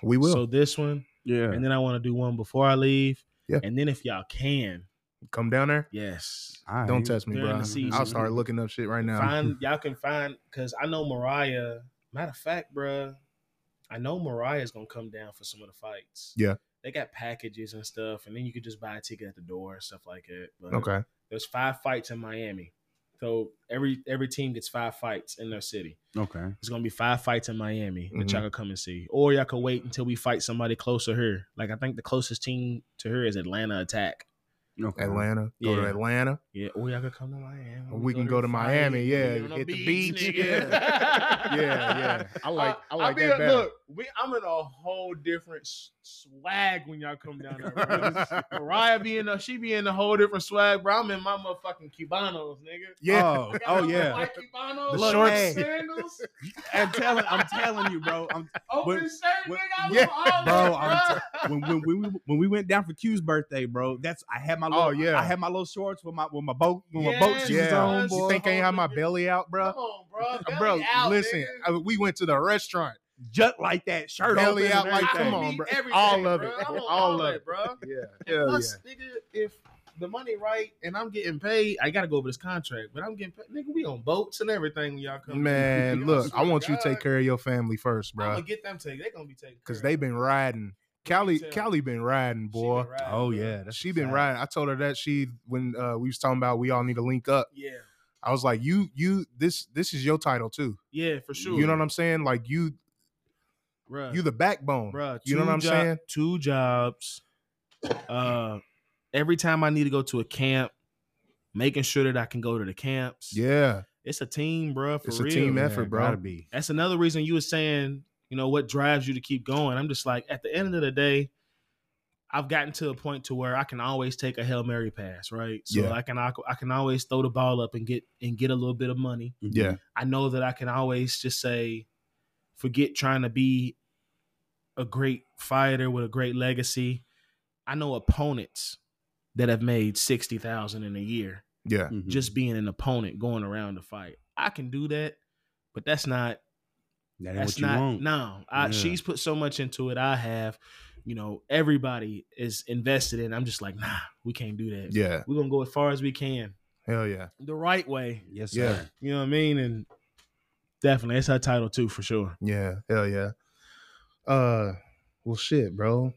Speaker 1: We will
Speaker 3: So this one,
Speaker 2: Yeah.
Speaker 3: and then I want to do one before I leave.
Speaker 1: Yeah.
Speaker 3: And then if y'all can,
Speaker 1: come down there.
Speaker 3: yes.
Speaker 2: All
Speaker 1: Don't
Speaker 2: right.
Speaker 1: test me,
Speaker 3: During
Speaker 1: bro.
Speaker 3: the season.
Speaker 1: I'll start looking up shit right now.
Speaker 3: Find y'all can find because I know Mariah. Matter of fact, bruh, I know Mariah's gonna come down for some of the fights.
Speaker 1: Yeah.
Speaker 3: they got packages and stuff, and then you could just buy a ticket at the door and stuff like that. But
Speaker 1: Okay.
Speaker 3: there's five fights in Miami, so every every team gets five fights in their city.
Speaker 2: Okay.
Speaker 3: It's gonna be five fights in Miami that
Speaker 1: Mhm.
Speaker 3: y'all can come and see, or y'all can wait until we fight somebody closer here. Like I think the closest team to her is Atlanta Attack.
Speaker 2: Okay.
Speaker 1: Atlanta. Go
Speaker 3: Yeah.
Speaker 1: to Atlanta.
Speaker 3: Yeah, or y'all can come to Miami.
Speaker 1: Or we can go
Speaker 3: there
Speaker 1: to
Speaker 3: and
Speaker 1: Miami,
Speaker 3: fight.
Speaker 1: yeah,
Speaker 3: We on
Speaker 1: hit the beach,
Speaker 3: nigga.
Speaker 1: Yeah, yeah. I
Speaker 3: Oh.
Speaker 1: like. I like
Speaker 3: mean,
Speaker 1: that better.
Speaker 3: Look, we, I'm in a whole different s- swag when y'all come down there. Bro. Mariah be in a, she be in a whole different swag, bro. I'm in my motherfucking Cubanos, nigga.
Speaker 1: yeah.
Speaker 2: Oh,
Speaker 3: Got
Speaker 2: oh
Speaker 3: my
Speaker 2: yeah.
Speaker 3: white Cubanos,
Speaker 1: The
Speaker 3: look,
Speaker 1: shorts.
Speaker 3: my sandals,
Speaker 2: I'm telling I'm telling you, bro. I'm,
Speaker 3: open
Speaker 2: When-
Speaker 3: shirt,
Speaker 2: when-
Speaker 3: nigga. I was
Speaker 1: yeah,
Speaker 3: all
Speaker 2: bro,
Speaker 3: that,
Speaker 2: I'm when, when, when we when we went down for Q's birthday, bro, that's I had my little
Speaker 1: Oh, yeah.
Speaker 2: I had my little shorts with my with my boat with my boat
Speaker 3: Yes,
Speaker 2: shoes
Speaker 1: Yeah.
Speaker 2: on,
Speaker 1: You
Speaker 2: boy.
Speaker 1: think I ain't have my belly out, bro?
Speaker 3: Come on, bro. Belly
Speaker 1: bro,
Speaker 3: out,
Speaker 1: listen,
Speaker 3: nigga.
Speaker 1: I, we went to the restaurant.
Speaker 2: Just like that, shirt
Speaker 1: Belly
Speaker 2: open
Speaker 1: out
Speaker 2: and
Speaker 1: like-
Speaker 3: I
Speaker 2: everything.
Speaker 1: come on,
Speaker 3: need
Speaker 1: bro.
Speaker 3: everything,
Speaker 1: All of it.
Speaker 3: bro. I want
Speaker 1: All of it.
Speaker 3: bro.
Speaker 1: Yeah.
Speaker 3: Plus, nigga, if the money right and I'm getting paid, I gotta go over this contract. But I'm getting paid, nigga. We on boats and everything when y'all come.
Speaker 1: Man, look, I want you to take care of your family first,
Speaker 3: I'm
Speaker 1: bro.
Speaker 3: gonna get them taken. They gonna be taken
Speaker 1: Cause they been riding. Cali
Speaker 3: Tell me.
Speaker 1: Cali been riding, boy.
Speaker 2: Oh yeah, that's
Speaker 1: She
Speaker 2: a
Speaker 1: been
Speaker 2: fact.
Speaker 1: riding. I told her that she when uh, we was talking about we all need to link up.
Speaker 3: Yeah,
Speaker 1: I was like, you you this this is your title too.
Speaker 3: yeah, for sure.
Speaker 1: You know what I'm saying? Like you
Speaker 3: Bruh,
Speaker 1: you the backbone.
Speaker 3: bruh,
Speaker 1: you know
Speaker 3: two
Speaker 1: what I'm
Speaker 3: jo-
Speaker 1: saying?
Speaker 3: Two jobs. Uh, every time I need to go to a camp, making sure that I can go to the camps.
Speaker 1: Yeah.
Speaker 3: it's a team, bro. For
Speaker 1: It's a
Speaker 3: real,
Speaker 1: team
Speaker 3: man.
Speaker 1: effort, bro.
Speaker 2: Gotta be.
Speaker 3: that's another reason you were saying, you know, what drives you to keep going. I'm just like, at the end of the day, I've gotten to a point to where I can always take a hail mary pass, right? So
Speaker 1: Yeah.
Speaker 3: I can I, can always throw the ball up and get and get a little bit of money.
Speaker 2: Mm-hmm.
Speaker 1: Yeah.
Speaker 3: I know that I can always just say, forget trying to be a great fighter with a great legacy. I know opponents that have made sixty thousand in a year
Speaker 1: Yeah.
Speaker 2: Mhm.
Speaker 3: just being an opponent going around the fight. I can do that, but that's not
Speaker 2: that ain't
Speaker 3: that's
Speaker 2: what you
Speaker 3: not
Speaker 2: want.
Speaker 3: no. I,
Speaker 2: Yeah.
Speaker 3: She's put so much into it. I have, you know, everybody is invested in. I'm just like, nah, we can't do that.
Speaker 1: Yeah.
Speaker 3: We're gonna go as far as we can,
Speaker 1: Hell yeah.
Speaker 3: the right way.
Speaker 2: Yes,
Speaker 1: Yeah.
Speaker 2: sir.
Speaker 3: You know what I mean? And definitely, it's her title too for sure.
Speaker 1: Yeah. Hell yeah. Uh well shit, bro.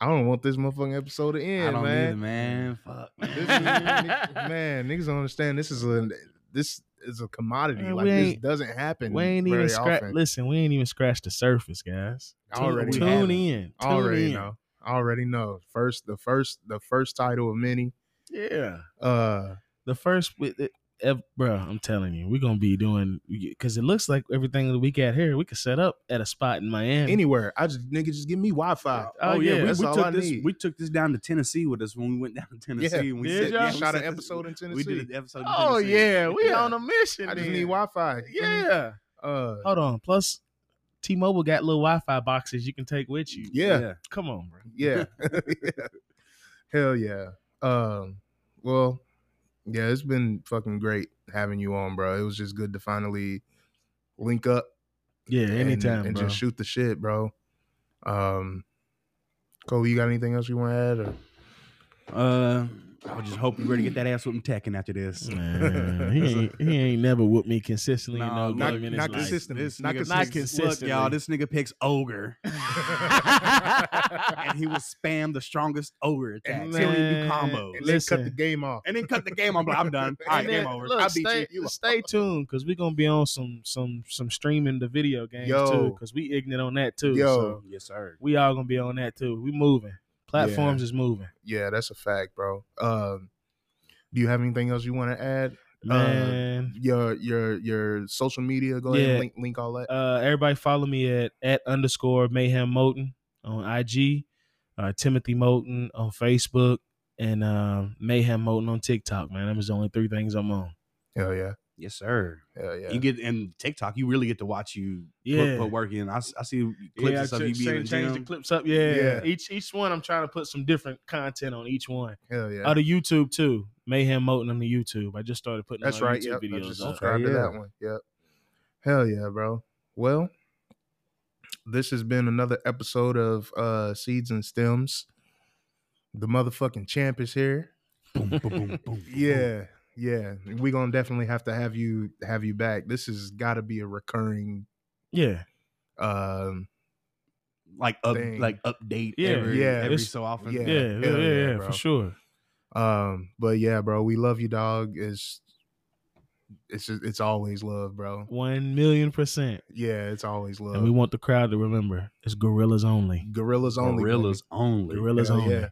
Speaker 1: I don't want this motherfucking episode to end,
Speaker 2: I don't
Speaker 1: man.
Speaker 2: either, man. Fuck.
Speaker 1: This is,
Speaker 2: man.
Speaker 1: nigg- man, niggas don't understand. This is a this is a commodity.
Speaker 3: Man,
Speaker 1: like
Speaker 3: we
Speaker 1: this
Speaker 3: ain't-
Speaker 1: doesn't happen.
Speaker 3: We ain't
Speaker 1: very
Speaker 3: even scratch.
Speaker 1: often.
Speaker 3: Listen, we ain't even scratched the surface, guys.
Speaker 1: I
Speaker 3: Tune,
Speaker 1: already
Speaker 3: tune
Speaker 1: have it.
Speaker 3: in.
Speaker 1: I
Speaker 3: Tune
Speaker 1: already
Speaker 3: in.
Speaker 1: know. I already know. First, the first, the first title of many.
Speaker 3: Yeah.
Speaker 1: Uh,
Speaker 3: the first with it- ev- bro, I'm telling you, we're gonna be doing because it looks like everything that we got here, we could set up at a spot in Miami.
Speaker 1: Anywhere. I just nigga just give me Wi Fi.
Speaker 3: Oh,
Speaker 2: we,
Speaker 3: yeah,
Speaker 1: that's
Speaker 2: we
Speaker 1: all
Speaker 2: took
Speaker 1: I
Speaker 2: this.
Speaker 1: need.
Speaker 2: We took this down to Tennessee with us when we went down to Tennessee. and we
Speaker 3: Did
Speaker 2: said,
Speaker 3: y'all?
Speaker 2: yeah, we
Speaker 1: shot an
Speaker 2: said-
Speaker 1: episode in Tennessee.
Speaker 2: We did an episode. in
Speaker 3: oh
Speaker 2: Tennessee.
Speaker 3: yeah, we
Speaker 2: Yeah.
Speaker 3: on a mission.
Speaker 1: I just
Speaker 3: then.
Speaker 1: need Wi Fi.
Speaker 3: Yeah.
Speaker 1: Uh,
Speaker 3: Hold on. Plus, T-Mobile got little Wi-Fi boxes you can take with you.
Speaker 1: yeah.
Speaker 3: Come on, bro.
Speaker 1: Yeah. Hell yeah. Um, well, yeah, it's been fucking great having you on, bro. It was just good to finally link up
Speaker 3: Yeah.
Speaker 1: and-
Speaker 3: Anytime,
Speaker 1: and,
Speaker 3: bro.
Speaker 1: just shoot the shit, bro. Um Cole, you got anything else you want to add? Or?
Speaker 2: Uh, I was just hoping you ready to get that ass with tacking after this.
Speaker 3: Man, he, ain't, he ain't never whooped me consistently.
Speaker 2: Nah,
Speaker 3: No,
Speaker 2: not-
Speaker 3: game in his
Speaker 1: not
Speaker 3: life.
Speaker 1: consistent. consistently.
Speaker 2: This
Speaker 1: Not
Speaker 2: nigga
Speaker 3: consistent.
Speaker 2: picks-
Speaker 3: Not
Speaker 2: Look, y'all,
Speaker 3: consistently.
Speaker 2: this nigga picks ogre, and he will spam the strongest ogre attack
Speaker 1: And
Speaker 2: until you do
Speaker 3: then-
Speaker 2: combos,
Speaker 1: And then cut the
Speaker 3: Listen.
Speaker 1: game off.
Speaker 2: and then cut the game. I'm like, I'm done. All right,
Speaker 3: And then,
Speaker 2: game over.
Speaker 3: Look,
Speaker 2: I beat
Speaker 3: stay,
Speaker 2: you. You
Speaker 3: stay tuned because we're gonna be on some some some streaming the video games
Speaker 1: Yo.
Speaker 3: too because we ignorant on that too.
Speaker 1: Yo.
Speaker 3: so
Speaker 2: Yes, sir.
Speaker 3: we all gonna be on that too. We moving. Platforms is moving.
Speaker 1: Yeah, that's a fact, bro. Um, do you have anything else you want to add?
Speaker 3: Man,
Speaker 1: Your your your social media, go ahead
Speaker 3: Yeah.
Speaker 1: and link, link all that.
Speaker 3: uh, everybody follow me at at underscore mayhem moten on IG, uh, Timothy Moten on Facebook, and uh, mayhem moten on TikTok. Man, them's the only three things I'm on.
Speaker 1: Hell yeah.
Speaker 2: Yes, sir.
Speaker 1: Hell yeah.
Speaker 2: You get and TikTok, you really get to watch you put,
Speaker 3: Yeah.
Speaker 2: put work in. I, s- I see clips
Speaker 3: yeah,
Speaker 2: of stuff
Speaker 3: I
Speaker 2: you
Speaker 3: ch-
Speaker 2: be in the
Speaker 3: change, change the
Speaker 2: gym.
Speaker 3: clips up. Yeah.
Speaker 1: Yeah.
Speaker 3: each each one I'm trying to put some different content on each one.
Speaker 1: Hell yeah.
Speaker 3: Out of YouTube too, Mayhem Moten on the YouTube. I just started putting
Speaker 1: That's
Speaker 3: my
Speaker 1: right. Yep.
Speaker 3: YouTube
Speaker 1: I
Speaker 3: videos.
Speaker 1: just
Speaker 3: up.
Speaker 1: subscribed to
Speaker 2: Okay,
Speaker 1: that
Speaker 2: yeah.
Speaker 1: one. Yep. Hell yeah, bro. Well, this has been another episode of uh Seeds and Stems. The motherfucking champ is here.
Speaker 2: Boom, boom, boom, boom, boom, boom.
Speaker 1: Yeah. Yeah. We're gonna definitely have to have you have you back. This has gotta be a recurring
Speaker 3: Yeah,
Speaker 1: um
Speaker 2: like up,
Speaker 1: Dang.
Speaker 2: like update.
Speaker 3: Yeah,
Speaker 2: every,
Speaker 1: yeah,
Speaker 2: every
Speaker 3: it's-
Speaker 2: so often.
Speaker 1: yeah.
Speaker 3: yeah, yeah,
Speaker 1: Hell
Speaker 3: yeah,
Speaker 1: yeah,
Speaker 3: yeah,
Speaker 1: bro.
Speaker 3: for sure.
Speaker 1: um but yeah, bro, we love you, dog. It's it's just, it's always love, bro.
Speaker 3: One million percent.
Speaker 1: Yeah, it's always love.
Speaker 3: And we want the crowd to remember it's gorillas only.
Speaker 1: gorillas only. baby.
Speaker 2: Gorillas only.
Speaker 3: Gorillas
Speaker 1: Hell
Speaker 3: only.
Speaker 1: yeah.